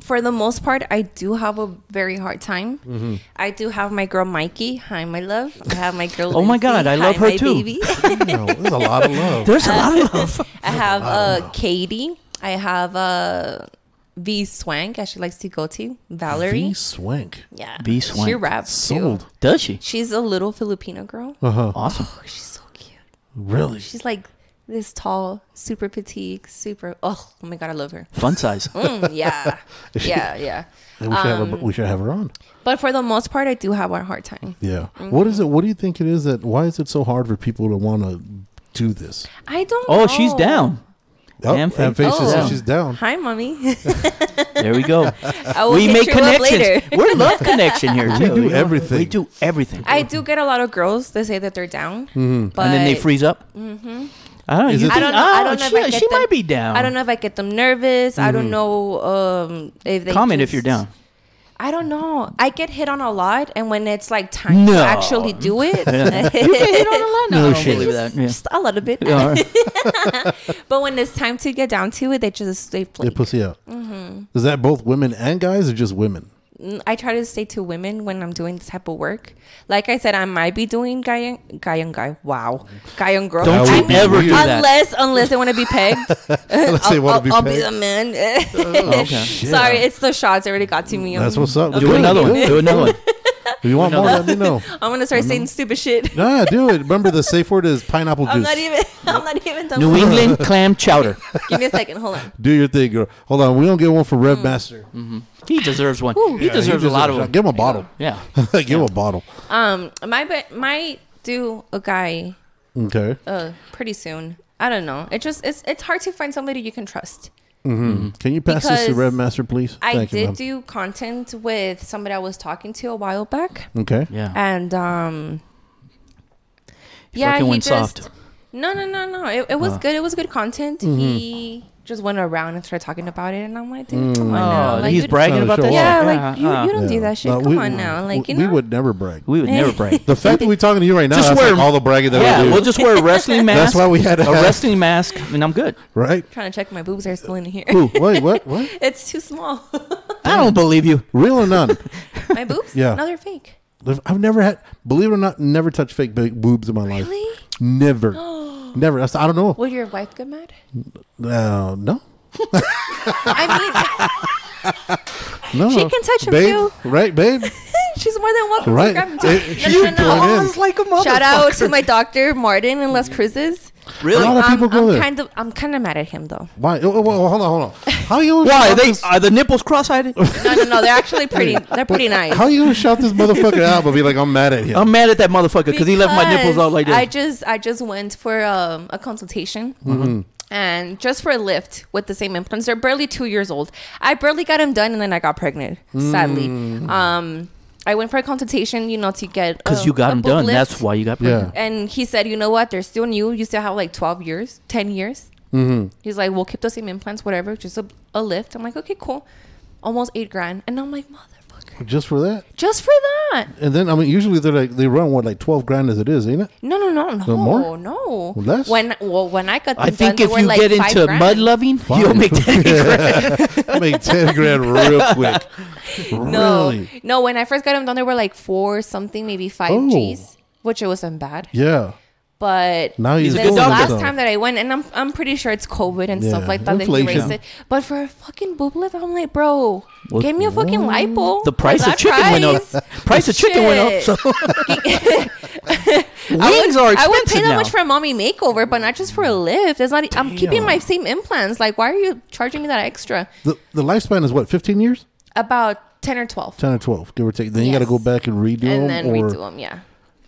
[SPEAKER 4] for the most part, I do have a very hard time.
[SPEAKER 3] Mm-hmm.
[SPEAKER 4] I do have my girl Mikey. Hi, my love. I have my girl.
[SPEAKER 3] Oh my
[SPEAKER 4] Lindsay.
[SPEAKER 3] God, I
[SPEAKER 4] Hi,
[SPEAKER 3] love her
[SPEAKER 4] my
[SPEAKER 3] too.
[SPEAKER 4] Baby.
[SPEAKER 2] No, there's a lot of love.
[SPEAKER 3] There's a lot of love.
[SPEAKER 4] I have uh, Katie. I have uh, V Swank. as she likes to go to Valerie.
[SPEAKER 2] V Swank
[SPEAKER 4] yeah,
[SPEAKER 3] V
[SPEAKER 4] She
[SPEAKER 3] Swank.
[SPEAKER 4] raps
[SPEAKER 2] sold.
[SPEAKER 4] too.
[SPEAKER 3] Does she?
[SPEAKER 4] She's a little Filipino girl.
[SPEAKER 3] Awesome.
[SPEAKER 4] Oh, she's so cute.
[SPEAKER 2] Really?
[SPEAKER 4] She's like this tall, super petite, super. Oh, oh my god, I love her.
[SPEAKER 3] Fun size.
[SPEAKER 4] Mm, yeah, yeah, yeah.
[SPEAKER 2] We should, have her, we should have her on.
[SPEAKER 4] But for the most part, I do have a hard time.
[SPEAKER 2] Yeah. What is it? What do you think it is that? Why is it so hard for people to want to do this?
[SPEAKER 4] I don't.
[SPEAKER 3] Oh, she's
[SPEAKER 4] know.
[SPEAKER 3] down.
[SPEAKER 2] Oh,
[SPEAKER 3] And fa-
[SPEAKER 2] and face
[SPEAKER 4] Oh.
[SPEAKER 2] says she's down.
[SPEAKER 4] Hi, mommy.
[SPEAKER 3] There we go.
[SPEAKER 4] I will
[SPEAKER 3] we
[SPEAKER 4] hit
[SPEAKER 3] make
[SPEAKER 4] you up
[SPEAKER 3] connections.
[SPEAKER 4] later.
[SPEAKER 3] We're love connection here too.
[SPEAKER 2] do
[SPEAKER 3] you know?
[SPEAKER 2] everything.
[SPEAKER 3] We do everything.
[SPEAKER 4] I do get a lot of girls that say that they're down, but
[SPEAKER 3] and then they freeze up. Mm-hmm. I don't,
[SPEAKER 2] Is
[SPEAKER 3] you
[SPEAKER 2] it-
[SPEAKER 3] think,
[SPEAKER 4] I don't know. I
[SPEAKER 3] "Oh,
[SPEAKER 4] don't know
[SPEAKER 3] she,
[SPEAKER 4] if I get
[SPEAKER 3] she
[SPEAKER 4] them-
[SPEAKER 3] might be down.
[SPEAKER 4] I don't know if I get them nervous. I don't know um, if they
[SPEAKER 3] Comment if
[SPEAKER 4] just-
[SPEAKER 3] you're down.
[SPEAKER 4] I don't know. I get hit on a lot, and when it's like time
[SPEAKER 3] No.
[SPEAKER 4] to actually do it,
[SPEAKER 3] No,
[SPEAKER 4] I don't
[SPEAKER 3] shit.
[SPEAKER 4] believe
[SPEAKER 3] That, yeah.
[SPEAKER 4] Just a little bit.
[SPEAKER 3] All right.
[SPEAKER 4] But when it's time to get down to it, they just they
[SPEAKER 2] They
[SPEAKER 4] flake.
[SPEAKER 2] pussy out.
[SPEAKER 4] Mm-hmm.
[SPEAKER 2] Is that both women and guys, or just women?
[SPEAKER 4] I try to stay to women when I'm doing this type of work. Like I said, I might be doing guy and guy and guy. Wow, guy and girl.
[SPEAKER 3] Don't
[SPEAKER 4] I
[SPEAKER 3] you ever do that.
[SPEAKER 4] unless unless they want to be pegged.
[SPEAKER 2] Unless they
[SPEAKER 4] I'll,
[SPEAKER 2] want
[SPEAKER 4] I'll,
[SPEAKER 2] to be Oh,
[SPEAKER 4] I'll
[SPEAKER 2] paid.
[SPEAKER 4] the man.
[SPEAKER 3] okay.
[SPEAKER 4] Sorry, it's the shots already got to me.
[SPEAKER 2] That's what's up.
[SPEAKER 3] Do
[SPEAKER 2] Good,
[SPEAKER 3] another one.
[SPEAKER 2] good.
[SPEAKER 3] Do another one.
[SPEAKER 2] If you want more, let me know.
[SPEAKER 4] I'm gonna start saying stupid shit.
[SPEAKER 2] Nah, do it. Remember the safe word is pineapple
[SPEAKER 4] I'm
[SPEAKER 2] juice.
[SPEAKER 4] not even. I'm not even done.
[SPEAKER 3] New England clam chowder.
[SPEAKER 4] Give me a second. Hold on.
[SPEAKER 2] do your thing, girl. Hold on, we don't get one for
[SPEAKER 4] Mm.
[SPEAKER 2] Red Master.
[SPEAKER 3] He deserves one. he deserves
[SPEAKER 2] He
[SPEAKER 3] a lot of
[SPEAKER 2] deserves-
[SPEAKER 3] them.
[SPEAKER 2] Give him a bottle.
[SPEAKER 3] Yeah.
[SPEAKER 2] Give him a bottle.
[SPEAKER 4] Um, my be- might do a guy
[SPEAKER 2] Okay.
[SPEAKER 4] uh pretty soon. I don't know. It just it's it's hard to find somebody you can trust.
[SPEAKER 2] Mm. Can you pass this to
[SPEAKER 4] because
[SPEAKER 2] Red Master, please?
[SPEAKER 4] I
[SPEAKER 2] Thank you,
[SPEAKER 4] did
[SPEAKER 2] ma'am.
[SPEAKER 4] do content with somebody I was talking to a while back,
[SPEAKER 2] Okay.
[SPEAKER 3] Yeah.
[SPEAKER 4] and um,
[SPEAKER 3] fucking went
[SPEAKER 4] just
[SPEAKER 3] soft.
[SPEAKER 4] no, no, no, no. It, it was good. It was good content.
[SPEAKER 2] Mm-hmm.
[SPEAKER 4] He just went around and started talking about it, and I'm like, dude,
[SPEAKER 2] Mm.
[SPEAKER 4] come on now.
[SPEAKER 3] Oh,
[SPEAKER 4] Like,
[SPEAKER 3] he's
[SPEAKER 4] you-
[SPEAKER 3] bragging
[SPEAKER 2] Trying to
[SPEAKER 3] about that.
[SPEAKER 2] show
[SPEAKER 4] Yeah,
[SPEAKER 2] off.
[SPEAKER 4] like you,
[SPEAKER 3] Uh-huh.
[SPEAKER 4] you don't do
[SPEAKER 2] Yeah.
[SPEAKER 4] that shit.
[SPEAKER 2] No,
[SPEAKER 4] come
[SPEAKER 2] we-
[SPEAKER 4] on now, like you
[SPEAKER 2] we
[SPEAKER 4] know.
[SPEAKER 2] would never brag.
[SPEAKER 3] We would never brag.
[SPEAKER 2] The fact that we're talking to you right now,
[SPEAKER 3] Just
[SPEAKER 2] that's
[SPEAKER 3] wear
[SPEAKER 2] like all the bragging that
[SPEAKER 3] yeah,
[SPEAKER 2] we do.
[SPEAKER 3] we'll just wear a wrestling mask.
[SPEAKER 2] That's why we had to
[SPEAKER 3] a
[SPEAKER 2] have-
[SPEAKER 3] wrestling mask, and I'm good.
[SPEAKER 2] right?
[SPEAKER 4] trying to check my boobs are still in here.
[SPEAKER 2] Ooh, wait, what? What?
[SPEAKER 4] it's too small.
[SPEAKER 3] I don't believe you.
[SPEAKER 2] Real or none?
[SPEAKER 4] my boobs?
[SPEAKER 2] Yeah.
[SPEAKER 4] No, they're fake.
[SPEAKER 2] I've never had, believe it or not, never touched fake bo- boobs in my life.
[SPEAKER 4] Really?
[SPEAKER 2] Never. never. That's, I don't know.
[SPEAKER 4] Would your wife get mad?
[SPEAKER 2] Uh, no.
[SPEAKER 4] I
[SPEAKER 2] No.
[SPEAKER 4] She can touch 'em
[SPEAKER 2] babe,
[SPEAKER 4] too.
[SPEAKER 2] Right, babe?
[SPEAKER 4] mean, she's more than welcome
[SPEAKER 2] Right.
[SPEAKER 4] to grab
[SPEAKER 2] It- she should go in. It's
[SPEAKER 3] like a
[SPEAKER 4] Shout out to my doctor Martin and Les Cruises.
[SPEAKER 2] A lot
[SPEAKER 3] Really?
[SPEAKER 2] of people
[SPEAKER 4] um, I'm,
[SPEAKER 2] go
[SPEAKER 4] I'm
[SPEAKER 2] there.
[SPEAKER 4] kind of I'm kind of mad at him though.
[SPEAKER 2] Why? Oh, oh, oh, hold on, hold on. How you? gonna
[SPEAKER 3] Why are
[SPEAKER 2] shout
[SPEAKER 3] they
[SPEAKER 2] this-
[SPEAKER 3] are the nipples cross-eyed?
[SPEAKER 4] No, no, no. They're actually pretty. They're pretty nice.
[SPEAKER 2] How you gonna shout this motherfucker out but be like, I'm mad at him?
[SPEAKER 3] I'm mad at that motherfucker because he left my nipples
[SPEAKER 4] Because
[SPEAKER 3] out like
[SPEAKER 4] I
[SPEAKER 3] this.
[SPEAKER 4] just I just went for um, a consultation.
[SPEAKER 3] Mm-hmm.
[SPEAKER 4] And just for a lift with the same implants, they're barely two years old. I barely got them done, and then I got pregnant. Sadly,
[SPEAKER 3] Mm.
[SPEAKER 4] um, I went for a consultation, you know, to get
[SPEAKER 3] Because
[SPEAKER 4] a-
[SPEAKER 3] you got
[SPEAKER 4] a
[SPEAKER 3] them
[SPEAKER 4] boob
[SPEAKER 3] done.
[SPEAKER 4] lift.
[SPEAKER 3] That's why you got pregnant.
[SPEAKER 4] And he said, you know what? They're still new. You still have like 12 years, 10 years. Mm-hmm. He's like, we'll keep the same implants, whatever, just a, a lift. I'm like, okay, cool. Almost eight grand. And I'm like, motherfucker,
[SPEAKER 2] Just for that?
[SPEAKER 4] just for that.
[SPEAKER 2] And then I mean, usually they're like they run what like twelve grand as it is, ain't it?
[SPEAKER 4] No, no, no, no,
[SPEAKER 2] more?
[SPEAKER 4] no.
[SPEAKER 2] Less?
[SPEAKER 4] When well, when I got them
[SPEAKER 3] I think
[SPEAKER 4] done,
[SPEAKER 3] if
[SPEAKER 4] they were
[SPEAKER 3] you
[SPEAKER 4] like
[SPEAKER 3] get
[SPEAKER 4] five
[SPEAKER 3] into
[SPEAKER 4] grand.
[SPEAKER 3] mud loving, you'll make that.
[SPEAKER 2] Make ten grand real quick.
[SPEAKER 4] no,
[SPEAKER 2] Really?
[SPEAKER 4] no. When I first got them done, they were like four something, maybe five
[SPEAKER 2] Oh.
[SPEAKER 4] G's, which it wasn't bad.
[SPEAKER 2] Yeah.
[SPEAKER 4] But
[SPEAKER 2] Now he's
[SPEAKER 4] this
[SPEAKER 3] a doctor.
[SPEAKER 4] last
[SPEAKER 2] though.
[SPEAKER 4] time that I went, and I'm I'm pretty sure it's COVID and
[SPEAKER 2] Yeah,
[SPEAKER 4] stuff like that. That he
[SPEAKER 2] inflation.
[SPEAKER 4] raised it. But for a fucking boob lift, I'm like, bro,
[SPEAKER 3] Well,
[SPEAKER 4] give me a fucking lipo.
[SPEAKER 3] The
[SPEAKER 4] for
[SPEAKER 3] price of
[SPEAKER 4] that
[SPEAKER 3] chicken went up. Price of chicken went up.
[SPEAKER 4] Shit.
[SPEAKER 3] So wings are expensive
[SPEAKER 4] I would pay that
[SPEAKER 3] now.
[SPEAKER 4] much for a mommy makeover, but not just for a lift. It's not. I'm keeping my same implants. Like, why are you charging me that extra?
[SPEAKER 2] The the lifespan is what fifteen years,
[SPEAKER 4] About ten or twelve,
[SPEAKER 2] ten or twelve, give or take. Then you got to
[SPEAKER 4] Yes.
[SPEAKER 2] go back and redo them,
[SPEAKER 4] and then
[SPEAKER 2] or
[SPEAKER 4] redo them. Yeah.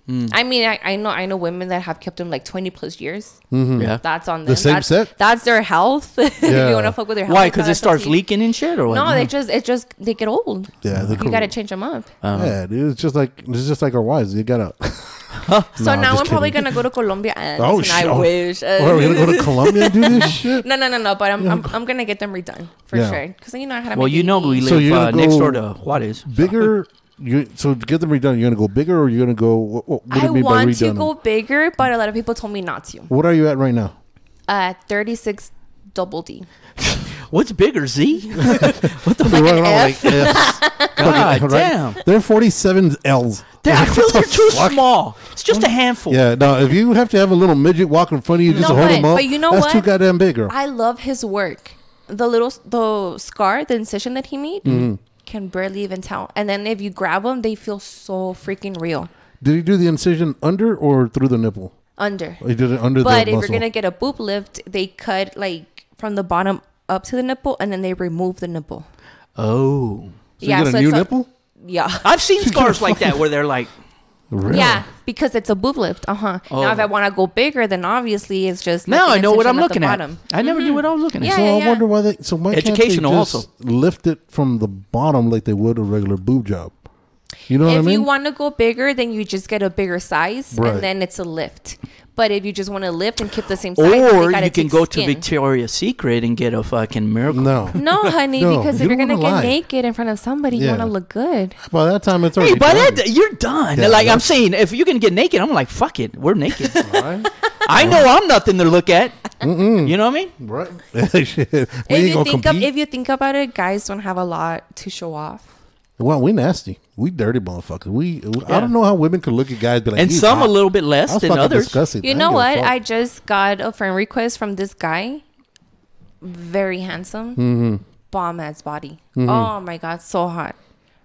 [SPEAKER 3] Hmm.
[SPEAKER 4] I mean, I, I know I know women that have kept them like twenty plus years.
[SPEAKER 3] yeah.
[SPEAKER 4] That's on them.
[SPEAKER 2] Hmm. same
[SPEAKER 4] that's,
[SPEAKER 2] set?
[SPEAKER 4] That's their health.
[SPEAKER 2] Yeah.
[SPEAKER 4] you want to fuck with their health?
[SPEAKER 3] Why?
[SPEAKER 4] like that,
[SPEAKER 3] Because it
[SPEAKER 4] that's up to
[SPEAKER 3] starts
[SPEAKER 4] you.
[SPEAKER 3] leaking and shit, or what?
[SPEAKER 4] No, they just it just they get old.
[SPEAKER 2] yeah, they
[SPEAKER 4] You got to change them up.
[SPEAKER 2] Yeah, dude, it's just like it's just like our wives. You gotta
[SPEAKER 4] So
[SPEAKER 2] No,
[SPEAKER 4] now I'm
[SPEAKER 2] just
[SPEAKER 4] probably
[SPEAKER 2] kidding.
[SPEAKER 4] gonna go to Colombia and,
[SPEAKER 2] Oh,
[SPEAKER 4] and
[SPEAKER 2] shit.
[SPEAKER 4] I wish. uh,
[SPEAKER 2] Oh, are we gonna go to Colombia and do this shit?
[SPEAKER 4] no, no, no, no. But I'm, I'm, I'm gonna get them redone for
[SPEAKER 2] Yeah.
[SPEAKER 4] sure. Because you know I had.
[SPEAKER 3] Mm. Well, you know we
[SPEAKER 2] So
[SPEAKER 3] live
[SPEAKER 2] you're
[SPEAKER 3] uh,
[SPEAKER 2] gonna
[SPEAKER 3] next
[SPEAKER 2] go
[SPEAKER 3] door to Juarez.
[SPEAKER 2] Bigger. You, so to get them redone, you're gonna go bigger, or you're gonna go? What, what do
[SPEAKER 4] I
[SPEAKER 2] you mean by
[SPEAKER 4] want to
[SPEAKER 2] redone?
[SPEAKER 4] go bigger, but a lot of people told me not to.
[SPEAKER 2] what are you at right now?
[SPEAKER 4] Uh, 36 double D.
[SPEAKER 3] What's bigger, Z?
[SPEAKER 2] They're running all like Fs.
[SPEAKER 3] God
[SPEAKER 2] Right?
[SPEAKER 3] damn.
[SPEAKER 2] They're 47 L's.
[SPEAKER 3] Damn, I feel
[SPEAKER 2] What the
[SPEAKER 3] they're too
[SPEAKER 2] fuck?
[SPEAKER 3] small. It's just a handful.
[SPEAKER 2] Yeah, no, if you have to have a little midget walk in front of you just to
[SPEAKER 4] No,
[SPEAKER 2] hold
[SPEAKER 4] but-
[SPEAKER 2] him up,
[SPEAKER 4] but you know
[SPEAKER 2] that's
[SPEAKER 4] what?
[SPEAKER 2] too goddamn big, girl.
[SPEAKER 4] I love his work. The little the scar, the incision that he made,
[SPEAKER 2] Mm-hmm.
[SPEAKER 4] can barely even tell. And then if you grab them, they feel so freaking real
[SPEAKER 2] Did he do the incision under or through the nipple?
[SPEAKER 4] under.
[SPEAKER 2] He did it under
[SPEAKER 4] But
[SPEAKER 2] the
[SPEAKER 4] if
[SPEAKER 2] muscle.
[SPEAKER 4] you're gonna get a boob lift, they cut like from the bottom up to the nipple, and then they remove the nipple.
[SPEAKER 3] Oh.
[SPEAKER 2] so you get a new
[SPEAKER 4] it's
[SPEAKER 2] nipple?
[SPEAKER 4] Yeah.
[SPEAKER 3] I've seen scars like that where they're like,
[SPEAKER 2] Really? Oh.
[SPEAKER 4] Yeah, because it's a boob lift. Uh huh. Now, if I want to go bigger, then obviously it's just
[SPEAKER 3] now
[SPEAKER 4] like
[SPEAKER 3] I
[SPEAKER 4] an
[SPEAKER 3] know what
[SPEAKER 4] incision
[SPEAKER 3] I'm
[SPEAKER 4] the
[SPEAKER 3] looking at.
[SPEAKER 4] bottom. Mm-hmm.
[SPEAKER 3] I never knew what I was looking
[SPEAKER 4] Yeah,
[SPEAKER 3] at.
[SPEAKER 2] So
[SPEAKER 4] yeah,
[SPEAKER 2] I
[SPEAKER 4] yeah.
[SPEAKER 2] wonder why they. So why
[SPEAKER 3] Educational
[SPEAKER 2] can't they just
[SPEAKER 3] also.
[SPEAKER 2] lift it from the bottom like they would a regular boob job? You know what I
[SPEAKER 4] If
[SPEAKER 2] mean?
[SPEAKER 4] you want to go bigger, then you just get a bigger size,
[SPEAKER 2] Right.
[SPEAKER 4] and then it's a lift. But if you just want to lift and keep the same size, then they
[SPEAKER 3] Or
[SPEAKER 4] gotta
[SPEAKER 3] you can
[SPEAKER 4] take
[SPEAKER 3] go
[SPEAKER 4] skin.
[SPEAKER 3] to Victoria's Secret and get a fucking miracle.
[SPEAKER 2] no.
[SPEAKER 4] No, honey,
[SPEAKER 2] No,
[SPEAKER 4] because
[SPEAKER 2] you
[SPEAKER 4] if you're
[SPEAKER 2] don't
[SPEAKER 4] gonna get
[SPEAKER 2] wanna lie.
[SPEAKER 4] naked in front of somebody, you
[SPEAKER 2] Yeah.
[SPEAKER 4] want to look good.
[SPEAKER 2] By that time, it's already
[SPEAKER 3] Hey, by
[SPEAKER 2] done.
[SPEAKER 3] that you're done.
[SPEAKER 2] Yeah,
[SPEAKER 3] like I'm
[SPEAKER 2] that's-
[SPEAKER 3] saying, if you can get naked, I'm like, fuck it, we're naked.
[SPEAKER 2] Right?
[SPEAKER 3] I know I'm nothing to look at. You know what I mean?
[SPEAKER 2] Right? Shit. we
[SPEAKER 4] if
[SPEAKER 2] ain't
[SPEAKER 4] you
[SPEAKER 2] gonna
[SPEAKER 4] think
[SPEAKER 2] compete.
[SPEAKER 4] of, if you think about it, guys don't have a lot to show off.
[SPEAKER 2] well, we nasty. We dirty motherfuckers. We. I
[SPEAKER 3] Yeah.
[SPEAKER 2] don't know how women can look at guys be like.
[SPEAKER 3] And
[SPEAKER 2] "He's
[SPEAKER 3] some
[SPEAKER 2] hot."
[SPEAKER 3] a little bit
[SPEAKER 2] I
[SPEAKER 3] less
[SPEAKER 2] was
[SPEAKER 3] than
[SPEAKER 2] fucking
[SPEAKER 3] others.
[SPEAKER 2] disgusting.
[SPEAKER 4] You
[SPEAKER 2] I
[SPEAKER 4] know
[SPEAKER 2] ain't
[SPEAKER 4] what?
[SPEAKER 2] give a
[SPEAKER 4] I
[SPEAKER 2] fuck.
[SPEAKER 4] just got a friend request from this guy. Very handsome,
[SPEAKER 2] Mm-hmm.
[SPEAKER 4] bomb ass body. Oh my god, so hot,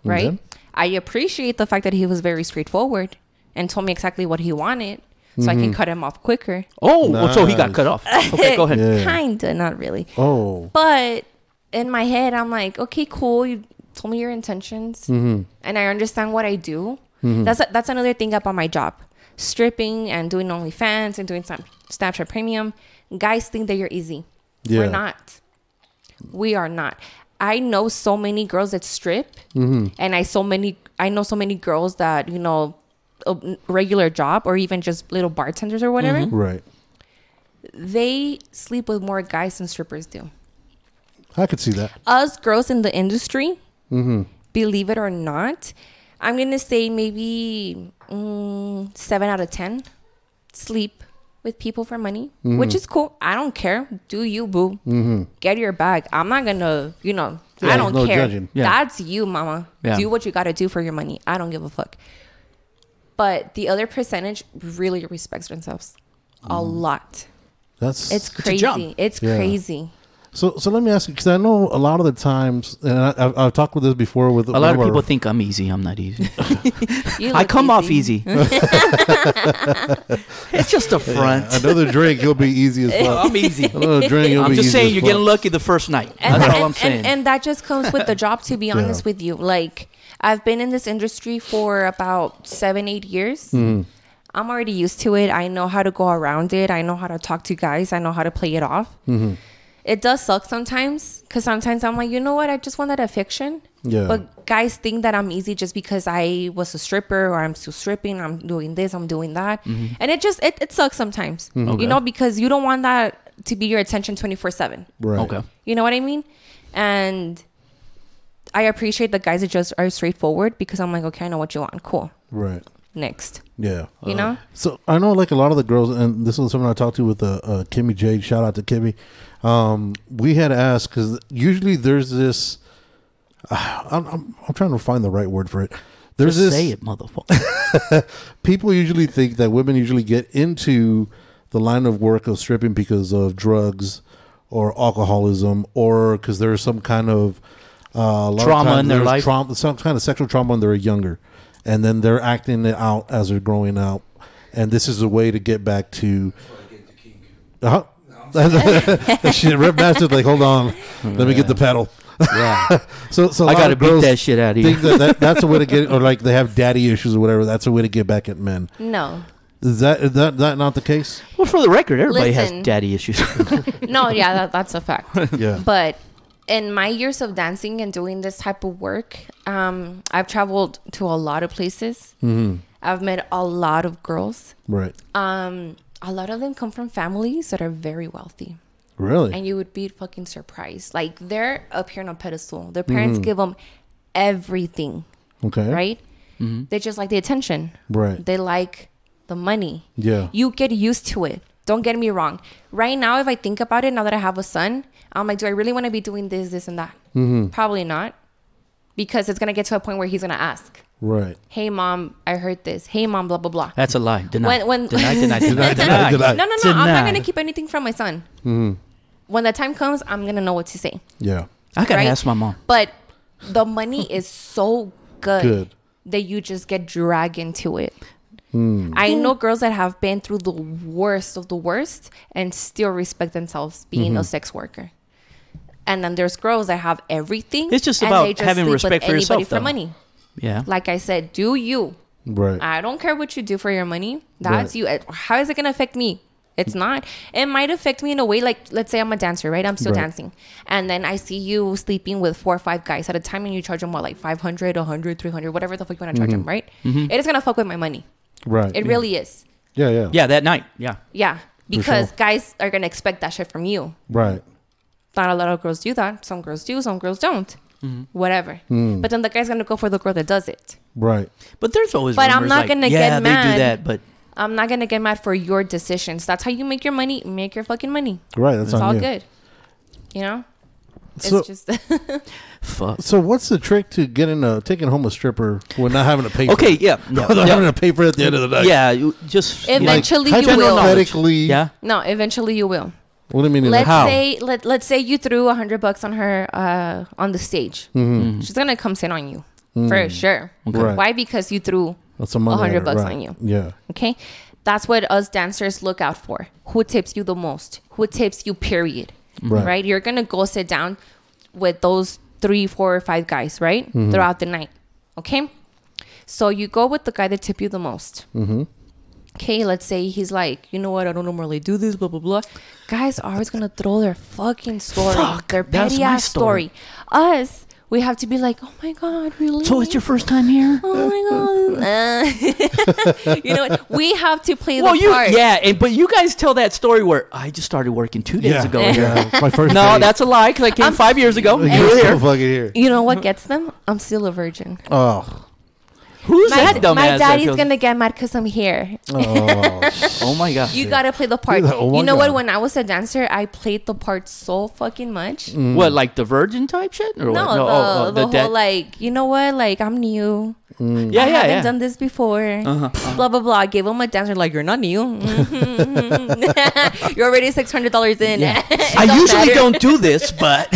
[SPEAKER 4] right?
[SPEAKER 2] then?
[SPEAKER 4] I appreciate the fact that he was very straightforward and told me exactly what he wanted, so I
[SPEAKER 2] Mm-hmm.
[SPEAKER 4] can cut him off quicker.
[SPEAKER 3] Oh, well, so he got
[SPEAKER 2] Nice.
[SPEAKER 3] cut off. Okay, go ahead.
[SPEAKER 2] Yeah.
[SPEAKER 4] Kinda, not really.
[SPEAKER 2] Oh.
[SPEAKER 4] But in my head, I'm like, okay, cool. You told me your intentions, and I understand what I do. That's that's another thing about my job: stripping and doing OnlyFans and doing Snap- Snapchat Premium. Guys think that you're easy.
[SPEAKER 2] Yeah.
[SPEAKER 4] We're not. We are not. I know so many girls that strip, and I so many I know so many girls that you know a regular job or even just little bartenders or whatever.
[SPEAKER 2] Right.
[SPEAKER 4] They sleep with more guys than strippers do
[SPEAKER 2] I could see that.
[SPEAKER 4] us girls in the industry,
[SPEAKER 2] Mm-hmm.
[SPEAKER 4] believe it or not, I'm gonna say maybe mm, seven out of ten sleep with people for money, which
[SPEAKER 2] Mm-hmm.
[SPEAKER 4] is cool. I don't care. Do you, boo? Get your bag. I'm not gonna, you know,
[SPEAKER 2] Yeah,
[SPEAKER 4] I don't
[SPEAKER 2] no
[SPEAKER 4] care.
[SPEAKER 2] judging.
[SPEAKER 3] Yeah.
[SPEAKER 4] That's you, mama.
[SPEAKER 3] Yeah.
[SPEAKER 4] Do what you gotta do for your money. I don't give a fuck. But the other percentage really respects themselves a lot.
[SPEAKER 2] That's
[SPEAKER 4] It's
[SPEAKER 3] a jump.
[SPEAKER 4] crazy. It's,
[SPEAKER 2] Mm. Yeah.
[SPEAKER 4] crazy.
[SPEAKER 2] so. So let me ask you, because I know a lot of the times, and I, I've, I've talked with this before. With
[SPEAKER 3] A lot of
[SPEAKER 2] one
[SPEAKER 3] people
[SPEAKER 2] our-
[SPEAKER 3] think I'm easy. I'm not easy.
[SPEAKER 4] You
[SPEAKER 3] I
[SPEAKER 4] look
[SPEAKER 3] come off easy. it's just a front.
[SPEAKER 2] another drink, you'll be easy as fuck.
[SPEAKER 3] I'm easy.
[SPEAKER 2] Another drink, Uh, you'll
[SPEAKER 3] I'm
[SPEAKER 2] be
[SPEAKER 3] just
[SPEAKER 2] easy
[SPEAKER 3] saying
[SPEAKER 2] as
[SPEAKER 3] you're
[SPEAKER 2] fuck.
[SPEAKER 3] getting lucky the first night.
[SPEAKER 4] and,
[SPEAKER 3] That's all
[SPEAKER 4] and-
[SPEAKER 3] I'm saying.
[SPEAKER 4] And, and that just comes with the job, to be honest with you. Like, I've been in this industry for about seven, eight years.
[SPEAKER 3] Mm-hmm.
[SPEAKER 4] I'm already used to it. I know how to go around it. I know how to talk to guys. I know how to play it off.
[SPEAKER 3] Mm-hmm.
[SPEAKER 4] It does suck sometimes because sometimes I'm like, you know what? I just wanted a fiction.
[SPEAKER 2] Yeah.
[SPEAKER 4] But guys think that I'm easy just because I was a stripper or I'm still stripping. I'm doing this. I'm doing that.
[SPEAKER 3] Mm-hmm.
[SPEAKER 4] And it just it, it sucks sometimes, you know, because you don't want that to be your attention 24 seven.
[SPEAKER 2] right.
[SPEAKER 3] okay.
[SPEAKER 4] You know what I mean? And I appreciate the guys that just are straightforward because I'm like, okay, I know what you want. Cool.
[SPEAKER 2] Right.
[SPEAKER 4] Next.
[SPEAKER 2] Yeah. Uh,
[SPEAKER 4] You know?
[SPEAKER 2] So I know, like a lot of the girls, and this was something I talked to with uh, uh, Kimmy Jade. Shout out to Kimmy. Um, we had asked because usually there's this. I'm, I'm, I'm trying to find the right word for it. There's
[SPEAKER 3] Just
[SPEAKER 2] this
[SPEAKER 3] say it, motherfucker.
[SPEAKER 2] people usually think that women usually get into the line of work of stripping because of drugs or alcoholism or because there's some kind of uh, a lot of
[SPEAKER 3] Trauma
[SPEAKER 2] times
[SPEAKER 3] in their
[SPEAKER 2] there's
[SPEAKER 3] life.
[SPEAKER 2] trauma, some kind of sexual trauma when they're younger, and then they're acting it out as they're growing out, and this is a way to get back to. Uh-huh. Shit, Rip Master's like, hold on, let me get the pedal.
[SPEAKER 3] yeah.
[SPEAKER 2] So, so a
[SPEAKER 3] I
[SPEAKER 2] lot
[SPEAKER 3] gotta
[SPEAKER 2] of
[SPEAKER 3] beat
[SPEAKER 2] girls
[SPEAKER 3] that shit outta you.
[SPEAKER 2] Think that, that that's a way to get, or like they have daddy issues or whatever. That's a way to get back at men.
[SPEAKER 4] No.
[SPEAKER 2] Is that is that that not the case?
[SPEAKER 3] Well, for the record, everybody
[SPEAKER 4] Listen.
[SPEAKER 3] has daddy issues.
[SPEAKER 4] No, yeah, that, that's a fact.
[SPEAKER 2] Yeah.
[SPEAKER 4] But in my years of dancing and doing this type of work, um, I've traveled to a lot of places. I've met a lot of girls.
[SPEAKER 2] Right.
[SPEAKER 4] Um, a lot of them come from families that are very wealthy,
[SPEAKER 2] Really?
[SPEAKER 4] and you would be fucking surprised. Like they're up here on a pedestal. Their parents give 'em give them everything,
[SPEAKER 2] okay.
[SPEAKER 4] right? They just like the attention.
[SPEAKER 2] Mm-hmm. Right.
[SPEAKER 4] They like the money.
[SPEAKER 2] Yeah.
[SPEAKER 4] You get used to it. Don't get me wrong. Right now, if I think about it, now that I have a son, I'm like, do I really want to be doing this, this, and that?
[SPEAKER 2] Mm-hmm.
[SPEAKER 4] Probably not, because it's gonna get to a point where he's gonna ask,
[SPEAKER 2] Right.
[SPEAKER 4] "Hey, mom, I heard this. Hey, mom, blah blah blah."
[SPEAKER 3] That's a lie. Deny.
[SPEAKER 4] When- when-
[SPEAKER 3] deny, deny, deny,
[SPEAKER 2] deny,
[SPEAKER 3] deny,
[SPEAKER 2] deny.
[SPEAKER 4] No, no, no. I'm not
[SPEAKER 3] Deny.
[SPEAKER 4] gonna keep anything from my son.
[SPEAKER 2] Mm-hmm.
[SPEAKER 4] When the time comes, I'm gonna know what to say.
[SPEAKER 2] Yeah.
[SPEAKER 3] I gotta
[SPEAKER 4] right?
[SPEAKER 3] ask my mom.
[SPEAKER 4] But the money is so good,
[SPEAKER 2] Good.
[SPEAKER 4] that you just get dragged into it. I know girls that have been through the worst of the worst and still respect themselves being
[SPEAKER 3] Mm-hmm.
[SPEAKER 4] a sex worker. And then there's girls that have everything.
[SPEAKER 3] It's just
[SPEAKER 4] and
[SPEAKER 3] about
[SPEAKER 4] they
[SPEAKER 3] having
[SPEAKER 4] sleep with
[SPEAKER 3] respect for yourself,
[SPEAKER 4] anybody For
[SPEAKER 3] though.
[SPEAKER 4] money,
[SPEAKER 3] Yeah.
[SPEAKER 4] like I said, do you?
[SPEAKER 2] Right.
[SPEAKER 4] I don't care what you do for your money. That's
[SPEAKER 2] Right. Mm.
[SPEAKER 4] you. Uh, How is it going to affect me? It's not. It might affect me in a way, like let's say I'm a dancer, right? I'm still
[SPEAKER 2] Right.
[SPEAKER 4] dancing. And then I see you sleeping with four or five guys at a time and you charge them what, like 500, 100, 300, whatever the fuck you want to charge them, right? It is going to fuck with my money.
[SPEAKER 2] right.
[SPEAKER 4] It
[SPEAKER 2] Mm-hmm. yeah.
[SPEAKER 4] really is.
[SPEAKER 2] Yeah. Yeah.
[SPEAKER 3] yeah, that night. Yeah.
[SPEAKER 4] Yeah. Because
[SPEAKER 2] sure.
[SPEAKER 4] guys are going to expect that shit from you.
[SPEAKER 2] Right.
[SPEAKER 4] Not a lot of girls do that. Some girls do, some girls don't.
[SPEAKER 2] Mm-hmm.
[SPEAKER 4] Whatever.
[SPEAKER 2] Mm.
[SPEAKER 4] But then the guy's going to go for the girl that does it.
[SPEAKER 2] Right.
[SPEAKER 3] But there's always.
[SPEAKER 4] But I'm
[SPEAKER 3] rumors
[SPEAKER 4] not
[SPEAKER 3] like,
[SPEAKER 4] gonna
[SPEAKER 3] yeah,
[SPEAKER 4] get
[SPEAKER 3] they
[SPEAKER 4] mad.
[SPEAKER 3] do that, but
[SPEAKER 4] I'm not gonna get mad for your decisions. That's how you make your money. Make your fucking money.
[SPEAKER 2] Right. That's
[SPEAKER 4] It's
[SPEAKER 2] on
[SPEAKER 4] all
[SPEAKER 2] you.
[SPEAKER 4] good. You know? It's
[SPEAKER 2] So-
[SPEAKER 4] just
[SPEAKER 3] fuck.
[SPEAKER 2] So what's the trick to getting a taking home a stripper when not having to pay?
[SPEAKER 3] Okay.
[SPEAKER 2] For it?
[SPEAKER 3] Yeah. No,
[SPEAKER 2] Without having
[SPEAKER 3] yeah.
[SPEAKER 2] to pay for it at the end of the night.
[SPEAKER 3] Yeah. you Just like-
[SPEAKER 4] Eventually you
[SPEAKER 2] hypothetically-
[SPEAKER 4] will.
[SPEAKER 2] Hypothetically.
[SPEAKER 3] Yeah.
[SPEAKER 4] No, eventually you will.
[SPEAKER 2] What do you mean? in
[SPEAKER 4] Let's
[SPEAKER 2] the-
[SPEAKER 4] say let let's say you threw a hundred bucks on her uh on the stage. She's gonna come sit on you. For sure.
[SPEAKER 2] Mm-hmm. Right.
[SPEAKER 4] Why? Because you threw
[SPEAKER 2] That's some money. at
[SPEAKER 4] 100
[SPEAKER 2] it,
[SPEAKER 4] bucks
[SPEAKER 2] right.
[SPEAKER 4] on you.
[SPEAKER 2] Yeah.
[SPEAKER 4] Okay? That's what us dancers look out for. Who tips you the most? Who tips you, period?
[SPEAKER 2] Right.
[SPEAKER 4] Right. You're going to go sit down with those three, four, or five guys, right?
[SPEAKER 3] Mm-hmm.
[SPEAKER 4] Throughout the night. Okay? So you go with the guy that tip you the most. Mm-hmm. Okay, let's say he's like, you know what? I don't normally do this, blah blah blah. Guys are always gonna throw their fucking story,
[SPEAKER 3] Fuck,
[SPEAKER 4] their
[SPEAKER 3] that's
[SPEAKER 4] petty
[SPEAKER 3] my
[SPEAKER 4] ass story. Us, we have to be like, oh my god, really?
[SPEAKER 3] So it's your first time here.
[SPEAKER 4] Oh my god! Uh, you know what? We have to play
[SPEAKER 3] Well,
[SPEAKER 4] the
[SPEAKER 3] you
[SPEAKER 4] part.
[SPEAKER 3] yeah, and but you guys tell that story where I just started working two days
[SPEAKER 2] Yeah.
[SPEAKER 3] ago.
[SPEAKER 2] Yeah. It's My first.
[SPEAKER 3] No,
[SPEAKER 2] date.
[SPEAKER 3] that's a lie because I came five years ago.
[SPEAKER 2] You're
[SPEAKER 3] You were
[SPEAKER 2] still
[SPEAKER 3] here.
[SPEAKER 2] fucking here.
[SPEAKER 4] You know what gets them? I'm still a virgin.
[SPEAKER 2] Oh.
[SPEAKER 3] Who's
[SPEAKER 4] my,
[SPEAKER 3] that dumbass?
[SPEAKER 4] my
[SPEAKER 3] that
[SPEAKER 4] daddy's
[SPEAKER 3] goes,
[SPEAKER 4] gonna get mad because I'm here.
[SPEAKER 2] Oh.
[SPEAKER 3] Oh my god!
[SPEAKER 4] You gotta play the part.
[SPEAKER 2] You're like, "Oh my
[SPEAKER 4] you know
[SPEAKER 2] God."
[SPEAKER 4] what? When I was a dancer, I played the part so fucking much.
[SPEAKER 3] What like the virgin type shit or
[SPEAKER 4] No,
[SPEAKER 3] what? Mm.
[SPEAKER 4] the,
[SPEAKER 3] oh, oh,
[SPEAKER 4] the,
[SPEAKER 3] dad-
[SPEAKER 4] whole like, you know what? Like I'm new.
[SPEAKER 3] yeah,
[SPEAKER 4] I
[SPEAKER 3] yeah,
[SPEAKER 4] haven't
[SPEAKER 3] yeah. Uh-huh,
[SPEAKER 4] done this before. Blah blah blah. I gave him a dancer like you're not new. Mhm, mhm. you're already six hundred dollars in.
[SPEAKER 3] Yeah.
[SPEAKER 4] It
[SPEAKER 3] I
[SPEAKER 4] don't
[SPEAKER 3] usually
[SPEAKER 4] matter.
[SPEAKER 3] don't do this, but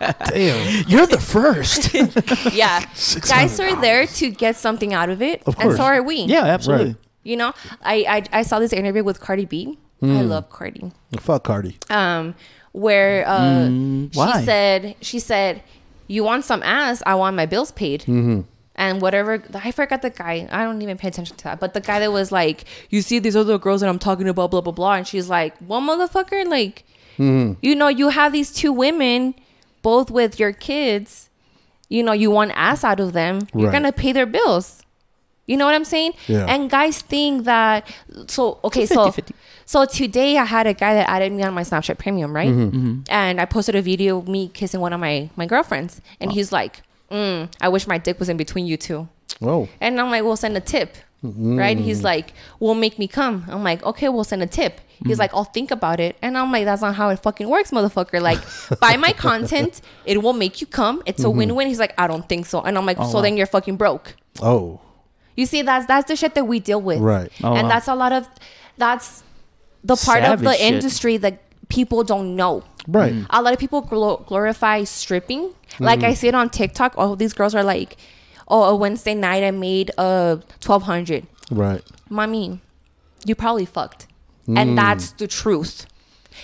[SPEAKER 2] Damn.
[SPEAKER 3] you're the first. yeah,
[SPEAKER 4] Yeah, guys are there to get something out of it,
[SPEAKER 2] Of
[SPEAKER 4] and
[SPEAKER 2] course.
[SPEAKER 4] so are we.
[SPEAKER 3] absolutely.
[SPEAKER 2] Right.
[SPEAKER 4] You know, I I, I saw this interview with Cardi B. I
[SPEAKER 2] Hmm.
[SPEAKER 4] love Cardi.
[SPEAKER 2] Fuck Cardi.
[SPEAKER 4] Um, where uh,
[SPEAKER 3] why?
[SPEAKER 2] Mm,
[SPEAKER 4] she said she said, "You want some ass? I want my bills paid."
[SPEAKER 2] Mm-hmm.
[SPEAKER 4] And whatever I forgot the guy. I don't even pay attention to that. But the guy that was like, "You see these other girls that I'm talking about, blah blah blah," and she's like, "Well, motherfucker, like,
[SPEAKER 2] Mm-hmm.
[SPEAKER 4] you know, you have these two women, both with your kids. You know, you want ass out of them. You're
[SPEAKER 2] Right.
[SPEAKER 4] gonna pay their bills." You know what I'm saying?
[SPEAKER 2] Yeah.
[SPEAKER 4] And guys think that so okay, so
[SPEAKER 3] 50-50.
[SPEAKER 4] so today I had a guy that added me on my Snapchat premium, right? And I posted a video of me kissing one of my my girlfriends and he's like, mm, I wish my dick was in between you two.
[SPEAKER 2] Oh.
[SPEAKER 4] And I'm like, We'll send a tip. Right? He's like, Well make me come. I'm like, Okay, we'll send a tip. He's like, I'll think about it. And I'm like, That's not how it fucking works, motherfucker. Like, buy my content, it will make you come. It's a win win. He's like, I don't think so. And I'm like, So then you're fucking broke.
[SPEAKER 2] Oh.
[SPEAKER 4] You see, that's that's the shit that we deal with,
[SPEAKER 2] Right.
[SPEAKER 3] Oh,
[SPEAKER 4] and
[SPEAKER 3] wow.
[SPEAKER 4] that's a lot of that's the part of the
[SPEAKER 3] Savage shit. Mm.
[SPEAKER 4] industry that people don't know.
[SPEAKER 2] Right. Mm.
[SPEAKER 4] A lot of people glo- glorify stripping. Like I see it on TikTok. All these girls are like, "Oh, a Wednesday night I made uh twelve hundred,
[SPEAKER 2] Right.
[SPEAKER 4] mommy, you probably fucked,"
[SPEAKER 2] Mm.
[SPEAKER 4] and that's the truth.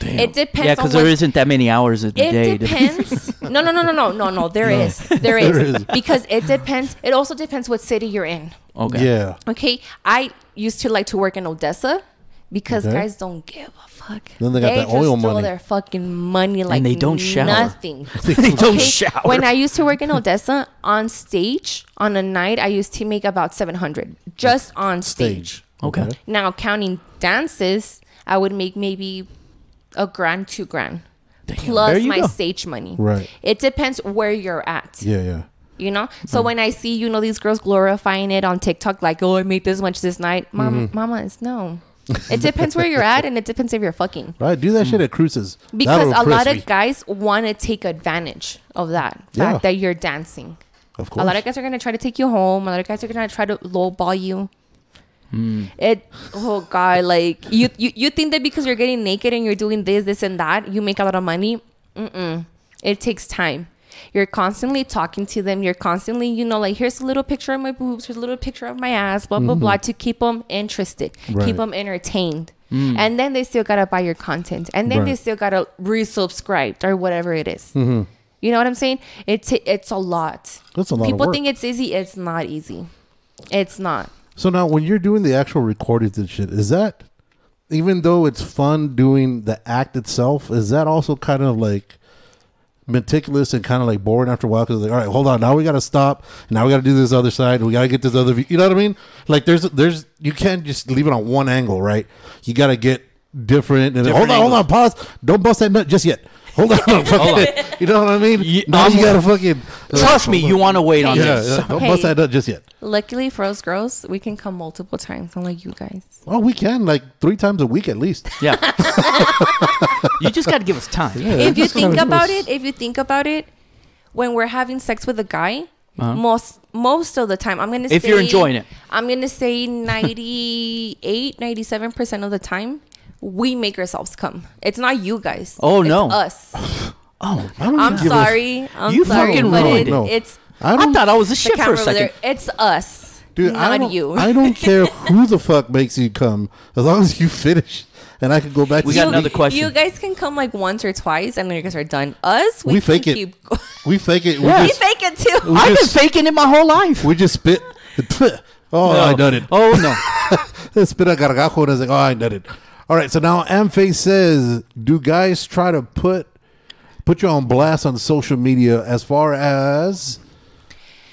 [SPEAKER 4] It depends.
[SPEAKER 3] Yeah,
[SPEAKER 4] on
[SPEAKER 3] because there
[SPEAKER 4] what-
[SPEAKER 3] isn't that many hours in the day.
[SPEAKER 4] it
[SPEAKER 3] to-
[SPEAKER 4] depends. no, no, no, no, no, no, no. There is, there is,
[SPEAKER 2] There is.
[SPEAKER 4] because it depends. It also depends what city you're in.
[SPEAKER 3] okay.
[SPEAKER 2] Yeah.
[SPEAKER 4] Okay, I used to like to work in Odessa. because
[SPEAKER 2] Okay.
[SPEAKER 4] guys don't give a fuck.
[SPEAKER 2] Then they got that
[SPEAKER 4] just
[SPEAKER 2] oil
[SPEAKER 4] throw
[SPEAKER 2] money.
[SPEAKER 4] their fucking money like
[SPEAKER 3] they don't shower.
[SPEAKER 4] Nothing.
[SPEAKER 3] they don't
[SPEAKER 4] Okay,
[SPEAKER 3] shower.
[SPEAKER 4] When I used to work in Odessa on stage on a night, I used to make about seven hundred just on stage.
[SPEAKER 2] Stage.
[SPEAKER 3] Okay.
[SPEAKER 4] Now counting dances, I would make maybe a grand, two grand,
[SPEAKER 3] there
[SPEAKER 4] plus
[SPEAKER 3] you
[SPEAKER 4] my
[SPEAKER 3] go.
[SPEAKER 4] stage money.
[SPEAKER 2] Right.
[SPEAKER 4] It depends where you're at.
[SPEAKER 2] Yeah, yeah.
[SPEAKER 4] You know. So
[SPEAKER 2] Mm-hmm.
[SPEAKER 4] when I see you know these girls glorifying it on TikTok, like oh I made this much this night,
[SPEAKER 2] Mm-hmm.
[SPEAKER 4] mom, mama, it's no. It depends where you're at, and it depends if you're fucking.
[SPEAKER 2] Right. Do that shit at cruises.
[SPEAKER 4] Hmm. Because
[SPEAKER 2] That'll
[SPEAKER 4] a lot
[SPEAKER 2] impress me.
[SPEAKER 4] of guys want to take advantage of that fact
[SPEAKER 2] Yeah.
[SPEAKER 4] that you're dancing.
[SPEAKER 2] of
[SPEAKER 4] A
[SPEAKER 2] course.
[SPEAKER 4] lot of guys are gonna try to take you home. A lot of guys are gonna try to lowball you.
[SPEAKER 2] Hmm.
[SPEAKER 4] It oh god, like you, you you think that because you're getting naked and you're doing this, this and that, you make a lot of money. Mm-mm. It takes time. You're constantly talking to them. You're constantly, you know, like here's a little picture of my boobs. Here's a little picture of my ass. Blah blah blah to keep them interested,
[SPEAKER 2] Mm-hmm. Right. Hmm.
[SPEAKER 4] keep them entertained, and then they still gotta buy your content, and then they
[SPEAKER 2] Right.
[SPEAKER 4] still gotta resubscribe or whatever it is. You know what I'm saying? It's it's a lot.
[SPEAKER 2] That's a lot of
[SPEAKER 4] People
[SPEAKER 2] work.
[SPEAKER 4] think it's easy. It's not easy. It's not.
[SPEAKER 2] So now, when you're doing the actual recordings and shit, is that even though it's fun doing the act itself, is that also kind of like meticulous and kind of like boring after a while? Because like, all right, hold on, now we got to stop. Now we got to do this other side. We got to get this other view. You know what I mean? Like, there's, there's, you can't just leave it on one angle, right? You got to get different. And hold on, hold on, pause. Don't bust that nut just yet. Hold on, fucking, you know what I mean?
[SPEAKER 3] Ye-
[SPEAKER 2] now
[SPEAKER 3] I'm-
[SPEAKER 2] you gotta fucking uh,
[SPEAKER 3] Trust me, you want to wait on
[SPEAKER 4] Yeah,
[SPEAKER 2] Yeah,
[SPEAKER 3] this.
[SPEAKER 2] yeah, don't
[SPEAKER 4] Hey.
[SPEAKER 2] bust that nut just yet.
[SPEAKER 4] Luckily for us girls, we can come multiple times, unlike you guys.
[SPEAKER 2] Oh, we can like three times a week at least.
[SPEAKER 3] Yeah. you just got to give us time.
[SPEAKER 4] if you
[SPEAKER 2] that's kinda
[SPEAKER 4] think about
[SPEAKER 2] gross.
[SPEAKER 4] it, if you think about it, when we're having sex with a guy,
[SPEAKER 2] Uh-huh.
[SPEAKER 4] most most of the time, I'm gonna
[SPEAKER 3] If
[SPEAKER 4] say,
[SPEAKER 3] you're enjoying it.
[SPEAKER 4] I'm gonna say 98, 97 percent of the time, we make ourselves come. It's not you guys.
[SPEAKER 3] Oh,
[SPEAKER 4] It's
[SPEAKER 3] no.
[SPEAKER 4] us.
[SPEAKER 3] Oh,
[SPEAKER 2] I don't
[SPEAKER 4] I'm
[SPEAKER 2] even give a-
[SPEAKER 4] sorry. I'm
[SPEAKER 3] You
[SPEAKER 4] sorry,
[SPEAKER 3] fucking
[SPEAKER 4] but
[SPEAKER 3] ruined
[SPEAKER 4] it,
[SPEAKER 3] it.
[SPEAKER 2] No.
[SPEAKER 4] It's
[SPEAKER 2] I
[SPEAKER 3] I
[SPEAKER 2] don't,
[SPEAKER 3] thought I was a
[SPEAKER 4] the
[SPEAKER 3] shit for
[SPEAKER 4] camera
[SPEAKER 3] a
[SPEAKER 4] over there.
[SPEAKER 3] second.
[SPEAKER 4] It's us,
[SPEAKER 2] dude,
[SPEAKER 4] not
[SPEAKER 2] I don't,
[SPEAKER 4] you.
[SPEAKER 2] I don't care who the fuck makes you come, as long as you finish, and I can go back.
[SPEAKER 3] We
[SPEAKER 2] to
[SPEAKER 3] got
[SPEAKER 2] sleep.
[SPEAKER 3] another question.
[SPEAKER 4] You guys can come like once or twice, and then you guys are done. Us, we,
[SPEAKER 2] We fake
[SPEAKER 4] can
[SPEAKER 2] it.
[SPEAKER 4] Keep go-
[SPEAKER 2] We fake it.
[SPEAKER 3] Yeah.
[SPEAKER 2] We,
[SPEAKER 4] we
[SPEAKER 2] just,
[SPEAKER 4] fake it too.
[SPEAKER 3] I've been
[SPEAKER 2] just-
[SPEAKER 3] faking it my whole life.
[SPEAKER 2] we just spit. Oh, I done it.
[SPEAKER 3] Oh, no.
[SPEAKER 2] spit a gargajo, and I was like, oh, I done it. All right, so now Amface says, do guys try to put put you on blast on social media as far as?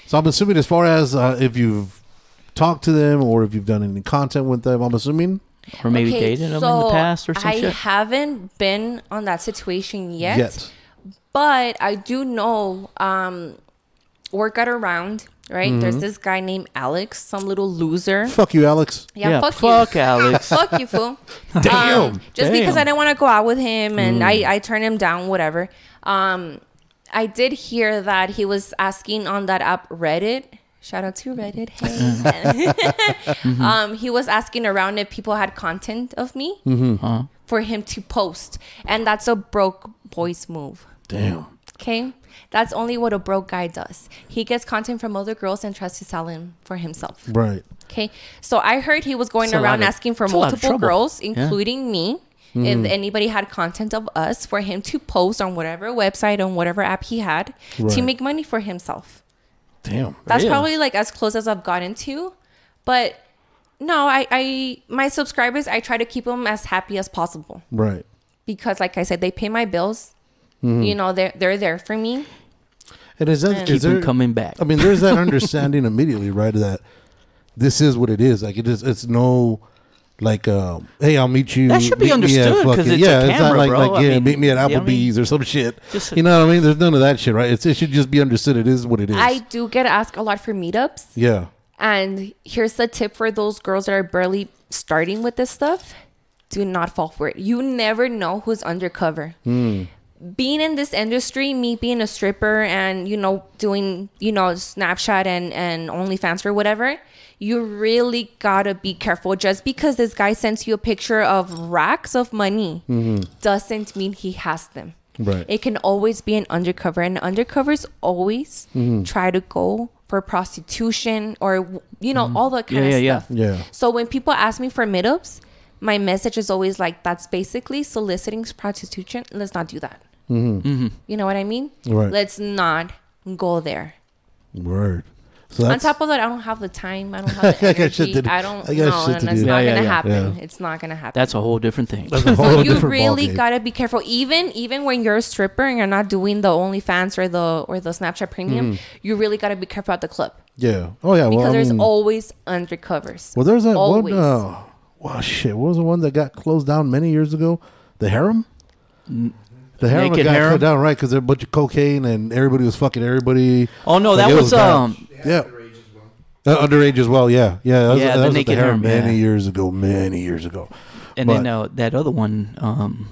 [SPEAKER 2] So I'm assuming as far as uh, if you've talked to them or if you've done any content with them, I'm assuming
[SPEAKER 3] Or maybe
[SPEAKER 4] Okay,
[SPEAKER 3] dated him in the past or some
[SPEAKER 4] I
[SPEAKER 3] shit.
[SPEAKER 4] haven't been on that situation yet,
[SPEAKER 2] yet.
[SPEAKER 4] but I do know. Um, work out around right. There's
[SPEAKER 2] Mm-hmm.
[SPEAKER 4] this guy named Alex, some little loser.
[SPEAKER 2] Fuck you, Alex.
[SPEAKER 4] Yeah, fuck,
[SPEAKER 3] fuck
[SPEAKER 4] you.
[SPEAKER 3] Alex.
[SPEAKER 4] fuck you, fool.
[SPEAKER 2] Damn.
[SPEAKER 4] Um, just because I
[SPEAKER 3] Damn.
[SPEAKER 4] didn't want to go out with him and I, I turned him down, whatever. Um, I did hear that he was asking on that app Reddit. Shout out to Reddit. Hey. um, he was asking around if people had content of me for him to post. And that's a broke boy's move.
[SPEAKER 2] Damn.
[SPEAKER 4] Okay? That's only what a broke guy does. He gets content from other girls and tries to sell him for himself.
[SPEAKER 2] Right.
[SPEAKER 4] Okay. So I heard he was going
[SPEAKER 3] It's a lot
[SPEAKER 4] around
[SPEAKER 3] of-
[SPEAKER 4] asking for
[SPEAKER 3] it's a lot of
[SPEAKER 4] multiple
[SPEAKER 3] trouble.
[SPEAKER 4] girls,
[SPEAKER 3] Yeah. Mm-hmm.
[SPEAKER 4] including me, if anybody had content of us for him to post on whatever website, on whatever app he had to
[SPEAKER 2] Right.
[SPEAKER 4] make money for himself.
[SPEAKER 2] Damn.
[SPEAKER 4] That's
[SPEAKER 3] Really?
[SPEAKER 4] probably like as close as I've gotten to. But no, I, I, my subscribers, I try to keep them as happy as possible
[SPEAKER 2] Right.
[SPEAKER 4] because, like I said, they pay my bills.
[SPEAKER 3] Mm-hmm.
[SPEAKER 4] You know, they're, they're there for me.
[SPEAKER 2] And is that
[SPEAKER 3] Keep
[SPEAKER 2] is
[SPEAKER 3] him
[SPEAKER 2] there,
[SPEAKER 3] coming back.
[SPEAKER 2] I mean, there's that understanding immediately, right? That this is what it is. Like it is. It's no. Like, um, hey, I'll meet you.
[SPEAKER 3] That should be
[SPEAKER 2] meet me at
[SPEAKER 3] understood, 'cause
[SPEAKER 2] fucking-
[SPEAKER 3] it's a
[SPEAKER 2] yeah, it's not
[SPEAKER 3] camera,
[SPEAKER 2] like,
[SPEAKER 3] bro.
[SPEAKER 2] like
[SPEAKER 3] I
[SPEAKER 2] yeah,
[SPEAKER 3] mean,
[SPEAKER 2] meet me at
[SPEAKER 3] you know what I mean?
[SPEAKER 2] Applebee's or some shit.
[SPEAKER 3] Just-
[SPEAKER 2] you know what I mean? There's none of that shit, right? It's, it should just be understood. It is what it is.
[SPEAKER 4] I do get asked a lot for meetups.
[SPEAKER 2] yeah,
[SPEAKER 4] And here's the tip for those girls that are barely starting with this stuff do not fall for it. You never know who's undercover. Being in this industry, me being a stripper and, you know, doing, you know, Snapchat and, and OnlyFans or whatever, you really gotta be careful. Just because this guy sends you a picture of racks of money doesn't mean he has them.
[SPEAKER 2] Right.
[SPEAKER 4] It can always be an undercover, and undercovers always try to go for prostitution or you know all that kind
[SPEAKER 3] Yeah,
[SPEAKER 4] of
[SPEAKER 3] yeah, yeah.
[SPEAKER 4] stuff.
[SPEAKER 2] yeah.
[SPEAKER 4] So when people ask me for meetups, my message is always like, "That's basically soliciting prostitution. Let's not do that." Mm-hmm. You know what I mean?
[SPEAKER 2] Right.
[SPEAKER 4] Let's not go there.
[SPEAKER 2] Word. So
[SPEAKER 4] On
[SPEAKER 2] that's,
[SPEAKER 4] top of that, I don't have the time. I don't have the
[SPEAKER 2] I got shit
[SPEAKER 4] energy.
[SPEAKER 2] to do.
[SPEAKER 4] I don't
[SPEAKER 2] I got
[SPEAKER 4] know,
[SPEAKER 2] shit
[SPEAKER 4] and
[SPEAKER 2] to
[SPEAKER 4] it's
[SPEAKER 2] do.
[SPEAKER 4] not
[SPEAKER 3] Yeah, yeah,
[SPEAKER 4] gonna
[SPEAKER 3] yeah.
[SPEAKER 4] happen.
[SPEAKER 2] Yeah.
[SPEAKER 4] It's not gonna happen.
[SPEAKER 3] That's a whole different thing.
[SPEAKER 2] that's a whole
[SPEAKER 4] you
[SPEAKER 2] different
[SPEAKER 4] really
[SPEAKER 2] ballgame.
[SPEAKER 4] gotta be careful. Even even when you're a stripper and you're not doing the OnlyFans or the or the Snapchat Premium, you really gotta be careful at the club
[SPEAKER 2] yeah. Oh yeah. Mm-hmm. Well,
[SPEAKER 4] because
[SPEAKER 2] I
[SPEAKER 4] there's
[SPEAKER 2] mean-
[SPEAKER 4] always undercovers.
[SPEAKER 2] Well, there's that
[SPEAKER 4] always.
[SPEAKER 2] one. Uh, well, shit. What was the one that got closed down many years ago? The harem. The harem
[SPEAKER 3] Naked
[SPEAKER 2] got
[SPEAKER 3] harem?
[SPEAKER 2] closed down, right? Because a bunch of cocaine and everybody was fucking everybody.
[SPEAKER 3] Oh, no, that
[SPEAKER 2] it
[SPEAKER 3] was,
[SPEAKER 2] bad.
[SPEAKER 3] um,
[SPEAKER 2] yeah,
[SPEAKER 5] Underage as well.
[SPEAKER 2] uh, underage as well. Yeah, yeah. That was,
[SPEAKER 3] Yeah,
[SPEAKER 2] that
[SPEAKER 3] the
[SPEAKER 2] was at
[SPEAKER 3] naked
[SPEAKER 2] harem
[SPEAKER 3] harem,
[SPEAKER 2] many
[SPEAKER 3] yeah.
[SPEAKER 2] years ago. Many years ago.
[SPEAKER 3] and then
[SPEAKER 2] But-
[SPEAKER 3] uh, that other one, um,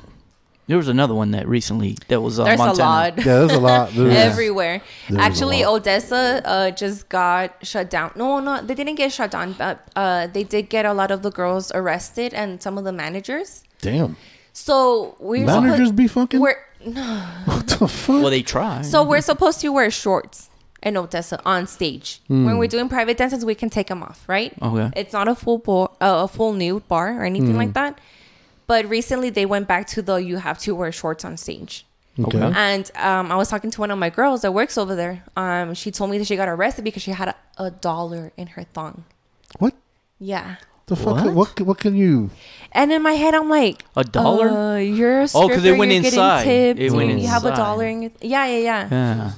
[SPEAKER 3] there was another one that recently that was uh,
[SPEAKER 4] There's
[SPEAKER 3] Montana.
[SPEAKER 4] a lot.
[SPEAKER 2] yeah, there's a lot. There's,
[SPEAKER 4] everywhere.
[SPEAKER 2] There was a
[SPEAKER 4] Actually,
[SPEAKER 2] lot.
[SPEAKER 4] Odessa uh, just got shut down. No, no, they didn't get shut down, but uh, they did get a lot of the girls arrested and some of the managers.
[SPEAKER 2] Damn.
[SPEAKER 4] So we're
[SPEAKER 2] Managers
[SPEAKER 4] suppo-
[SPEAKER 2] be fucking?
[SPEAKER 4] We're
[SPEAKER 2] What the fuck?
[SPEAKER 3] Well, they try.
[SPEAKER 4] so we're supposed to wear shorts in Odessa on stage.
[SPEAKER 2] Hmm.
[SPEAKER 4] When we're doing private dances, we can take them off, right?
[SPEAKER 2] Oh,
[SPEAKER 3] Okay.
[SPEAKER 4] It's not a full bo- uh, a full nude bar or
[SPEAKER 2] Hmm.
[SPEAKER 4] anything like that. But recently, they went back to the you have to wear shorts on stage.
[SPEAKER 2] okay.
[SPEAKER 3] Okay.
[SPEAKER 4] And um, I was talking to one of my girls that works over there. Um, she told me that she got arrested because she had a, a dollar in her thong.
[SPEAKER 2] What
[SPEAKER 4] Yeah.
[SPEAKER 2] the fuck? What? What, can you?
[SPEAKER 4] And in my head, I'm like,
[SPEAKER 3] A dollar?
[SPEAKER 4] Uh, you're a stripper.
[SPEAKER 3] Oh, 'cause it went
[SPEAKER 4] you're getting
[SPEAKER 3] inside.
[SPEAKER 4] tipped,
[SPEAKER 3] It went
[SPEAKER 4] You have a
[SPEAKER 3] inside.
[SPEAKER 4] dollar in your. yeah, yeah, yeah.
[SPEAKER 3] yeah.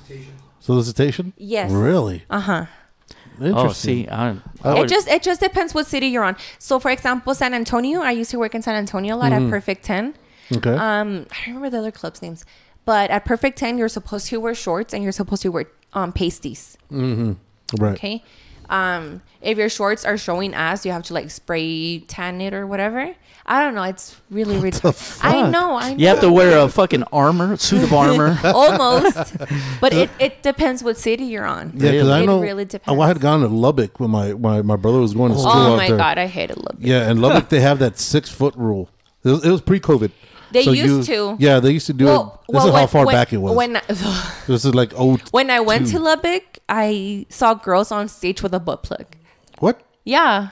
[SPEAKER 2] Solicitation?
[SPEAKER 4] Yes.
[SPEAKER 2] Really?
[SPEAKER 4] Uh huh.
[SPEAKER 2] Interesting.
[SPEAKER 3] Uh-huh. Oh, see, I, I
[SPEAKER 4] It
[SPEAKER 3] would-
[SPEAKER 4] just it just depends what city you're on. So, for example, San Antonio. I used to work in San Antonio a lot
[SPEAKER 3] Mm-hmm.
[SPEAKER 4] at Perfect Ten.
[SPEAKER 2] Okay.
[SPEAKER 3] Uh,
[SPEAKER 4] Um, I don't remember the other clubs names, but at Perfect Ten, you're supposed to wear shorts and you're supposed to wear um pasties.
[SPEAKER 2] right.
[SPEAKER 4] Okay. Um, if your shorts are showing ass, you have to like spray tan it or whatever. I don't know. It's really ridiculous. I
[SPEAKER 2] fuck?
[SPEAKER 4] know. I know.
[SPEAKER 3] you have to wear a fucking armor, suit of armor.
[SPEAKER 4] almost, but it, it depends what city you're on.
[SPEAKER 2] Yeah, because I
[SPEAKER 4] It
[SPEAKER 2] know.
[SPEAKER 4] really
[SPEAKER 2] Oh, I had
[SPEAKER 4] depends.
[SPEAKER 2] gone to Lubbock when my, my, my brother was going to school
[SPEAKER 4] Oh
[SPEAKER 2] out
[SPEAKER 4] my
[SPEAKER 2] there.
[SPEAKER 4] god, I hate it a little bit.
[SPEAKER 2] Yeah, and Lubbock they have that six foot rule. It was, pre COVID.
[SPEAKER 4] They used to.
[SPEAKER 2] Yeah, they used to do it. This is how
[SPEAKER 4] when-
[SPEAKER 2] far
[SPEAKER 4] when-
[SPEAKER 2] back it was.
[SPEAKER 4] When I,
[SPEAKER 2] this is like oh
[SPEAKER 4] when I went
[SPEAKER 2] Dude.
[SPEAKER 4] to Lubbock, I saw girls on stage with a butt plug.
[SPEAKER 2] what?
[SPEAKER 4] Yeah,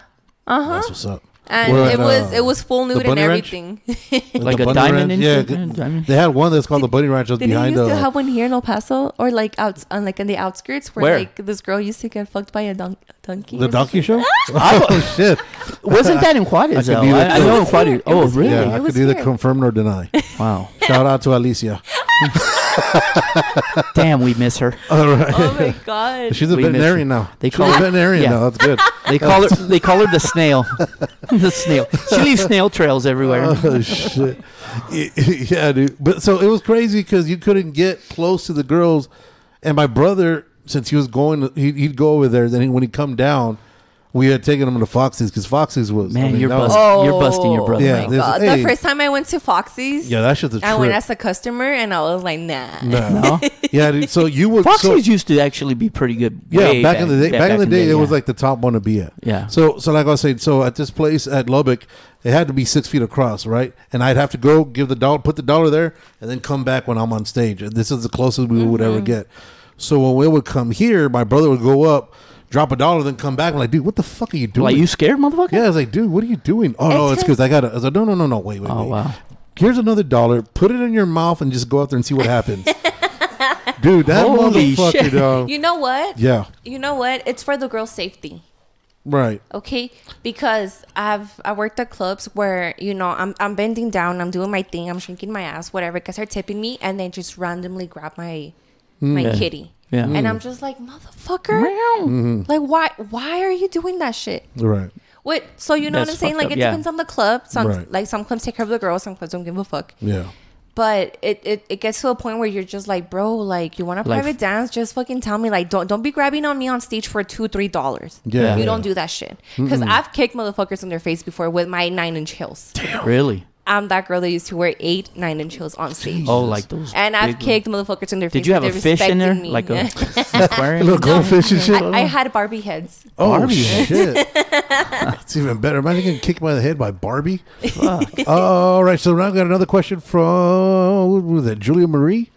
[SPEAKER 2] That's what's up.
[SPEAKER 4] and
[SPEAKER 2] We're
[SPEAKER 4] it
[SPEAKER 2] at,
[SPEAKER 4] was
[SPEAKER 2] uh,
[SPEAKER 4] it was full nude and
[SPEAKER 2] Bunny Ranch?
[SPEAKER 4] everything.
[SPEAKER 2] at the
[SPEAKER 3] Like a
[SPEAKER 2] Bunny
[SPEAKER 3] diamond
[SPEAKER 2] Ranch.
[SPEAKER 3] in-
[SPEAKER 2] Yeah,
[SPEAKER 3] yeah, diamond.
[SPEAKER 2] they had one that's called the Bunny Ranch. That was
[SPEAKER 4] Did they
[SPEAKER 2] behind uh,
[SPEAKER 4] used to
[SPEAKER 2] the.
[SPEAKER 4] have one here in El Paso or like out on like in the outskirts where,
[SPEAKER 3] Where?
[SPEAKER 4] like this girl used to get fucked by a don- donkey?
[SPEAKER 2] The
[SPEAKER 4] or something?
[SPEAKER 2] donkey show? oh shit!
[SPEAKER 3] Wasn't that in Juarez?
[SPEAKER 2] I could
[SPEAKER 3] though? I,
[SPEAKER 2] do that
[SPEAKER 3] I
[SPEAKER 2] too.
[SPEAKER 3] know in Juarez. Oh,
[SPEAKER 4] was
[SPEAKER 3] really?
[SPEAKER 4] here.
[SPEAKER 2] Yeah,
[SPEAKER 4] it
[SPEAKER 2] I could
[SPEAKER 4] was
[SPEAKER 2] either
[SPEAKER 4] here.
[SPEAKER 2] confirm nor deny.
[SPEAKER 3] Wow.
[SPEAKER 2] Shout out to Alicia.
[SPEAKER 3] Damn, we miss her.
[SPEAKER 2] All right,
[SPEAKER 4] Oh my god!
[SPEAKER 2] she's a
[SPEAKER 3] We miss
[SPEAKER 2] veterinarian
[SPEAKER 3] her.
[SPEAKER 2] now.
[SPEAKER 3] They
[SPEAKER 2] she's
[SPEAKER 3] call
[SPEAKER 2] a
[SPEAKER 3] her-
[SPEAKER 2] veterinarian
[SPEAKER 3] yeah.
[SPEAKER 2] now. That's good.
[SPEAKER 3] They call her. They call her the snail. the snail. She leaves snail trails everywhere.
[SPEAKER 2] Oh shit! Y- yeah, dude. But so it was crazy because you couldn't get close to the girls, and my brother, since he was going, he'd, he'd go over there. Then he, when he come down, we had taken him to Foxy's because Foxy's was I
[SPEAKER 3] Man,
[SPEAKER 2] mean,
[SPEAKER 3] you're
[SPEAKER 2] that was-
[SPEAKER 3] busting. you're busting your brother.
[SPEAKER 2] Yeah,
[SPEAKER 4] Oh
[SPEAKER 2] this
[SPEAKER 4] my
[SPEAKER 2] is-
[SPEAKER 4] God.
[SPEAKER 2] hey.
[SPEAKER 4] The first time I went to Foxy's,
[SPEAKER 2] Yeah, that shit's a
[SPEAKER 4] I went
[SPEAKER 2] trip.
[SPEAKER 4] as a customer and I was like, nah.
[SPEAKER 2] No. yeah, dude. So you were so-
[SPEAKER 3] Foxy's used to actually be pretty good.
[SPEAKER 2] Yeah,
[SPEAKER 3] way
[SPEAKER 2] back, in the day, back, in the day, it was
[SPEAKER 3] yeah.
[SPEAKER 2] like the top one to be at.
[SPEAKER 3] Yeah.
[SPEAKER 2] So, so like I was saying, so at this place at Lubbock, it had to be six feet across, right? And I'd have to go give the dollar, put the dollar there, and then come back when I'm on stage. And this is the closest we would ever get. So when we would come here, my brother would go up, drop a dollar, then come back. I'm like, dude, what the fuck are you doing?
[SPEAKER 3] like you scared, motherfucker.
[SPEAKER 2] Yeah, I was like, dude, what are you doing? Oh no, it's because I got. to I was like, no, no, no, no, wait, wait,
[SPEAKER 3] Oh,
[SPEAKER 2] wait.
[SPEAKER 3] wow.
[SPEAKER 2] Here's another dollar. Put it in your mouth and just go out there and see what happens. dude, that
[SPEAKER 3] Holy
[SPEAKER 2] motherfucker,
[SPEAKER 3] shit.
[SPEAKER 2] dog.
[SPEAKER 4] You know what?
[SPEAKER 2] Yeah,
[SPEAKER 4] You know what? It's for the girls' safety.
[SPEAKER 2] right.
[SPEAKER 4] Okay, because I've I worked at clubs where you know I'm I'm bending down, I'm doing my thing, I'm shrinking my ass, whatever. Because they're tipping me, and they just randomly grab my
[SPEAKER 3] Mm.
[SPEAKER 4] my
[SPEAKER 3] Yeah.
[SPEAKER 4] kitty,
[SPEAKER 3] Yeah. Mm.
[SPEAKER 4] and I'm just like motherfucker, like why why are you doing that shit?
[SPEAKER 2] Right.
[SPEAKER 4] What? So you know
[SPEAKER 3] That's
[SPEAKER 4] what I'm saying?
[SPEAKER 3] fucked
[SPEAKER 4] Like
[SPEAKER 3] up,
[SPEAKER 4] it
[SPEAKER 3] yeah.
[SPEAKER 4] depends on the club. Some
[SPEAKER 2] Right.
[SPEAKER 4] like some clubs take care of the girls, some clubs don't give a fuck.
[SPEAKER 2] Yeah.
[SPEAKER 4] But it, it, it gets to a point where you're just like, bro, like you want a
[SPEAKER 3] Like-
[SPEAKER 4] private dance? Just fucking tell me. Like don't don't be grabbing on me on stage for two three dollars.
[SPEAKER 2] Yeah.
[SPEAKER 4] You don't do that shit. Because I've kicked motherfuckers in their face before with my nine inch heels.
[SPEAKER 3] Really?
[SPEAKER 4] I'm that girl that used to wear eight nine inch heels on stage.
[SPEAKER 3] Oh, like those.
[SPEAKER 4] and I've
[SPEAKER 3] big-
[SPEAKER 4] kicked motherfuckers in their face.
[SPEAKER 3] Did you have a
[SPEAKER 4] but they're
[SPEAKER 3] fish in there,
[SPEAKER 4] respecting me.
[SPEAKER 3] like a aquarium?
[SPEAKER 2] Little goldfish and shit.
[SPEAKER 4] I, I had Barbie heads.
[SPEAKER 2] oh
[SPEAKER 3] Barbie.
[SPEAKER 2] shit! That's even better. Imagine getting kicked by the head by Barbie. all right, so now I've got another question from who was that Julia Marie.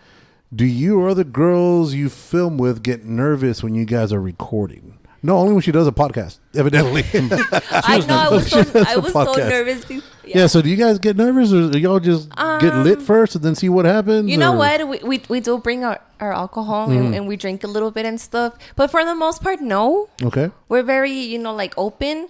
[SPEAKER 2] Do you or other girls you film with get nervous when you guys are recording? No, only when she does a podcast, evidently.
[SPEAKER 4] I know. I was so, I was so
[SPEAKER 2] Podcast.
[SPEAKER 4] nervous. be-
[SPEAKER 2] yeah. So do you guys get nervous, or y'all just get
[SPEAKER 3] Um,
[SPEAKER 2] lit first and then see what happens?
[SPEAKER 4] You know
[SPEAKER 2] or-
[SPEAKER 4] what? We, we, we do bring our, our alcohol
[SPEAKER 3] Mm-hmm.
[SPEAKER 4] and, and we drink a little bit and stuff. But for the most part, no.
[SPEAKER 2] Okay.
[SPEAKER 4] We're very, you know, like open.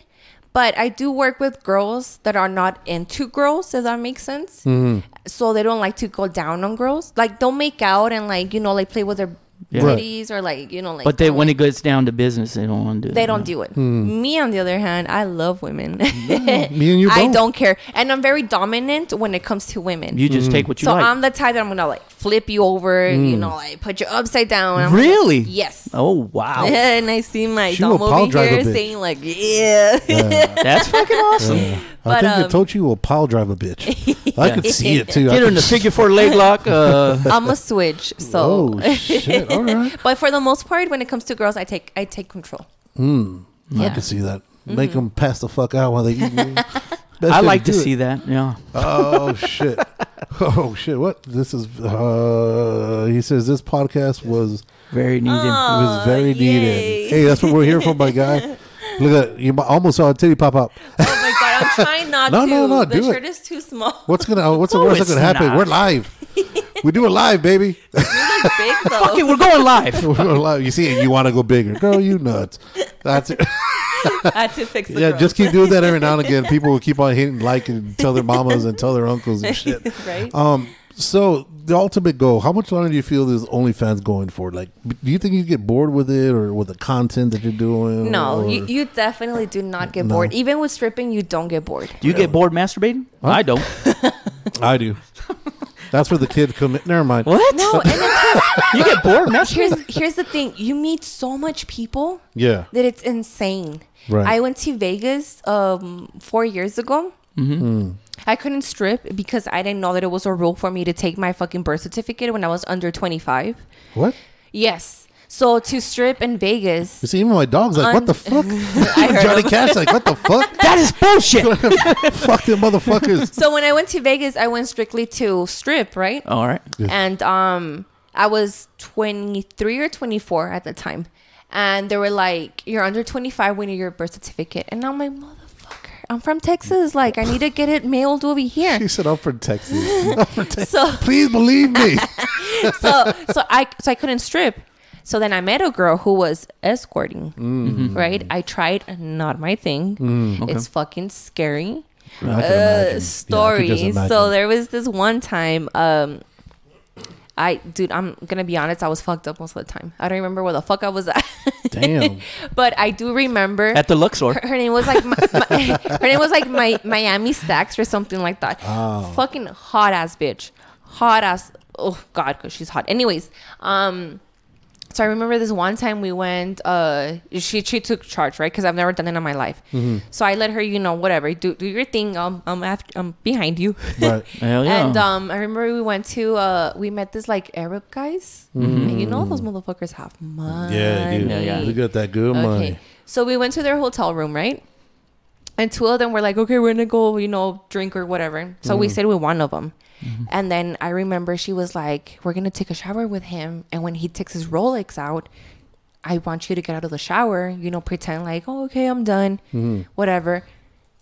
[SPEAKER 4] But I do work with girls that are not into girls, if that makes sense.
[SPEAKER 2] Mm-hmm.
[SPEAKER 4] So they don't like to go down on girls. Like, don't make out and, like, you know, like play with their
[SPEAKER 3] Yeah.
[SPEAKER 2] Right.
[SPEAKER 4] titties or, like, you know, like.
[SPEAKER 3] But they,
[SPEAKER 4] don't-
[SPEAKER 3] when it goes down to business, they don't want to do.
[SPEAKER 4] they
[SPEAKER 3] that.
[SPEAKER 2] Mm-hmm.
[SPEAKER 4] don't do it. Me, on the other hand, I love women.
[SPEAKER 2] Me and you
[SPEAKER 4] I
[SPEAKER 2] both.
[SPEAKER 4] don't care. And I'm very dominant when it comes to women.
[SPEAKER 3] You
[SPEAKER 2] Mm.
[SPEAKER 3] just take what you
[SPEAKER 4] so
[SPEAKER 3] like.
[SPEAKER 4] I'm the type that I'm gonna like flip you over, you know, like put you upside down. I'm
[SPEAKER 3] really?
[SPEAKER 4] Like, yes.
[SPEAKER 3] Oh wow,
[SPEAKER 4] and I see my
[SPEAKER 2] She will
[SPEAKER 4] dom over
[SPEAKER 2] pile drive a
[SPEAKER 4] here
[SPEAKER 2] bitch.
[SPEAKER 4] saying like, yeah.
[SPEAKER 3] that's fucking awesome.
[SPEAKER 2] Uh, I
[SPEAKER 4] But,
[SPEAKER 2] think
[SPEAKER 4] um,
[SPEAKER 2] Itochi will pile drive a bitch. I could see it too. I
[SPEAKER 3] Get her
[SPEAKER 2] could
[SPEAKER 3] in the
[SPEAKER 2] s-
[SPEAKER 3] figure four leg lock. Uh,
[SPEAKER 4] I'm a switch. So,
[SPEAKER 2] Oh shit! All right,
[SPEAKER 4] but for the most part, when it comes to girls, I take I take control.
[SPEAKER 2] I could see that. Make them pass the fuck out while they eat. me. Best
[SPEAKER 3] I
[SPEAKER 2] way
[SPEAKER 3] like to
[SPEAKER 2] do it.
[SPEAKER 3] see that. Yeah.
[SPEAKER 2] Oh shit! Oh shit! What? This is. uh He says this podcast was
[SPEAKER 3] Very needed.
[SPEAKER 2] was very
[SPEAKER 4] yay.
[SPEAKER 2] needed. Hey, that's what we're here for, my guy. Look at you! Almost saw a titty pop up.
[SPEAKER 4] Oh my god, I'm trying not
[SPEAKER 2] No,
[SPEAKER 4] to.
[SPEAKER 2] no, no,
[SPEAKER 4] the
[SPEAKER 2] do it.
[SPEAKER 4] shirt is too small.
[SPEAKER 2] What's gonna? uh, What's the
[SPEAKER 3] No,
[SPEAKER 2] worst that
[SPEAKER 3] it's
[SPEAKER 2] could happen?
[SPEAKER 3] not.
[SPEAKER 2] We're live. We do it live, baby.
[SPEAKER 4] Really big though.
[SPEAKER 3] Okay, we're going live.
[SPEAKER 2] We're live. You see it? You want to go bigger, girl? You nuts? That's it.
[SPEAKER 4] I had to fix the
[SPEAKER 2] Yeah,
[SPEAKER 4] girls,
[SPEAKER 2] just keep doing that every now and again. People will keep on hitting like and tell their mamas and tell their uncles and shit.
[SPEAKER 4] right.
[SPEAKER 2] Um, so the ultimate goal. How much longer do you feel this OnlyFans going for? Like, do you think you get bored with it or with the content that you're doing?
[SPEAKER 4] no,
[SPEAKER 2] or-
[SPEAKER 4] you, you definitely do not get bored. Even with stripping, you don't get bored.
[SPEAKER 3] Do you get bored masturbating? I don't.
[SPEAKER 2] I do. That's where the kid come. in. Never mind.
[SPEAKER 3] What?
[SPEAKER 4] No, and then
[SPEAKER 3] You get bored masturbating?
[SPEAKER 4] here's here's the thing: you meet so much people.
[SPEAKER 2] Yeah.
[SPEAKER 4] that it's insane.
[SPEAKER 2] Right.
[SPEAKER 4] I went to Vegas um, four years ago.
[SPEAKER 2] Mm-hmm.
[SPEAKER 4] Mm. I couldn't strip because I didn't know that it was a rule for me to take my fucking birth certificate when I was under 25.
[SPEAKER 2] What?
[SPEAKER 4] Yes. So to strip in Vegas,
[SPEAKER 2] You see, even my dog's like, what the fuck?
[SPEAKER 4] I heard
[SPEAKER 2] Johnny
[SPEAKER 4] of-
[SPEAKER 2] Cash like, what the fuck?
[SPEAKER 3] That is bullshit.
[SPEAKER 2] fuck them motherfuckers.
[SPEAKER 4] So when I went to Vegas, I went strictly to strip, right?
[SPEAKER 3] All right.
[SPEAKER 4] and um I was 23 or 24 at the time. And they were like, "You're under 25 when you get your birth certificate." And I'm like, "Motherfucker, I'm from Texas. Like, I need to get it mailed over here."
[SPEAKER 2] She said, I'm from Texas. I'm from Texas.
[SPEAKER 4] So,
[SPEAKER 2] Please believe
[SPEAKER 4] Uh,
[SPEAKER 2] me.
[SPEAKER 4] so, so I, so I couldn't strip. So then I met a girl who was escorting. Right? I tried, not my thing. It's fucking scary. uh, story. so there was this one time. Um, I dude, I'm gonna be honest. I was fucked up most of the time. I don't remember where the fuck I was at.
[SPEAKER 2] Damn.
[SPEAKER 4] but I do remember.
[SPEAKER 3] At the Luxor.
[SPEAKER 4] her, her name was like my, my- her name was like my Miami Stacks or something like that. Fucking hot ass bitch, hot ass. Oh god, because she's hot. Anyways, um, so I remember this one time we went. Uh, she she took charge, right? Because I've never done it in my life. So I let her, you know, whatever, do do your thing. Um, I'm after, I'm behind you.
[SPEAKER 2] Right.
[SPEAKER 3] Hell yeah.
[SPEAKER 4] And um, I remember we went to uh, we met this like Arab guys. And you know those motherfuckers have money.
[SPEAKER 2] Yeah, dude.
[SPEAKER 3] Yeah, Mm-hmm. yeah.
[SPEAKER 2] We got that good money.
[SPEAKER 4] So we went to their hotel room, right? And two of them were like, okay, we're going to go, you know, drink or whatever. So
[SPEAKER 3] Mm.
[SPEAKER 4] we stayed with one of them.
[SPEAKER 3] Mm-hmm.
[SPEAKER 4] And then I remember she was like, we're going to take a shower with him. And when he takes his Rolex out, I want you to get out of the shower, you know, pretend like, oh, okay, I'm done,
[SPEAKER 3] Mm-hmm.
[SPEAKER 4] whatever.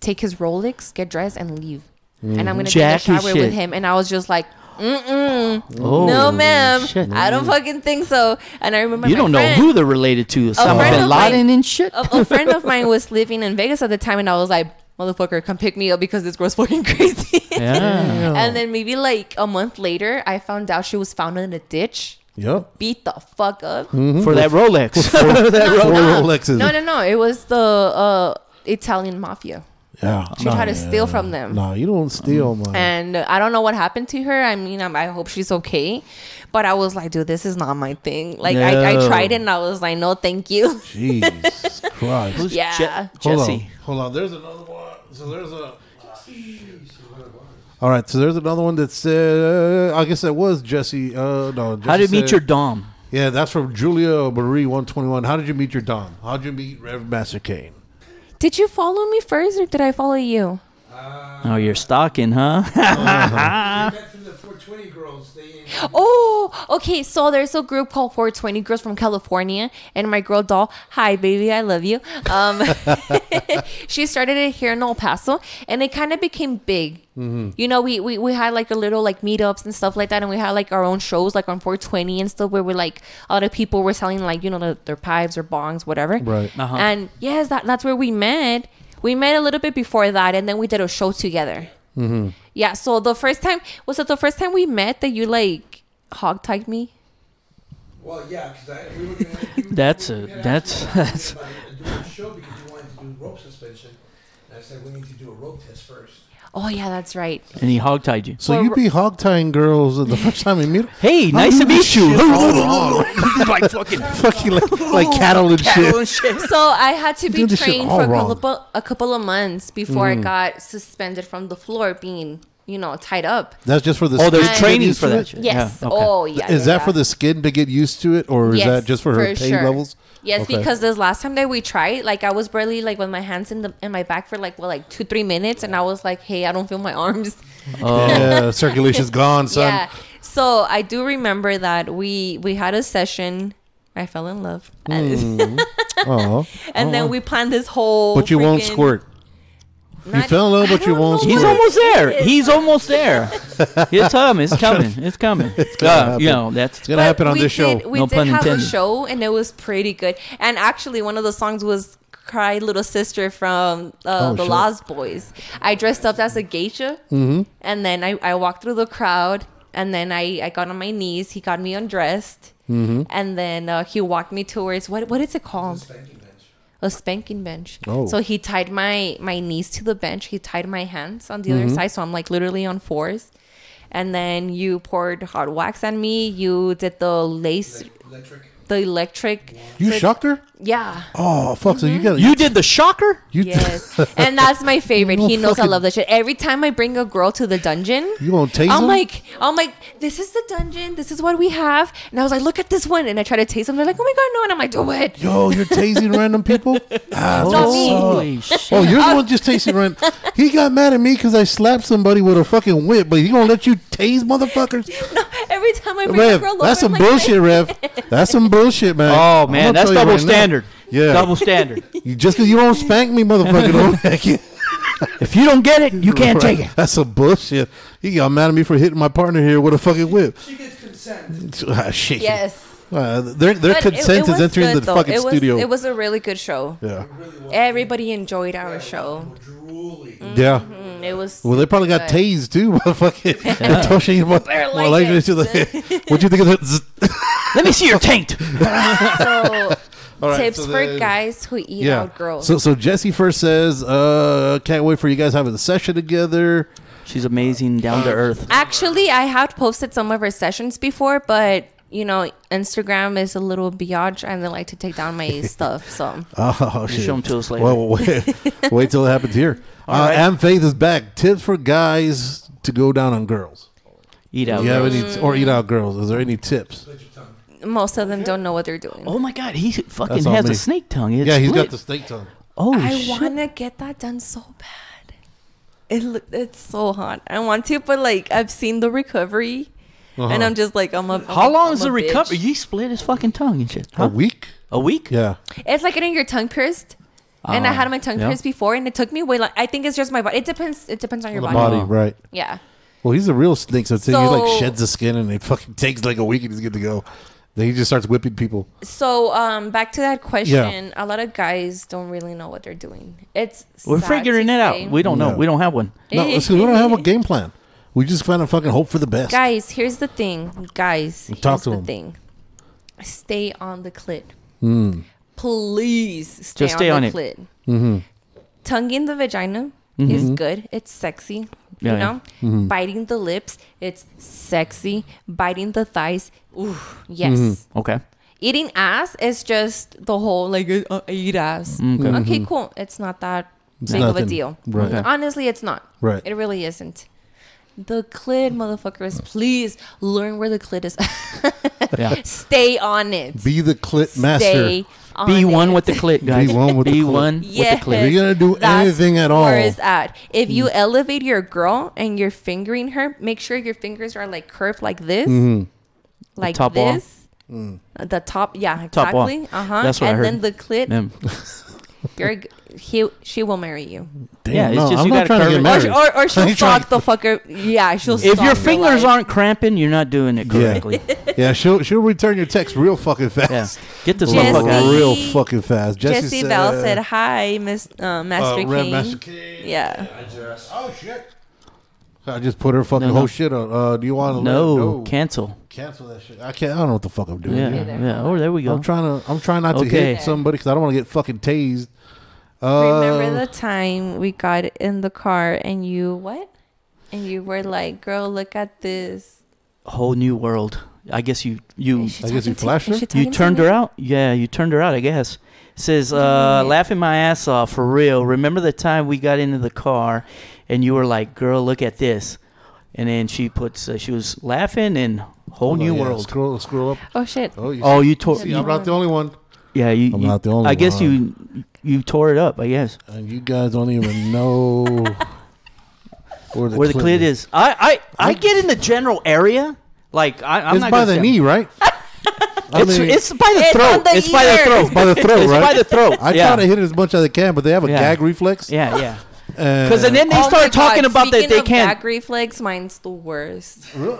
[SPEAKER 4] Take his Rolex, get dressed, and leave. And I'm going to take a
[SPEAKER 3] Mm-hmm. Jackie
[SPEAKER 4] shower with
[SPEAKER 3] shit.
[SPEAKER 4] him. And I was just like, mm-mm,
[SPEAKER 3] Oh,
[SPEAKER 4] no, ma'am.
[SPEAKER 3] shit. Mm.
[SPEAKER 4] I don't fucking think so. And I remember
[SPEAKER 3] You
[SPEAKER 4] my
[SPEAKER 3] don't know
[SPEAKER 4] friend-
[SPEAKER 3] who they're related to. Osama
[SPEAKER 4] friend
[SPEAKER 3] bin
[SPEAKER 4] of mine-
[SPEAKER 3] Laden and shit.
[SPEAKER 4] a, a friend of mine was living in Vegas at the time, and I was like, "Motherfucker, come pick me up because this girl's fucking crazy."
[SPEAKER 3] Yeah.
[SPEAKER 4] and then maybe like a month later, I found out she was found in a ditch,
[SPEAKER 2] Yep.
[SPEAKER 4] beat the fuck up.
[SPEAKER 3] For Mm-hmm. that Rolex.
[SPEAKER 2] Four
[SPEAKER 4] No,
[SPEAKER 2] Rolexes.
[SPEAKER 4] no, no, no. It was the uh, Italian mafia,
[SPEAKER 2] Yeah.
[SPEAKER 4] She tried to steal from them. Mm.
[SPEAKER 2] No, you don't steal, man.
[SPEAKER 4] and I don't know what happened to her. I mean, I'm, I hope she's okay, but I was like, "Dude, this is not my thing." Like, I, I
[SPEAKER 3] No.
[SPEAKER 4] tried it, and I was like, "No, thank you."
[SPEAKER 2] Jesus Christ.
[SPEAKER 3] Who's
[SPEAKER 4] Yeah.
[SPEAKER 2] Hold
[SPEAKER 3] Jesse.
[SPEAKER 2] on. Hold on. There's another one. So there's a. All right, so there's another one that said, I guess that was Jesse. Uh, no, Jesse
[SPEAKER 3] How to meet
[SPEAKER 2] said-
[SPEAKER 3] your dom.
[SPEAKER 2] Yeah, that's from Julia Marie 121. How did you meet your Dom? How did you meet Rev Master Kane?
[SPEAKER 4] Did you follow me first, or did I follow you?
[SPEAKER 3] Oh, you're stalking, huh?
[SPEAKER 5] Back to the 14 420 girls, they ain't.
[SPEAKER 4] Oh, okay. So there's a group called 420 Girls from California, and my girl doll, hi baby, I love you. Um, she started it here in El Paso, and it kind of became big. You know, we, we we had like a little like meetups and stuff like that, and we had like our own shows like on 420 and stuff where we're like a lot of people were selling like you know their, their pipes or bongs, whatever.
[SPEAKER 2] Right.
[SPEAKER 3] Uh-huh.
[SPEAKER 4] And yes, that that's where we met. We met a little bit before that, and then we did a show together.
[SPEAKER 2] Mm-hmm.
[SPEAKER 4] Yeah, so the first time was it the first time we met that you like hog tied me?
[SPEAKER 5] Well, yeah, because I we were gonna. you-
[SPEAKER 3] That's
[SPEAKER 5] we
[SPEAKER 3] a-
[SPEAKER 5] had asked
[SPEAKER 3] that's-
[SPEAKER 5] me about
[SPEAKER 3] that's-
[SPEAKER 5] doing a show because you wanted to do rope suspension, and I said we need to do a rope test first.
[SPEAKER 4] Oh yeah, that's right.
[SPEAKER 3] And he hogtied you.
[SPEAKER 2] So
[SPEAKER 4] Well,
[SPEAKER 2] you be hogtying girls the first time you meet 'em?
[SPEAKER 3] Hey, nice to meet you. Oh,
[SPEAKER 2] like fucking, fucking like, like cattle and shit.
[SPEAKER 4] So I had to be
[SPEAKER 2] Doing this shit
[SPEAKER 4] trained
[SPEAKER 2] all
[SPEAKER 4] for a
[SPEAKER 2] wrong. Mm-hmm.
[SPEAKER 4] couple, a couple of months before I got suspended from the floor being, you know, tied up.
[SPEAKER 2] That's just for the.
[SPEAKER 3] Oh, there's
[SPEAKER 2] skin to get
[SPEAKER 3] training
[SPEAKER 2] used
[SPEAKER 3] for
[SPEAKER 2] to
[SPEAKER 3] that
[SPEAKER 2] it?
[SPEAKER 3] shit.
[SPEAKER 4] Yes.
[SPEAKER 3] Yeah, okay.
[SPEAKER 4] Oh yeah.
[SPEAKER 2] Is
[SPEAKER 4] yeah,
[SPEAKER 2] that for
[SPEAKER 4] yeah.
[SPEAKER 2] the skin to get used to it, or is that
[SPEAKER 4] Yes,
[SPEAKER 2] just for her pain
[SPEAKER 4] sure.
[SPEAKER 2] levels?
[SPEAKER 4] Yes,
[SPEAKER 2] Okay.
[SPEAKER 4] because this last time that we tried, like I was barely like with my hands in the in my back for like what like two three minutes, and I was like, hey, I don't feel my arms.
[SPEAKER 2] Oh. yeah, circulation's gone, son.
[SPEAKER 4] Yeah. So I do remember that we we had a session. I fell in love,
[SPEAKER 2] Mm-hmm. Aw.
[SPEAKER 4] and then we planned this whole.
[SPEAKER 2] But you won't
[SPEAKER 4] freaking-
[SPEAKER 2] squirt. You
[SPEAKER 4] Not-
[SPEAKER 2] fell in love,
[SPEAKER 4] I
[SPEAKER 2] but you
[SPEAKER 4] don't
[SPEAKER 2] won't
[SPEAKER 4] know
[SPEAKER 3] He's
[SPEAKER 2] squirt.
[SPEAKER 4] why.
[SPEAKER 3] almost there.
[SPEAKER 4] Yes.
[SPEAKER 3] He's almost there. It's coming. It's coming. It's coming. Uh, you know, that's
[SPEAKER 2] It's gonna happen on
[SPEAKER 4] we
[SPEAKER 2] this show.
[SPEAKER 4] did- we
[SPEAKER 3] No
[SPEAKER 4] did
[SPEAKER 3] pun
[SPEAKER 4] have
[SPEAKER 3] intended.
[SPEAKER 4] a show, and it was pretty good. And actually, one of the songs was "Cry Little Sister" from uh,
[SPEAKER 2] Oh,
[SPEAKER 4] the
[SPEAKER 2] shit. Mm-hmm.
[SPEAKER 4] Lost Boys. I dressed up as a geisha, and then I, I walked through the crowd, and then I, I got on my knees. He got me undressed, and then uh, he walked me towards what what is it called?
[SPEAKER 5] Spanking bench.
[SPEAKER 4] a spanking bench.
[SPEAKER 2] Oh.
[SPEAKER 4] So he tied my my knees to the bench. He tied my hands on the
[SPEAKER 2] Mm-hmm.
[SPEAKER 4] other side, so I'm like literally on fours. And then you poured hot wax on me. You did the lace,
[SPEAKER 5] Elec- Electric.
[SPEAKER 4] the electric.
[SPEAKER 2] You
[SPEAKER 4] So it's-
[SPEAKER 2] shocked her?
[SPEAKER 4] Yeah.
[SPEAKER 2] Oh fuck! So you got
[SPEAKER 3] You did the shocker.
[SPEAKER 2] You
[SPEAKER 4] Mm-hmm. Yes. and that's my favorite.
[SPEAKER 2] You
[SPEAKER 4] he knows I
[SPEAKER 2] fucking-
[SPEAKER 4] love that shit. Every time I bring a girl to the dungeon,
[SPEAKER 2] You gonna tase
[SPEAKER 4] I'm
[SPEAKER 2] him?
[SPEAKER 4] like, I'm like, this is the dungeon. This is what we have. And I was like, look at this one. And I try to taste them. They're like, oh my god, no. And I'm like, do it.
[SPEAKER 2] Yo, you're tasing random people. Ah,
[SPEAKER 4] Not
[SPEAKER 2] that sucks.
[SPEAKER 3] Holy
[SPEAKER 4] me.
[SPEAKER 3] shit.
[SPEAKER 2] Oh, you're the one just tasting random. He got mad at me because I slapped somebody with a fucking whip, but he gonna let you tase motherfuckers?
[SPEAKER 4] Every time I bring a
[SPEAKER 2] Rev,
[SPEAKER 4] girl over,
[SPEAKER 2] that's some
[SPEAKER 4] I'm like,
[SPEAKER 2] bullshit, Rev. That's some bullshit, man.
[SPEAKER 3] Oh
[SPEAKER 2] I'm
[SPEAKER 3] man,
[SPEAKER 2] gonna
[SPEAKER 3] that's
[SPEAKER 2] tell you
[SPEAKER 3] double
[SPEAKER 2] right now.
[SPEAKER 3] standard.
[SPEAKER 2] Yeah,
[SPEAKER 3] Double standard.
[SPEAKER 2] You- just because you don't spank me, motherfucker, don't make it.
[SPEAKER 3] If you don't get it, you can't take it.
[SPEAKER 2] That's some bullshit. He got mad at me for hitting my partner here with a fucking whip.
[SPEAKER 5] She gets consent.
[SPEAKER 2] Ah, shit.
[SPEAKER 4] Yes.
[SPEAKER 2] Uh, their their
[SPEAKER 4] But it-
[SPEAKER 2] consent
[SPEAKER 4] it
[SPEAKER 2] is
[SPEAKER 4] was
[SPEAKER 2] entering
[SPEAKER 4] good,
[SPEAKER 2] the
[SPEAKER 4] though.
[SPEAKER 2] fucking
[SPEAKER 4] it was,
[SPEAKER 2] studio.
[SPEAKER 4] It was a really good show.
[SPEAKER 2] yeah.
[SPEAKER 4] Everybody enjoyed our show.
[SPEAKER 5] Drooling.
[SPEAKER 3] Mm-hmm.
[SPEAKER 2] Yeah.
[SPEAKER 4] Mm, It was.
[SPEAKER 2] Well, they probably got
[SPEAKER 4] good.
[SPEAKER 2] tased too, motherfucker. Tosha, you mo-
[SPEAKER 4] They're like
[SPEAKER 2] well, like,
[SPEAKER 4] it.
[SPEAKER 2] she's like, what do you think of that? Zzz.
[SPEAKER 3] Let me see your taint.
[SPEAKER 4] So,
[SPEAKER 2] All right,
[SPEAKER 4] tips
[SPEAKER 2] so
[SPEAKER 4] for
[SPEAKER 2] then-
[SPEAKER 4] guys who eat
[SPEAKER 2] Yeah.
[SPEAKER 4] out girls.
[SPEAKER 2] So, so Jesse first says, uh, can't wait for you guys having a session together.
[SPEAKER 3] She's amazing, down to earth.
[SPEAKER 4] Actually, I had posted some of our sessions before, but you know, Instagram is a little biatch, and they like to take down my stuff. So,
[SPEAKER 2] Oh, shit.
[SPEAKER 3] show 'em to us later.
[SPEAKER 2] Well, wait, wait till it happens here. Uh,
[SPEAKER 3] right.
[SPEAKER 2] And Faith is back. Tips for guys to go down on girls.
[SPEAKER 3] Eat
[SPEAKER 2] Do
[SPEAKER 3] out.
[SPEAKER 2] you
[SPEAKER 3] girl.
[SPEAKER 2] have any, or eat out girls? Is there any tips?
[SPEAKER 5] Split your tongue.
[SPEAKER 4] most of them don't know what they're doing.
[SPEAKER 3] Oh my God, he fucking
[SPEAKER 2] That's on
[SPEAKER 3] has
[SPEAKER 2] me.
[SPEAKER 3] a snake tongue. It's
[SPEAKER 2] yeah, he's
[SPEAKER 3] lit.
[SPEAKER 2] got the steak tongue.
[SPEAKER 3] Holy
[SPEAKER 4] I
[SPEAKER 3] shit.
[SPEAKER 4] want to get that done so bad. It loo- it's so hot. I want to, but like I've seen the recovery, and I'm just like I'm a.
[SPEAKER 3] Uh-huh. How long
[SPEAKER 4] I'm
[SPEAKER 3] is
[SPEAKER 4] a
[SPEAKER 3] the
[SPEAKER 4] bitch.
[SPEAKER 3] recovery? You split his fucking tongue and shit. Huh?
[SPEAKER 2] A week?
[SPEAKER 3] A week?
[SPEAKER 2] Yeah.
[SPEAKER 4] It's like getting your tongue pierced. and I
[SPEAKER 3] Oh,
[SPEAKER 4] had my tongue
[SPEAKER 3] yeah.
[SPEAKER 4] pierced before, and it took me way. Long. I think it's just my body. It depends. It depends on your
[SPEAKER 2] The
[SPEAKER 4] body.
[SPEAKER 2] body,
[SPEAKER 3] Wow.
[SPEAKER 2] right.
[SPEAKER 4] Yeah.
[SPEAKER 2] Well, he's a real snake, so, so he like
[SPEAKER 4] So-
[SPEAKER 2] sheds the skin and it fucking takes like a week and he's good to go. Then he just starts whipping people.
[SPEAKER 4] So um, back to that question. A lot of guys don't really know what they're doing. It's
[SPEAKER 3] We're
[SPEAKER 4] sad
[SPEAKER 3] figuring
[SPEAKER 4] to
[SPEAKER 3] it
[SPEAKER 4] say.
[SPEAKER 3] out. We don't know.
[SPEAKER 2] No.
[SPEAKER 3] We don't have one.
[SPEAKER 2] No, it's 'cause we don't have a game plan. We just kind of fucking hope for the best.
[SPEAKER 4] guys, here's the thing. Guys, here's
[SPEAKER 2] Talk to
[SPEAKER 4] the
[SPEAKER 2] him.
[SPEAKER 4] thing. Stay on the clit.
[SPEAKER 2] Hmm.
[SPEAKER 4] Please stay
[SPEAKER 3] Just stay
[SPEAKER 4] on,
[SPEAKER 3] on
[SPEAKER 4] the
[SPEAKER 3] it.
[SPEAKER 4] clit.
[SPEAKER 2] Mm-hmm.
[SPEAKER 4] Tongue in the vagina is good. It's sexy.
[SPEAKER 3] Yeah, yeah.
[SPEAKER 4] you know,
[SPEAKER 2] Mm-hmm.
[SPEAKER 4] biting the lips, it's sexy. Biting the thighs, ooh, yes.
[SPEAKER 2] Mm-hmm.
[SPEAKER 3] Okay.
[SPEAKER 4] Eating ass is just the whole like uh, uh, I eat ass.
[SPEAKER 3] Mm,
[SPEAKER 4] Okay.
[SPEAKER 3] Mm-hmm.
[SPEAKER 4] cool. It's not that big
[SPEAKER 2] nothing.
[SPEAKER 4] of a deal.
[SPEAKER 2] Right. Okay.
[SPEAKER 4] Honestly, it's not.
[SPEAKER 2] Right.
[SPEAKER 4] It really isn't. The clit, motherfuckers, please learn where the clit is.
[SPEAKER 3] Yeah.
[SPEAKER 4] Stay on it.
[SPEAKER 2] Be the clit master.
[SPEAKER 4] Stay on
[SPEAKER 3] Be one
[SPEAKER 4] it.
[SPEAKER 3] with the click, guys.
[SPEAKER 2] Be one with the
[SPEAKER 3] Be
[SPEAKER 2] click.
[SPEAKER 3] one with the
[SPEAKER 4] Yes,
[SPEAKER 3] click.
[SPEAKER 2] If you're gonna do
[SPEAKER 4] that's
[SPEAKER 2] anything at all.
[SPEAKER 4] Where is that? If
[SPEAKER 3] Mm-hmm.
[SPEAKER 4] you elevate your girl and you're fingering her, make sure your fingers are like curved like this, like
[SPEAKER 3] Mm-hmm. top wall. Mm.
[SPEAKER 4] this. Uh, The top, yeah,
[SPEAKER 3] Top wall.
[SPEAKER 4] exactly. Uh huh.
[SPEAKER 3] That's what I
[SPEAKER 4] and
[SPEAKER 3] heard.
[SPEAKER 4] then the clit,
[SPEAKER 3] Man.
[SPEAKER 4] you're, g- he, she will marry you,
[SPEAKER 2] Damn,
[SPEAKER 3] Yeah, it's
[SPEAKER 2] no,
[SPEAKER 3] just
[SPEAKER 2] I'm
[SPEAKER 3] you
[SPEAKER 2] not
[SPEAKER 3] gotta
[SPEAKER 2] trying to get
[SPEAKER 3] curve it.
[SPEAKER 4] or,
[SPEAKER 2] married.
[SPEAKER 4] she- or, or she'll
[SPEAKER 2] I'm trying-
[SPEAKER 4] stalk the fucker. Yeah, she'll.
[SPEAKER 3] If
[SPEAKER 4] stalk
[SPEAKER 3] your
[SPEAKER 4] the
[SPEAKER 3] fingers
[SPEAKER 4] life.
[SPEAKER 3] aren't cramping, you're not doing it
[SPEAKER 2] Yeah.
[SPEAKER 3] correctly.
[SPEAKER 2] yeah, she'll she'll return your text real fucking
[SPEAKER 3] Yeah.
[SPEAKER 2] fast.
[SPEAKER 3] Get this
[SPEAKER 4] Jesse-
[SPEAKER 3] motherfucker out. of here.
[SPEAKER 2] Real fucking fast. Jesse,
[SPEAKER 4] Jesse Bell
[SPEAKER 3] uh,
[SPEAKER 4] said, "Hi, Miss
[SPEAKER 3] Oh,
[SPEAKER 4] uh, Master
[SPEAKER 2] Red
[SPEAKER 4] King."
[SPEAKER 2] Master King.
[SPEAKER 4] Yeah.
[SPEAKER 2] "Oh shit." I just put her fucking
[SPEAKER 3] No, no.
[SPEAKER 2] whole shit on. Uh, do you want to
[SPEAKER 3] No, cancel.
[SPEAKER 2] cancel that shit? I can't. I don't know what the fuck I'm doing.
[SPEAKER 3] Yeah,
[SPEAKER 2] here.
[SPEAKER 3] yeah. Oh, there we go.
[SPEAKER 2] I'm trying to. I'm trying not to
[SPEAKER 3] Okay.
[SPEAKER 2] hit somebody because I don't want to get fucking tased. Uh,
[SPEAKER 4] Remember
[SPEAKER 3] Oh.
[SPEAKER 4] the time we got in the car and you what? And you were like, "Girl, look at this."
[SPEAKER 3] Whole new world. I guess you you
[SPEAKER 4] Is she
[SPEAKER 2] I guess
[SPEAKER 4] talking
[SPEAKER 2] you
[SPEAKER 4] to-
[SPEAKER 2] flashed
[SPEAKER 4] is
[SPEAKER 2] her?
[SPEAKER 4] she talking
[SPEAKER 3] you
[SPEAKER 4] to
[SPEAKER 3] turned
[SPEAKER 4] me?
[SPEAKER 3] her out. Yeah, you turned her out. I guess says uh, laughing my ass off for real. Remember the time we got into the car, and you were like, "Girl, look at this," and then she puts uh, she was laughing and whole
[SPEAKER 2] Hold on,
[SPEAKER 3] new
[SPEAKER 2] yeah,
[SPEAKER 3] world.
[SPEAKER 2] Scroll, scroll up.
[SPEAKER 4] Oh shit!
[SPEAKER 2] Oh, you
[SPEAKER 3] Oh, you tore.
[SPEAKER 2] see, I'm not the only one.
[SPEAKER 3] yeah, you.
[SPEAKER 2] I'm
[SPEAKER 3] you-
[SPEAKER 2] not the only
[SPEAKER 3] I guess you
[SPEAKER 2] one.
[SPEAKER 3] you tore it up. I guess
[SPEAKER 2] And you guys don't even know where the
[SPEAKER 3] where the
[SPEAKER 2] clit
[SPEAKER 3] clit is. I I I get in the general area. Like I, I'm
[SPEAKER 2] It's
[SPEAKER 3] not
[SPEAKER 2] by
[SPEAKER 3] gonna
[SPEAKER 2] the
[SPEAKER 3] say-
[SPEAKER 2] knee, right? I
[SPEAKER 3] It's,
[SPEAKER 2] mean,
[SPEAKER 3] it's by the
[SPEAKER 4] It's
[SPEAKER 3] throat.
[SPEAKER 4] on the
[SPEAKER 3] it's by the
[SPEAKER 4] ear.
[SPEAKER 3] throat.
[SPEAKER 2] It's by the throat,
[SPEAKER 3] It's
[SPEAKER 2] right?
[SPEAKER 3] by the throat.
[SPEAKER 2] I
[SPEAKER 3] yeah.
[SPEAKER 2] try to hit it as much as I can, but they have a
[SPEAKER 3] Yeah.
[SPEAKER 2] gag reflex.
[SPEAKER 3] Yeah, yeah.
[SPEAKER 2] and-
[SPEAKER 3] Because then they
[SPEAKER 4] Oh my
[SPEAKER 3] start talking
[SPEAKER 4] God,
[SPEAKER 3] about that
[SPEAKER 4] speaking
[SPEAKER 3] they
[SPEAKER 4] of
[SPEAKER 3] can't.
[SPEAKER 4] Back reflex, mine's the worst.
[SPEAKER 2] do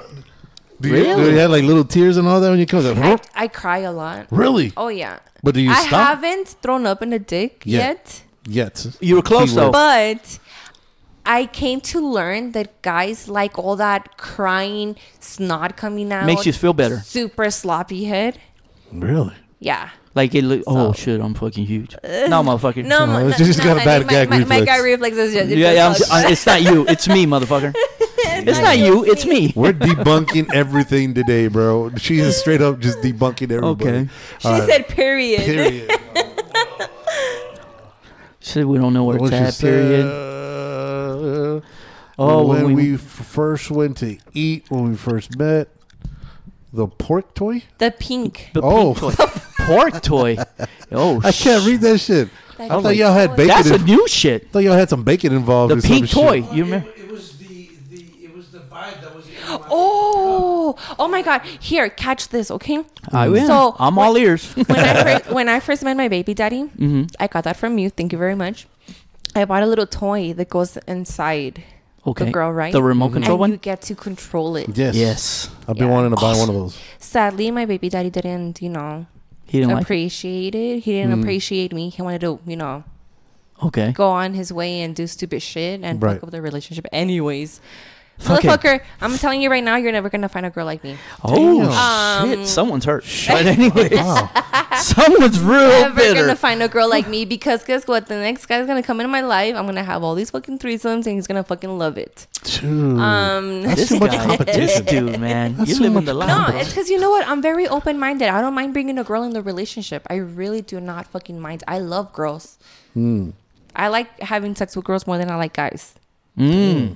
[SPEAKER 2] you, do you have like little tears and all that when you come?
[SPEAKER 4] I,
[SPEAKER 2] Like,
[SPEAKER 4] I cry a lot.
[SPEAKER 2] really?
[SPEAKER 4] Oh yeah.
[SPEAKER 2] But do you
[SPEAKER 4] I
[SPEAKER 2] stop?
[SPEAKER 4] haven't thrown up in a dick
[SPEAKER 2] Yeah.
[SPEAKER 4] yet,
[SPEAKER 2] Yet
[SPEAKER 3] You were close though.
[SPEAKER 4] but I came to learn that guys like all that crying, snot coming out.
[SPEAKER 3] Makes you feel better.
[SPEAKER 4] Super sloppy head.
[SPEAKER 2] Really?
[SPEAKER 4] Yeah.
[SPEAKER 3] Like it. Look, oh shit! I'm fucking huge. no, motherfucker.
[SPEAKER 4] No,
[SPEAKER 2] No,
[SPEAKER 4] no,
[SPEAKER 2] it's just got a
[SPEAKER 4] I
[SPEAKER 2] bad
[SPEAKER 4] mean, my,
[SPEAKER 2] gag
[SPEAKER 4] my, My
[SPEAKER 2] reflex.
[SPEAKER 4] gag reflex is just.
[SPEAKER 3] Yeah, yeah. I'm s-
[SPEAKER 4] just
[SPEAKER 3] I- it's not you. It's me, motherfucker. it's not you. It's me.
[SPEAKER 2] We're debunking everything today, bro. She is straight up just debunking everybody.
[SPEAKER 3] Okay.
[SPEAKER 4] she said, period.
[SPEAKER 2] Period.
[SPEAKER 3] She said we don't know where
[SPEAKER 2] What
[SPEAKER 3] it's
[SPEAKER 2] she
[SPEAKER 3] at.
[SPEAKER 2] said,
[SPEAKER 3] Period.
[SPEAKER 2] uh,
[SPEAKER 3] Oh,
[SPEAKER 2] when,
[SPEAKER 3] when
[SPEAKER 2] we,
[SPEAKER 3] we-
[SPEAKER 2] f- first went to eat, when we first met, the pork toy.
[SPEAKER 4] The pink.
[SPEAKER 3] The
[SPEAKER 2] Oh.
[SPEAKER 3] pink toy. pork toy. Oh,
[SPEAKER 2] I can't
[SPEAKER 3] sh-
[SPEAKER 2] read that shit. I
[SPEAKER 4] That
[SPEAKER 2] thought
[SPEAKER 4] pink
[SPEAKER 2] y'all had
[SPEAKER 4] toy.
[SPEAKER 2] bacon.
[SPEAKER 3] That's a
[SPEAKER 2] in-
[SPEAKER 3] new shit.
[SPEAKER 2] thought y'all had some bacon involved.
[SPEAKER 3] The
[SPEAKER 2] or some
[SPEAKER 3] pink
[SPEAKER 2] shit.
[SPEAKER 3] toy.
[SPEAKER 5] Well,
[SPEAKER 3] You
[SPEAKER 5] it-
[SPEAKER 3] remember?
[SPEAKER 5] It was the, the, it was the vibe that was in my
[SPEAKER 4] Oh, oh my God! Here, catch this, okay?
[SPEAKER 3] I will.
[SPEAKER 4] So,
[SPEAKER 3] I'm
[SPEAKER 4] when-
[SPEAKER 3] all ears.
[SPEAKER 4] when I first, when I first met my baby daddy, I got that from you. Thank you very much. I bought a little toy that goes inside
[SPEAKER 3] Okay.
[SPEAKER 4] the girl, right?
[SPEAKER 3] The remote control
[SPEAKER 4] and
[SPEAKER 3] one?
[SPEAKER 4] You get to control it.
[SPEAKER 2] Yes.
[SPEAKER 3] Yes.
[SPEAKER 2] I've been
[SPEAKER 4] Yeah.
[SPEAKER 2] wanting to buy one of those.
[SPEAKER 4] Sadly, my baby daddy didn't, you know,
[SPEAKER 3] He didn't like. it.
[SPEAKER 4] appreciate it. He didn't appreciate me. He wanted to, you know,
[SPEAKER 3] Okay.
[SPEAKER 4] go on his way and do stupid shit and
[SPEAKER 2] Right.
[SPEAKER 4] fuck up the relationship, anyways.
[SPEAKER 3] Fuck it.
[SPEAKER 4] Motherfucker, I'm telling you right now, you're never gonna find a girl like me.
[SPEAKER 3] Oh
[SPEAKER 4] Damn. Um,
[SPEAKER 3] shit! Someone's hurt. But anyways, someone's real
[SPEAKER 4] Never
[SPEAKER 3] bitter.
[SPEAKER 4] gonna find a girl like me because guess what? The next guy's gonna come into my life. I'm gonna have all these fucking threesomes and he's gonna fucking love it.
[SPEAKER 2] Dude,
[SPEAKER 4] Um,
[SPEAKER 2] that's too much competition.
[SPEAKER 3] This dude, man.
[SPEAKER 2] That's
[SPEAKER 3] you
[SPEAKER 2] so
[SPEAKER 3] live
[SPEAKER 2] much
[SPEAKER 3] in the life.
[SPEAKER 4] No,
[SPEAKER 2] Bro.
[SPEAKER 4] it's because you know what? I'm very open minded. I don't mind bringing a girl in the relationship. I really do not fucking mind. I love girls.
[SPEAKER 2] Hmm.
[SPEAKER 4] I like having sex with girls more than I like guys.
[SPEAKER 3] Mm.
[SPEAKER 4] You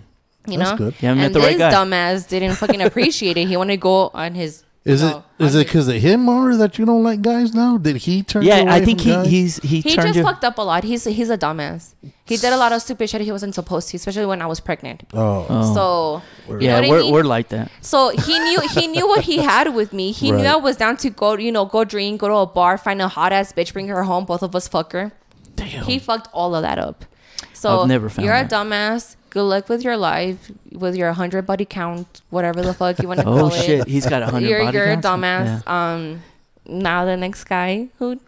[SPEAKER 2] Hmm. That's
[SPEAKER 4] know?
[SPEAKER 2] good.
[SPEAKER 3] You haven't met
[SPEAKER 4] and
[SPEAKER 3] the right
[SPEAKER 4] this
[SPEAKER 3] guy.
[SPEAKER 4] dumbass didn't fucking appreciate it. He wanted to go on his.
[SPEAKER 2] Is
[SPEAKER 4] you
[SPEAKER 2] it
[SPEAKER 4] know,
[SPEAKER 2] is
[SPEAKER 4] on
[SPEAKER 2] it
[SPEAKER 4] his-
[SPEAKER 2] because of him or that you don't like guys now? Did he turn? you
[SPEAKER 3] Yeah, I
[SPEAKER 2] away
[SPEAKER 3] think
[SPEAKER 2] from
[SPEAKER 3] he,
[SPEAKER 2] guys?
[SPEAKER 3] he's he,
[SPEAKER 4] He
[SPEAKER 3] turned
[SPEAKER 4] just
[SPEAKER 3] you.
[SPEAKER 4] fucked up a lot. He's he's a dumbass. He did a lot of stupid shit he wasn't supposed to, especially when I was pregnant.
[SPEAKER 2] Oh,
[SPEAKER 3] um,
[SPEAKER 4] So you know
[SPEAKER 3] yeah,
[SPEAKER 4] what I
[SPEAKER 3] we're,
[SPEAKER 4] mean?
[SPEAKER 3] we're like that.
[SPEAKER 4] So he knew he knew what he had with me. He
[SPEAKER 2] Right.
[SPEAKER 4] knew I was down to go, you know, go drink, go to a bar, find a hot ass bitch, bring her home, both of us fuck her.
[SPEAKER 3] Damn.
[SPEAKER 4] He fucked all of that up. So
[SPEAKER 3] I've never found
[SPEAKER 4] you're
[SPEAKER 3] that.
[SPEAKER 4] a dumbass. Good luck with your life, with your hundred body count, whatever the fuck you want to call
[SPEAKER 3] oh shit,
[SPEAKER 4] it.
[SPEAKER 3] he's got a hundred.
[SPEAKER 4] You're
[SPEAKER 3] body
[SPEAKER 4] you're a
[SPEAKER 3] counts?
[SPEAKER 4] dumbass. Um, now the next guy who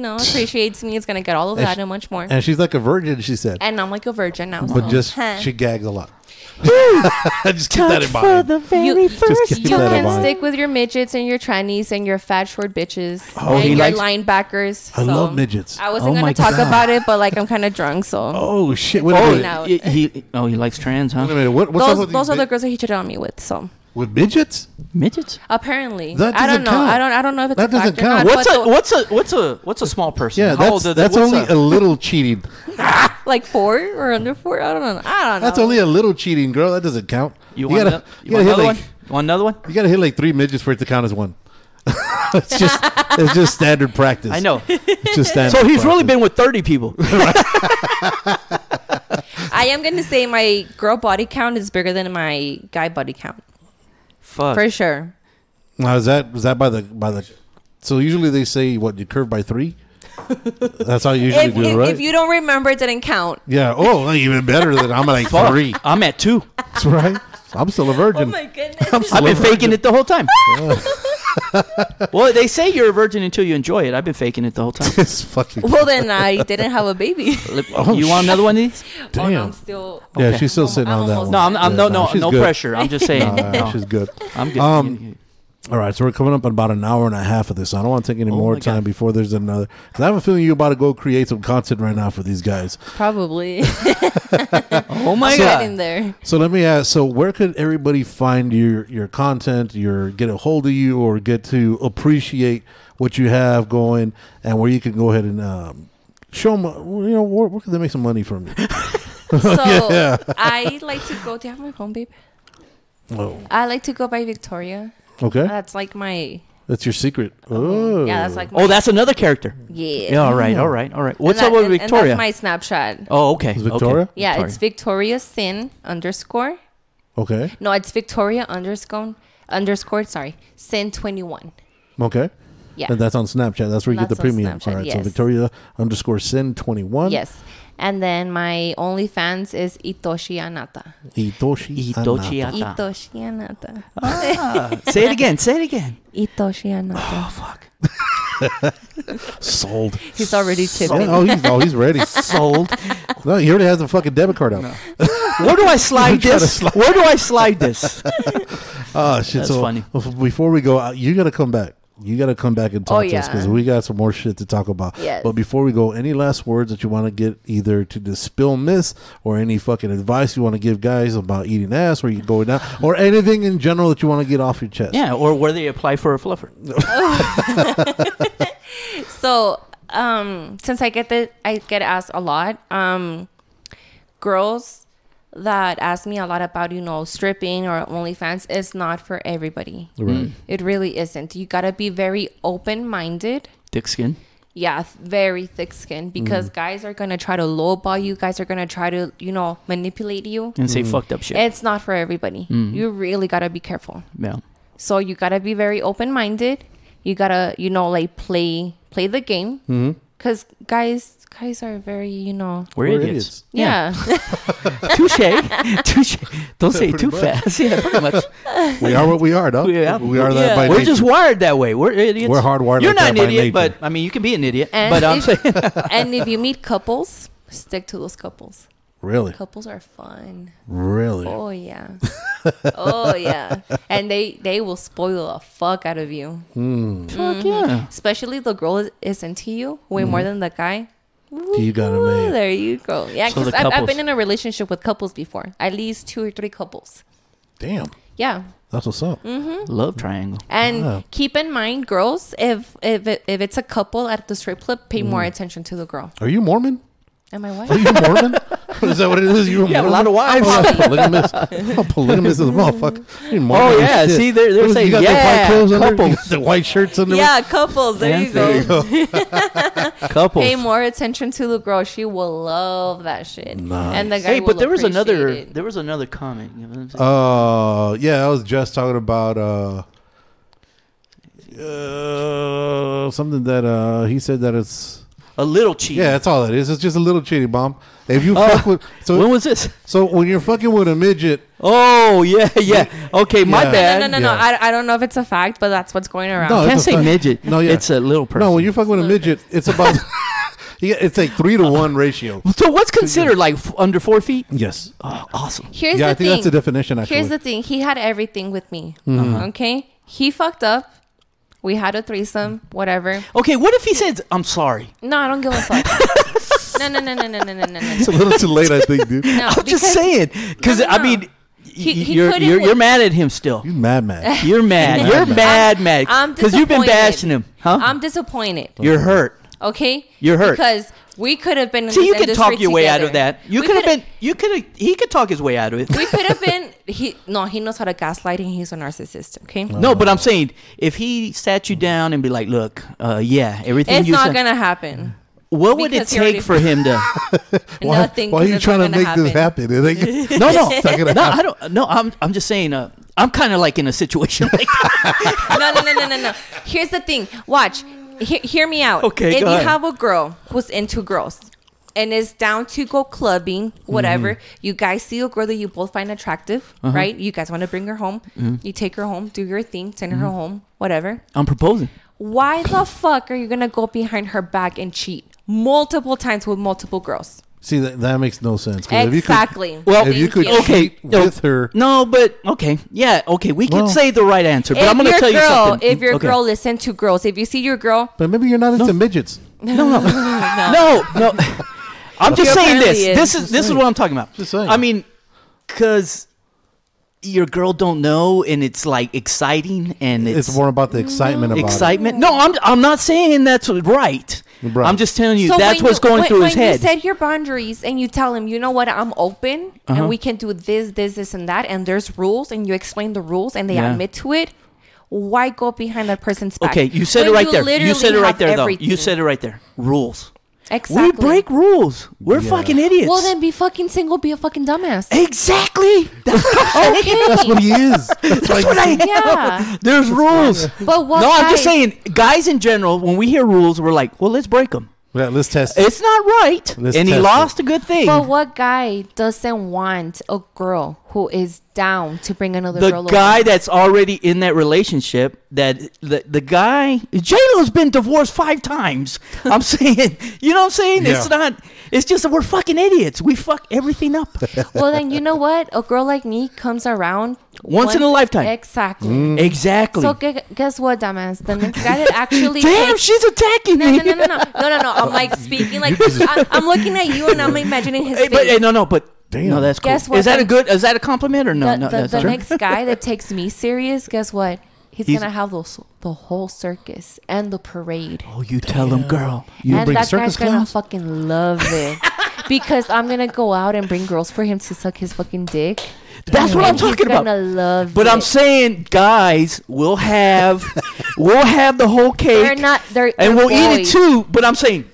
[SPEAKER 4] know appreciates me is gonna get all of
[SPEAKER 2] And
[SPEAKER 4] that
[SPEAKER 2] she-
[SPEAKER 4] and much more.
[SPEAKER 2] and she's like a virgin. She said,
[SPEAKER 4] And I'm like a virgin now.
[SPEAKER 2] but
[SPEAKER 4] so-
[SPEAKER 2] just
[SPEAKER 4] Huh.
[SPEAKER 2] she gags a lot. just keep that in
[SPEAKER 3] For
[SPEAKER 2] mind.
[SPEAKER 3] the very
[SPEAKER 4] You-
[SPEAKER 3] first
[SPEAKER 2] keep
[SPEAKER 4] You
[SPEAKER 2] that in
[SPEAKER 4] can
[SPEAKER 2] mind.
[SPEAKER 4] stick with your midgets and your trannies and your fat short bitches
[SPEAKER 3] Oh,
[SPEAKER 4] and
[SPEAKER 3] he
[SPEAKER 4] your
[SPEAKER 3] likes-
[SPEAKER 4] linebackers.
[SPEAKER 2] I love midgets.
[SPEAKER 4] I wasn't
[SPEAKER 3] Oh my
[SPEAKER 4] gonna talk
[SPEAKER 3] God.
[SPEAKER 4] about it, but like I'm kind of drunk, so
[SPEAKER 2] Oh shit! Wait a
[SPEAKER 4] Oh,
[SPEAKER 2] minute.
[SPEAKER 4] no. out.
[SPEAKER 3] He, he- oh, he likes trans,
[SPEAKER 2] Wait a
[SPEAKER 3] huh?
[SPEAKER 2] minute. What, what's up
[SPEAKER 4] those
[SPEAKER 2] with
[SPEAKER 4] those
[SPEAKER 2] these
[SPEAKER 4] are the
[SPEAKER 2] mi-
[SPEAKER 4] girls that he cheated on me with. So
[SPEAKER 2] with midgets?
[SPEAKER 3] Midgets.
[SPEAKER 4] apparently,
[SPEAKER 2] That
[SPEAKER 4] I
[SPEAKER 2] doesn't
[SPEAKER 4] don't know.
[SPEAKER 2] count.
[SPEAKER 4] I don't. I don't know if it's
[SPEAKER 2] That
[SPEAKER 4] a
[SPEAKER 2] doesn't
[SPEAKER 4] fact or
[SPEAKER 2] count.
[SPEAKER 4] not,
[SPEAKER 3] What's
[SPEAKER 4] but
[SPEAKER 3] a
[SPEAKER 4] the-
[SPEAKER 3] what's a what's a what's a small person?
[SPEAKER 2] Yeah,
[SPEAKER 3] How
[SPEAKER 2] that's
[SPEAKER 3] old are they?
[SPEAKER 2] that's
[SPEAKER 3] What's
[SPEAKER 2] only a little cheating.
[SPEAKER 4] like four or under four? I don't know. I don't know.
[SPEAKER 2] That's only a little cheating, girl. That doesn't count.
[SPEAKER 3] you want,
[SPEAKER 2] gotta,
[SPEAKER 3] ano-
[SPEAKER 2] you
[SPEAKER 3] you want
[SPEAKER 2] gotta hit
[SPEAKER 3] another
[SPEAKER 2] like
[SPEAKER 3] one? You want another one?
[SPEAKER 2] you gotta hit like three midgets for it to count as one. it's just it's just standard practice.
[SPEAKER 3] I know.
[SPEAKER 2] It's just standard.
[SPEAKER 3] So he's really
[SPEAKER 2] practice.
[SPEAKER 3] been with 30 people.
[SPEAKER 4] I am gonna say my girl body count is bigger than my guy body count
[SPEAKER 3] Fuck.
[SPEAKER 4] for sure.
[SPEAKER 2] Now is that is that by the by the? So usually they say what you curve by three. That's how you usually
[SPEAKER 4] If,
[SPEAKER 2] do it,
[SPEAKER 4] if,
[SPEAKER 2] right?
[SPEAKER 4] if you don't remember, it didn't count.
[SPEAKER 2] yeah. Oh, even better than I'm like
[SPEAKER 3] Fuck.
[SPEAKER 2] three.
[SPEAKER 3] I'm at two.
[SPEAKER 2] That's right. I'm still a virgin.
[SPEAKER 4] Oh goodness!
[SPEAKER 3] I've been faking it the whole time. well, they say you're a virgin until you enjoy it. I've been faking it the whole time.
[SPEAKER 2] it's fucking
[SPEAKER 4] well, then I didn't have a baby.
[SPEAKER 2] Oh,
[SPEAKER 3] you want another one of these?
[SPEAKER 4] Oh, no,
[SPEAKER 2] damn.
[SPEAKER 4] I'm still.
[SPEAKER 2] Yeah, she's still sitting on that one.
[SPEAKER 4] almost-
[SPEAKER 3] No, I'm, I'm
[SPEAKER 2] Yeah,
[SPEAKER 3] no, no,
[SPEAKER 2] she's
[SPEAKER 3] no
[SPEAKER 2] good.
[SPEAKER 3] pressure. I'm just saying.
[SPEAKER 2] Nah,
[SPEAKER 3] No.
[SPEAKER 2] She's good.
[SPEAKER 3] I'm good.
[SPEAKER 2] Um, All right, so we're coming up on about an hour and a half of this. I don't want to take any
[SPEAKER 3] Oh
[SPEAKER 2] more
[SPEAKER 3] my
[SPEAKER 2] time
[SPEAKER 3] God.
[SPEAKER 2] before there's another. Because I have a feeling you're about to go create some content right now for these guys.
[SPEAKER 4] Probably
[SPEAKER 3] oh my
[SPEAKER 4] got in
[SPEAKER 3] god.
[SPEAKER 4] there.
[SPEAKER 2] So let me ask. So where could everybody find your your content, your get a hold of you, or get to appreciate what you have going, and where you can go ahead and um, show them? You know, where, where can they make some money from you?
[SPEAKER 4] So I like to go. Do you have my phone, babe?
[SPEAKER 2] oh,
[SPEAKER 4] I like to go by Victoria.
[SPEAKER 2] okay,
[SPEAKER 4] That's like my.
[SPEAKER 2] that's your secret. Oh,
[SPEAKER 4] Uh, Yeah, that's like. My,
[SPEAKER 3] Oh, that's another character.
[SPEAKER 4] yeah.
[SPEAKER 3] Yeah, all right, all right, all right. What's
[SPEAKER 4] And
[SPEAKER 3] up
[SPEAKER 4] that-
[SPEAKER 3] with
[SPEAKER 4] and-
[SPEAKER 3] Victoria?
[SPEAKER 4] And that's my Snapchat.
[SPEAKER 3] oh, okay.
[SPEAKER 2] It's
[SPEAKER 3] okay.
[SPEAKER 2] Victoria?
[SPEAKER 4] Yeah, it's Victoria Sin underscore.
[SPEAKER 2] okay,
[SPEAKER 4] No, it's Victoria underscore underscore. Sorry, Sin twenty one.
[SPEAKER 2] okay.
[SPEAKER 4] Yeah.
[SPEAKER 2] And that's on Snapchat. That's where you get
[SPEAKER 4] That's
[SPEAKER 2] the
[SPEAKER 4] on
[SPEAKER 2] premium.
[SPEAKER 4] Snapchat,
[SPEAKER 2] All right. So
[SPEAKER 4] yes.
[SPEAKER 2] Victoria underscore sin twenty one.
[SPEAKER 4] Yes. And then my OnlyFans is Itoshi Anata.
[SPEAKER 2] Itoshi.
[SPEAKER 3] Itochi
[SPEAKER 2] Anata.
[SPEAKER 3] Anata.
[SPEAKER 4] Itoshi Anata.
[SPEAKER 3] Ah, say it again. Say it again.
[SPEAKER 4] Itoshi Anata.
[SPEAKER 3] Oh, fuck.
[SPEAKER 2] Sold.
[SPEAKER 4] He's already
[SPEAKER 2] Yeah,
[SPEAKER 4] tipping.
[SPEAKER 2] oh, he's, oh, he's ready.
[SPEAKER 3] Sold.
[SPEAKER 2] No, he already has the fucking debit card out.
[SPEAKER 3] Where do I slide
[SPEAKER 2] Try to
[SPEAKER 3] this? Where do I slide this?
[SPEAKER 2] Oh shit!
[SPEAKER 3] That's
[SPEAKER 2] so
[SPEAKER 3] funny.
[SPEAKER 2] bef- Before we go, uh, you gotta come back. You gotta come back and talk
[SPEAKER 4] Oh,
[SPEAKER 2] to us
[SPEAKER 4] yeah.
[SPEAKER 2] because we got some more shit to talk about.
[SPEAKER 4] Yes.
[SPEAKER 2] But before we go, any last words that you want to get either to the spill miss or any fucking advice you want to give guys about eating ass or you going down or anything in general that you want to get off your chest?
[SPEAKER 3] Yeah, or where they apply for a fluffer.
[SPEAKER 4] So, um, since I get the, I get asked a lot, um, girls that ask me a lot about, you know, stripping or OnlyFans is not for everybody.
[SPEAKER 2] Right.
[SPEAKER 4] It really isn't. You gotta be very open minded.
[SPEAKER 3] Dick skin.
[SPEAKER 4] Yeah, th- very thick skin because guys are gonna try to lowball you. Guys are gonna try to, you know, manipulate you.
[SPEAKER 3] And
[SPEAKER 2] Mm.
[SPEAKER 3] say fucked up shit.
[SPEAKER 4] It's not for everybody. You really gotta be careful.
[SPEAKER 3] yeah.
[SPEAKER 4] So you gotta be very open minded. You gotta, you know, like play play the game.
[SPEAKER 3] Mm-hmm.
[SPEAKER 4] Because guys, guys are very, you know,
[SPEAKER 3] We're,
[SPEAKER 2] We're
[SPEAKER 3] idiots.
[SPEAKER 4] yeah.
[SPEAKER 3] Touche. Touche. Don't say it too fast. Yeah, pretty much.
[SPEAKER 2] We are what we are, dog.
[SPEAKER 3] Yeah.
[SPEAKER 2] We are that by
[SPEAKER 3] We're
[SPEAKER 2] nature.
[SPEAKER 3] just wired that way. We're idiots.
[SPEAKER 2] We're hardwired
[SPEAKER 3] You're
[SPEAKER 2] like
[SPEAKER 3] not
[SPEAKER 2] that by
[SPEAKER 3] an idiot,
[SPEAKER 2] nature.
[SPEAKER 3] but I mean, you can be an idiot.
[SPEAKER 4] And
[SPEAKER 3] but I'm
[SPEAKER 4] if-
[SPEAKER 3] saying,
[SPEAKER 4] and if you meet couples, stick to those couples.
[SPEAKER 2] really,
[SPEAKER 4] Couples are fun.
[SPEAKER 2] really.
[SPEAKER 4] Oh yeah. oh yeah. And they they will spoil the fuck out of you. Hmm. Mm-hmm.
[SPEAKER 3] fuck yeah.
[SPEAKER 4] Especially the girl is, is into you way more than the guy.
[SPEAKER 2] You got it,
[SPEAKER 4] Ooh,
[SPEAKER 2] man.
[SPEAKER 4] There you go. Yeah,
[SPEAKER 3] So
[SPEAKER 4] because
[SPEAKER 3] the
[SPEAKER 4] I've, I've
[SPEAKER 3] couples.
[SPEAKER 4] been in a relationship with couples before, at least two or three couples.
[SPEAKER 2] Damn,
[SPEAKER 4] Yeah,
[SPEAKER 2] that's what's up.
[SPEAKER 4] Mm.
[SPEAKER 3] Love triangle.
[SPEAKER 4] and
[SPEAKER 2] Wow.
[SPEAKER 4] keep in mind, girls, if if it, if it's a couple at the strip club, pay more attention to the girl.
[SPEAKER 2] Are you Mormon?
[SPEAKER 4] Am I
[SPEAKER 2] Are
[SPEAKER 4] what?
[SPEAKER 2] you Mormon? is that what it is? You're a
[SPEAKER 3] Yeah, a
[SPEAKER 2] Mormon?
[SPEAKER 3] lot of wives.
[SPEAKER 2] Oh, I'm polygamous. I'm polygamous as a motherfucker. You're Mormon as
[SPEAKER 3] Oh yeah,
[SPEAKER 2] shit.
[SPEAKER 3] see they're they're
[SPEAKER 2] What is-
[SPEAKER 3] saying
[SPEAKER 2] you got
[SPEAKER 3] yeah,
[SPEAKER 2] the white clothes under, you
[SPEAKER 3] couple,
[SPEAKER 2] got the white shirts under.
[SPEAKER 4] Yeah, couples. There you go.
[SPEAKER 3] couple.
[SPEAKER 4] Pay more attention to the girl. She will love that shit. And the guy.
[SPEAKER 3] Hey, but
[SPEAKER 4] will
[SPEAKER 3] there was
[SPEAKER 4] appreciate
[SPEAKER 3] another
[SPEAKER 4] it.
[SPEAKER 3] there was another comment. You know what I'm saying?
[SPEAKER 2] Uh, yeah, I was just talking about uh, uh, something that uh he said that it's
[SPEAKER 3] a little cheat.
[SPEAKER 2] Uh, yeah, that's all it is. It's just a little cheating bomb. If you fuck with so
[SPEAKER 3] Oh. when was this?
[SPEAKER 2] so when you're fucking with a midget,
[SPEAKER 3] Oh yeah, yeah. Okay, my
[SPEAKER 2] Yeah.
[SPEAKER 4] No,
[SPEAKER 3] bad.
[SPEAKER 4] no, no, no.
[SPEAKER 2] Yeah.
[SPEAKER 4] I, I don't know if it's a fact, but that's what's going around.
[SPEAKER 2] No,
[SPEAKER 3] I
[SPEAKER 2] it's
[SPEAKER 3] can't
[SPEAKER 2] a
[SPEAKER 3] say
[SPEAKER 2] fact.
[SPEAKER 3] midget.
[SPEAKER 2] No,
[SPEAKER 3] No,
[SPEAKER 2] yeah.
[SPEAKER 3] it's a little person.
[SPEAKER 2] no, when you're fucking with a midget, it's about yeah, it's like three to one ratio.
[SPEAKER 3] so what's considered like f- under four feet?
[SPEAKER 2] Yes.
[SPEAKER 3] Oh, awesome.
[SPEAKER 4] Here's
[SPEAKER 2] yeah,
[SPEAKER 4] the
[SPEAKER 2] I think
[SPEAKER 4] thing.
[SPEAKER 2] that's the definition. Actually,
[SPEAKER 4] Here's the thing. He had everything with me.
[SPEAKER 3] Mm-hmm.
[SPEAKER 4] Okay. He fucked up. We had a threesome, whatever.
[SPEAKER 3] Okay, what if he says I'm sorry?
[SPEAKER 4] No, I don't give a fuck. no, no, no, no, no, no, no, no, no.
[SPEAKER 2] it's a little too late, I think, dude.
[SPEAKER 4] No,
[SPEAKER 3] I'm just
[SPEAKER 4] because
[SPEAKER 3] saying because
[SPEAKER 4] No, no,
[SPEAKER 3] I
[SPEAKER 4] no.
[SPEAKER 3] mean, y-
[SPEAKER 4] He- he
[SPEAKER 3] you're
[SPEAKER 4] couldn't
[SPEAKER 3] you're,
[SPEAKER 4] win.
[SPEAKER 3] you're mad at him still.
[SPEAKER 2] You mad man.
[SPEAKER 3] You're mad.
[SPEAKER 2] mad.
[SPEAKER 3] You're mad,
[SPEAKER 4] I'm-
[SPEAKER 3] mad
[SPEAKER 4] I'm
[SPEAKER 3] because you've been
[SPEAKER 4] disappointed.
[SPEAKER 3] bashing him, huh?
[SPEAKER 4] I'm disappointed.
[SPEAKER 3] you're hurt.
[SPEAKER 4] Okay,
[SPEAKER 3] You're hurt.
[SPEAKER 4] because we could have been. In
[SPEAKER 3] See,
[SPEAKER 4] this
[SPEAKER 3] you could
[SPEAKER 4] industry
[SPEAKER 3] talk your way out of
[SPEAKER 4] together.
[SPEAKER 3] that. You
[SPEAKER 4] We
[SPEAKER 3] could have been. You could have. He could talk his way out of it.
[SPEAKER 4] We could have been. He no, he knows how to gaslight, and he's a narcissist. Okay,
[SPEAKER 3] No, but I'm saying if he sat you down and be like, "Look, uh, yeah, everything
[SPEAKER 4] it's
[SPEAKER 3] you
[SPEAKER 4] not
[SPEAKER 3] said-
[SPEAKER 4] gonna happen.
[SPEAKER 3] What would it
[SPEAKER 4] because he already-
[SPEAKER 3] take for him to?
[SPEAKER 4] Nothing.
[SPEAKER 2] Why are you
[SPEAKER 4] because it's not
[SPEAKER 2] trying to
[SPEAKER 4] gonna
[SPEAKER 2] make this happen? It ain't- no, no, it's not gonna
[SPEAKER 3] No,
[SPEAKER 2] happen.
[SPEAKER 3] I don't. No, I'm. I'm just saying. Uh, I'm kind of like in a situation like that.
[SPEAKER 4] no, no, no, no, no, no. Here's the thing. Watch. He- hear me out.
[SPEAKER 3] Okay,
[SPEAKER 4] If
[SPEAKER 3] go
[SPEAKER 4] you
[SPEAKER 3] ahead.
[SPEAKER 4] have a girl who's into girls and is down to go clubbing, whatever,
[SPEAKER 3] Mm-hmm.
[SPEAKER 4] you guys see a girl that you both find attractive,
[SPEAKER 3] Uh-huh.
[SPEAKER 4] right? You guys want to bring her home.
[SPEAKER 3] Mm-hmm.
[SPEAKER 4] You take her home, do your thing, send her home, whatever.
[SPEAKER 3] I'm proposing.
[SPEAKER 4] Why the fuck are you going to go behind her back and cheat multiple times with multiple girls?
[SPEAKER 2] See, that, that makes no sense. 'cause if you could-
[SPEAKER 4] Exactly.
[SPEAKER 3] Well,
[SPEAKER 2] if you
[SPEAKER 4] Thank
[SPEAKER 2] could
[SPEAKER 4] you.
[SPEAKER 3] Okay,
[SPEAKER 2] cheat
[SPEAKER 3] no,
[SPEAKER 2] with her,
[SPEAKER 3] No, but okay, yeah, okay. We can
[SPEAKER 2] Well-
[SPEAKER 3] say the right answer, but
[SPEAKER 4] If
[SPEAKER 3] I'm going to
[SPEAKER 4] your
[SPEAKER 3] tell you
[SPEAKER 4] girl,
[SPEAKER 3] something.
[SPEAKER 4] If your
[SPEAKER 3] Okay.
[SPEAKER 4] girl is into girls, if you see your girl,
[SPEAKER 2] but maybe you're not into midgets.
[SPEAKER 3] no, no. I'm just
[SPEAKER 4] She
[SPEAKER 3] saying this.
[SPEAKER 4] apparently
[SPEAKER 3] This
[SPEAKER 4] is.
[SPEAKER 3] is this is what I'm talking about.
[SPEAKER 2] Just saying.
[SPEAKER 3] I mean, because your girl don't know, and it's like exciting, and it's,
[SPEAKER 2] It's, more about the excitement about
[SPEAKER 3] excitement. No, I'm I'm not saying that's right.
[SPEAKER 2] Right.
[SPEAKER 3] I'm just telling you
[SPEAKER 4] So
[SPEAKER 3] that's
[SPEAKER 4] when
[SPEAKER 3] what's
[SPEAKER 4] you-
[SPEAKER 3] going
[SPEAKER 4] when-
[SPEAKER 3] through his
[SPEAKER 4] when
[SPEAKER 3] head.
[SPEAKER 4] You set your boundaries and you tell him, you know what, I'm open
[SPEAKER 3] Uh-huh.
[SPEAKER 4] and we can do this, this, this, and that. And there's rules, and you explain the rules, and they
[SPEAKER 3] Yeah.
[SPEAKER 4] admit to it. Why go behind that person's back?
[SPEAKER 3] okay, you said
[SPEAKER 4] When
[SPEAKER 3] it right there. You
[SPEAKER 4] literally
[SPEAKER 3] said it right
[SPEAKER 4] have
[SPEAKER 3] there, though. You
[SPEAKER 4] everything.
[SPEAKER 3] said it right there. Rules.
[SPEAKER 4] exactly.
[SPEAKER 3] We break rules. We're fucking idiots.
[SPEAKER 4] Well, then be fucking single. Be a fucking dumbass.
[SPEAKER 3] exactly. That's
[SPEAKER 4] Okay.
[SPEAKER 2] it. That's what he is. That's why
[SPEAKER 3] what I am.
[SPEAKER 4] yeah.
[SPEAKER 3] There's rules.
[SPEAKER 4] But what?
[SPEAKER 3] no, I'm just
[SPEAKER 4] guys-
[SPEAKER 3] saying, guys in general, when we hear rules, we're like, well, let's break them.
[SPEAKER 2] Yeah, let's test. it.
[SPEAKER 3] It's not right.
[SPEAKER 2] Let's
[SPEAKER 3] and he
[SPEAKER 2] test
[SPEAKER 3] lost a good thing.
[SPEAKER 4] But what guy doesn't want a girl who is down to bring another
[SPEAKER 3] the
[SPEAKER 4] girl?
[SPEAKER 3] guy
[SPEAKER 4] over?
[SPEAKER 3] that's already in that relationship, that the, the guy, J Lo's been divorced five times. I'm saying, you know what I'm saying? It's
[SPEAKER 2] Yeah.
[SPEAKER 3] not. It's just that we're fucking idiots. We fuck everything up.
[SPEAKER 4] Well, then you know what? A girl like me comes around
[SPEAKER 3] Once in a lifetime. Mm.
[SPEAKER 4] Exactly.
[SPEAKER 3] exactly.
[SPEAKER 4] So gu- guess what, dumbass? The next guy that actually
[SPEAKER 3] Damn,
[SPEAKER 4] takes-
[SPEAKER 3] she's attacking
[SPEAKER 4] no,
[SPEAKER 3] me.
[SPEAKER 4] no, no, no, no, no, no, no. I'm like speaking like I, I'm looking at you and I'm imagining his
[SPEAKER 3] Hey,
[SPEAKER 4] face.
[SPEAKER 3] but hey, no, no, but
[SPEAKER 2] Damn.
[SPEAKER 3] no, that's cool.
[SPEAKER 4] Guess what?
[SPEAKER 3] Is that a
[SPEAKER 4] The-
[SPEAKER 3] good? Is that a compliment or no?
[SPEAKER 4] the
[SPEAKER 3] no,
[SPEAKER 4] the,
[SPEAKER 3] that's
[SPEAKER 4] the
[SPEAKER 3] not-
[SPEAKER 4] next guy that takes me serious, guess what? He's,
[SPEAKER 3] He's-
[SPEAKER 4] gonna have those, the whole circus and the parade,
[SPEAKER 3] Oh, you tell him, girl. You
[SPEAKER 4] and
[SPEAKER 2] bring
[SPEAKER 4] that
[SPEAKER 2] circus
[SPEAKER 4] guy's gonna
[SPEAKER 2] clowns?
[SPEAKER 4] fucking love it because I'm gonna go out and bring girls for him to suck his fucking dick.
[SPEAKER 3] That's what I'm
[SPEAKER 4] and he's
[SPEAKER 3] talking
[SPEAKER 4] Gonna
[SPEAKER 3] about.
[SPEAKER 4] love
[SPEAKER 3] But
[SPEAKER 4] it.
[SPEAKER 3] I'm saying, guys, we'll have we'll have the whole cake.
[SPEAKER 4] They're not- they're-
[SPEAKER 3] and
[SPEAKER 4] they're
[SPEAKER 3] we'll eat it
[SPEAKER 4] boys.
[SPEAKER 3] too. But I'm saying,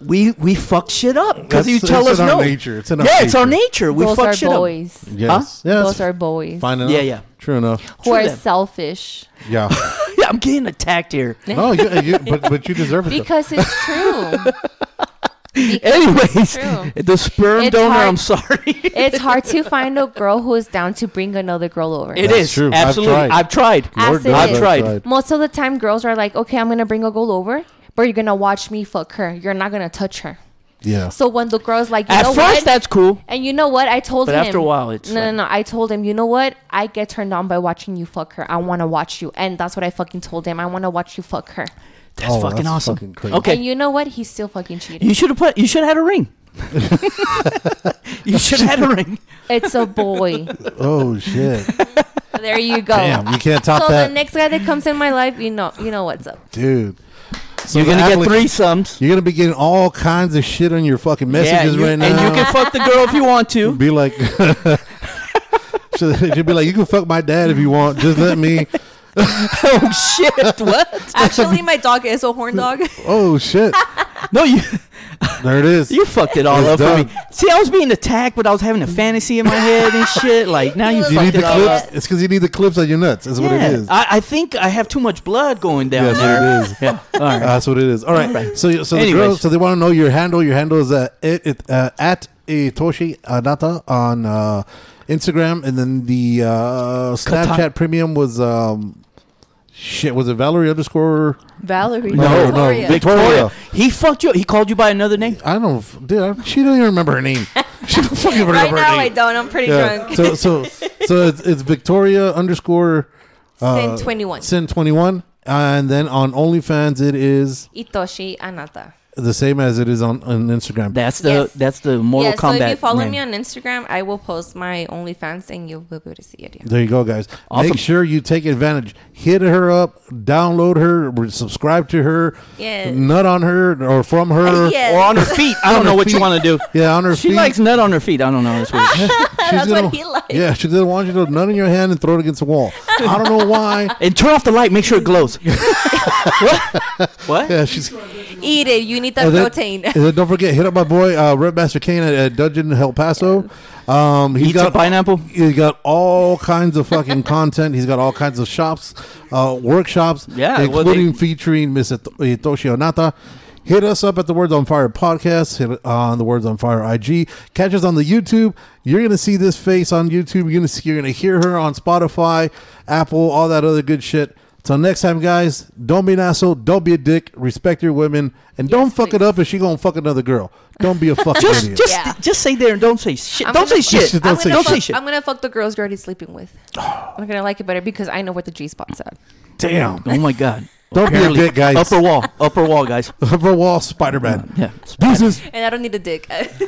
[SPEAKER 3] we we fuck shit up because
[SPEAKER 2] That's-
[SPEAKER 3] you tell
[SPEAKER 2] it's
[SPEAKER 3] us
[SPEAKER 2] in
[SPEAKER 3] no.
[SPEAKER 2] our nature. It's in our
[SPEAKER 3] yeah, it's our
[SPEAKER 2] nature.
[SPEAKER 3] nature. We
[SPEAKER 4] those
[SPEAKER 3] fuck
[SPEAKER 4] are
[SPEAKER 3] shit up.
[SPEAKER 4] boys.
[SPEAKER 2] yes.
[SPEAKER 3] Huh?
[SPEAKER 2] Yeah,
[SPEAKER 4] Those
[SPEAKER 2] that's
[SPEAKER 4] are boys
[SPEAKER 2] Fine enough.
[SPEAKER 3] Yeah, yeah.
[SPEAKER 2] True enough.
[SPEAKER 4] who
[SPEAKER 3] True
[SPEAKER 4] are
[SPEAKER 3] then.
[SPEAKER 4] selfish.
[SPEAKER 2] Yeah.
[SPEAKER 3] Yeah, I'm getting attacked here.
[SPEAKER 2] no, you, you, but but you deserve it. though.
[SPEAKER 4] Because it's true.
[SPEAKER 3] Anyways,
[SPEAKER 4] true.
[SPEAKER 3] the sperm
[SPEAKER 4] It's
[SPEAKER 3] donor.
[SPEAKER 4] hard-
[SPEAKER 3] I'm sorry.
[SPEAKER 4] it's hard to find a girl who is down to bring another girl over.
[SPEAKER 3] It
[SPEAKER 2] That's
[SPEAKER 3] is.
[SPEAKER 2] true. I've
[SPEAKER 3] absolutely.
[SPEAKER 2] tried.
[SPEAKER 3] I've tried.
[SPEAKER 4] As Lord it knows
[SPEAKER 3] I've
[SPEAKER 4] I've
[SPEAKER 3] tried.
[SPEAKER 2] tried.
[SPEAKER 4] Most of the time, girls are like, okay, I'm going to bring a girl over, but you're going to watch me fuck her. You're not going to touch her.
[SPEAKER 2] yeah.
[SPEAKER 4] So when the girl's like, you
[SPEAKER 3] At
[SPEAKER 4] know
[SPEAKER 3] first,
[SPEAKER 4] what?
[SPEAKER 3] that's cool.
[SPEAKER 4] and you know what? I told
[SPEAKER 3] But
[SPEAKER 4] him.
[SPEAKER 3] after a while, it's
[SPEAKER 4] No,
[SPEAKER 3] like-
[SPEAKER 4] no, no. I told him, you know what? I get turned on by watching you fuck her. I want to watch you. And that's what I fucking told him. I want to watch you fuck her.
[SPEAKER 3] That's
[SPEAKER 2] Oh,
[SPEAKER 3] fucking
[SPEAKER 2] that's
[SPEAKER 3] awesome.
[SPEAKER 2] fucking crazy.
[SPEAKER 3] Okay,
[SPEAKER 4] And you know what? He's still fucking cheating.
[SPEAKER 3] You should have put. You should have had a ring. you should have had a ring.
[SPEAKER 4] it's a boy.
[SPEAKER 2] oh shit,
[SPEAKER 4] there you go.
[SPEAKER 2] Damn, you can't top
[SPEAKER 4] so
[SPEAKER 2] that.
[SPEAKER 4] the next guy that comes in my life, you know, you know what's up.
[SPEAKER 2] dude. So
[SPEAKER 3] You're
[SPEAKER 2] the
[SPEAKER 3] gonna get
[SPEAKER 2] applica-
[SPEAKER 3] three sums.
[SPEAKER 2] You're gonna be getting all kinds of shit on your fucking messages
[SPEAKER 3] you-
[SPEAKER 2] right now.
[SPEAKER 3] and you can fuck the girl if you want to.
[SPEAKER 2] be like, so you'd be like, you can fuck my dad if you want. Just let me.
[SPEAKER 3] oh shit! What?
[SPEAKER 4] Actually, my dog is a horn dog.
[SPEAKER 2] Oh shit,
[SPEAKER 3] No, you
[SPEAKER 2] there it is.
[SPEAKER 3] you fucked it all
[SPEAKER 2] It's
[SPEAKER 3] up for me.
[SPEAKER 2] done.
[SPEAKER 3] See, I was being attacked, but I was having a fantasy in my head and shit. Like now you
[SPEAKER 2] You
[SPEAKER 3] fucked
[SPEAKER 2] need the
[SPEAKER 3] it all
[SPEAKER 2] clips.
[SPEAKER 3] up.
[SPEAKER 2] It's because you need the clips on your nuts. That's what it
[SPEAKER 3] Yeah,
[SPEAKER 2] is.
[SPEAKER 3] I, I think I have too much blood going down
[SPEAKER 2] That's what
[SPEAKER 3] there.
[SPEAKER 2] it is.
[SPEAKER 3] Yeah. All right.
[SPEAKER 2] That's what it is. All right. So, so the
[SPEAKER 3] Anyways.
[SPEAKER 2] girls, so they want to know your handle. Your handle is uh, it, it, uh, at Itoshi Anata on uh, Instagram, and then the uh, Snapchat Premium was um, shit. Was it Valerie underscore?
[SPEAKER 4] Valerie.
[SPEAKER 2] No, no,
[SPEAKER 4] Victoria.
[SPEAKER 2] Vic- Victoria.
[SPEAKER 3] Oh, He fucked you. He called you by another name.
[SPEAKER 2] I don't, f- dude. I, she don't even remember her name. She don't fucking remember
[SPEAKER 4] Right
[SPEAKER 2] her
[SPEAKER 4] now,
[SPEAKER 2] name.
[SPEAKER 4] I don't. I'm pretty
[SPEAKER 2] Yeah.
[SPEAKER 4] drunk.
[SPEAKER 2] So, so, so it's, it's Victoria underscore uh,
[SPEAKER 4] Sin 21.
[SPEAKER 2] Sin twenty one, and then on OnlyFans it is
[SPEAKER 4] Itoshi Anata.
[SPEAKER 2] the same as it is on, on Instagram.
[SPEAKER 3] That's the
[SPEAKER 4] Yes.
[SPEAKER 3] that's the Mortal
[SPEAKER 4] yeah,
[SPEAKER 3] Kombat.
[SPEAKER 4] so if you follow
[SPEAKER 3] name.
[SPEAKER 4] me on Instagram, I will post my OnlyFans and you'll be able to see it. Yeah.
[SPEAKER 2] There you go, guys.
[SPEAKER 3] Awesome.
[SPEAKER 2] Make sure you take advantage. Hit her up, download her, re- subscribe to her,
[SPEAKER 4] Yes.
[SPEAKER 2] nut on her or from her.
[SPEAKER 4] Yes.
[SPEAKER 3] or on her feet, I don't know what you want to do.
[SPEAKER 2] Yeah, on her
[SPEAKER 3] She
[SPEAKER 2] feet.
[SPEAKER 3] likes nut on her feet. I don't know. That's weird.
[SPEAKER 2] She's
[SPEAKER 4] That's what
[SPEAKER 2] gonna-
[SPEAKER 4] he likes.
[SPEAKER 2] Yeah, she doesn't want you to nut in your hand and throw it against the wall. I don't know why.
[SPEAKER 3] and turn off the light. Make sure it glows. what? What?
[SPEAKER 2] Yeah, she's.
[SPEAKER 4] Eat it. You need that
[SPEAKER 2] and then-
[SPEAKER 4] protein.
[SPEAKER 2] and then don't forget, hit up my boy uh, Red Master Kane at, at Dungeon El Paso. Um, he's
[SPEAKER 3] Eats a pineapple?
[SPEAKER 2] He's got all kinds of fucking content. He's got all kinds of shops, uh, workshops,
[SPEAKER 3] Yeah, well,
[SPEAKER 2] including
[SPEAKER 3] they-
[SPEAKER 2] featuring Miss Hito- Hitoshi Onata. Hit us up at the Words on Fire podcast, hit it on the Words on Fire IG. Catch us on the YouTube. You're gonna see this face on YouTube. You're gonna see, you're gonna hear her on Spotify, Apple, all that other good shit. Till next time, guys, don't be an asshole. Don't be a dick. Respect your women, and don't fuck it up if she gonna fuck another girl. Don't be a fucking
[SPEAKER 3] Just
[SPEAKER 2] idiot.
[SPEAKER 3] just
[SPEAKER 4] Yeah.
[SPEAKER 3] just say there and don't say shit.
[SPEAKER 4] I'm
[SPEAKER 3] don't
[SPEAKER 4] gonna-
[SPEAKER 3] say shit.
[SPEAKER 2] Don't
[SPEAKER 4] I'm
[SPEAKER 2] say
[SPEAKER 4] gonna
[SPEAKER 2] shit.
[SPEAKER 4] fuck-
[SPEAKER 3] shit.
[SPEAKER 4] I'm gonna fuck the girls you're already sleeping with. I'm gonna like it better because I know where the G spots at.
[SPEAKER 2] Damn.
[SPEAKER 3] Oh my god.
[SPEAKER 2] Don't be a dick, guys.
[SPEAKER 3] Upper wall. Upper wall, guys.
[SPEAKER 2] Upper wall, Spider Man.
[SPEAKER 3] Yeah.
[SPEAKER 2] Deuces.
[SPEAKER 4] And I don't need a dick.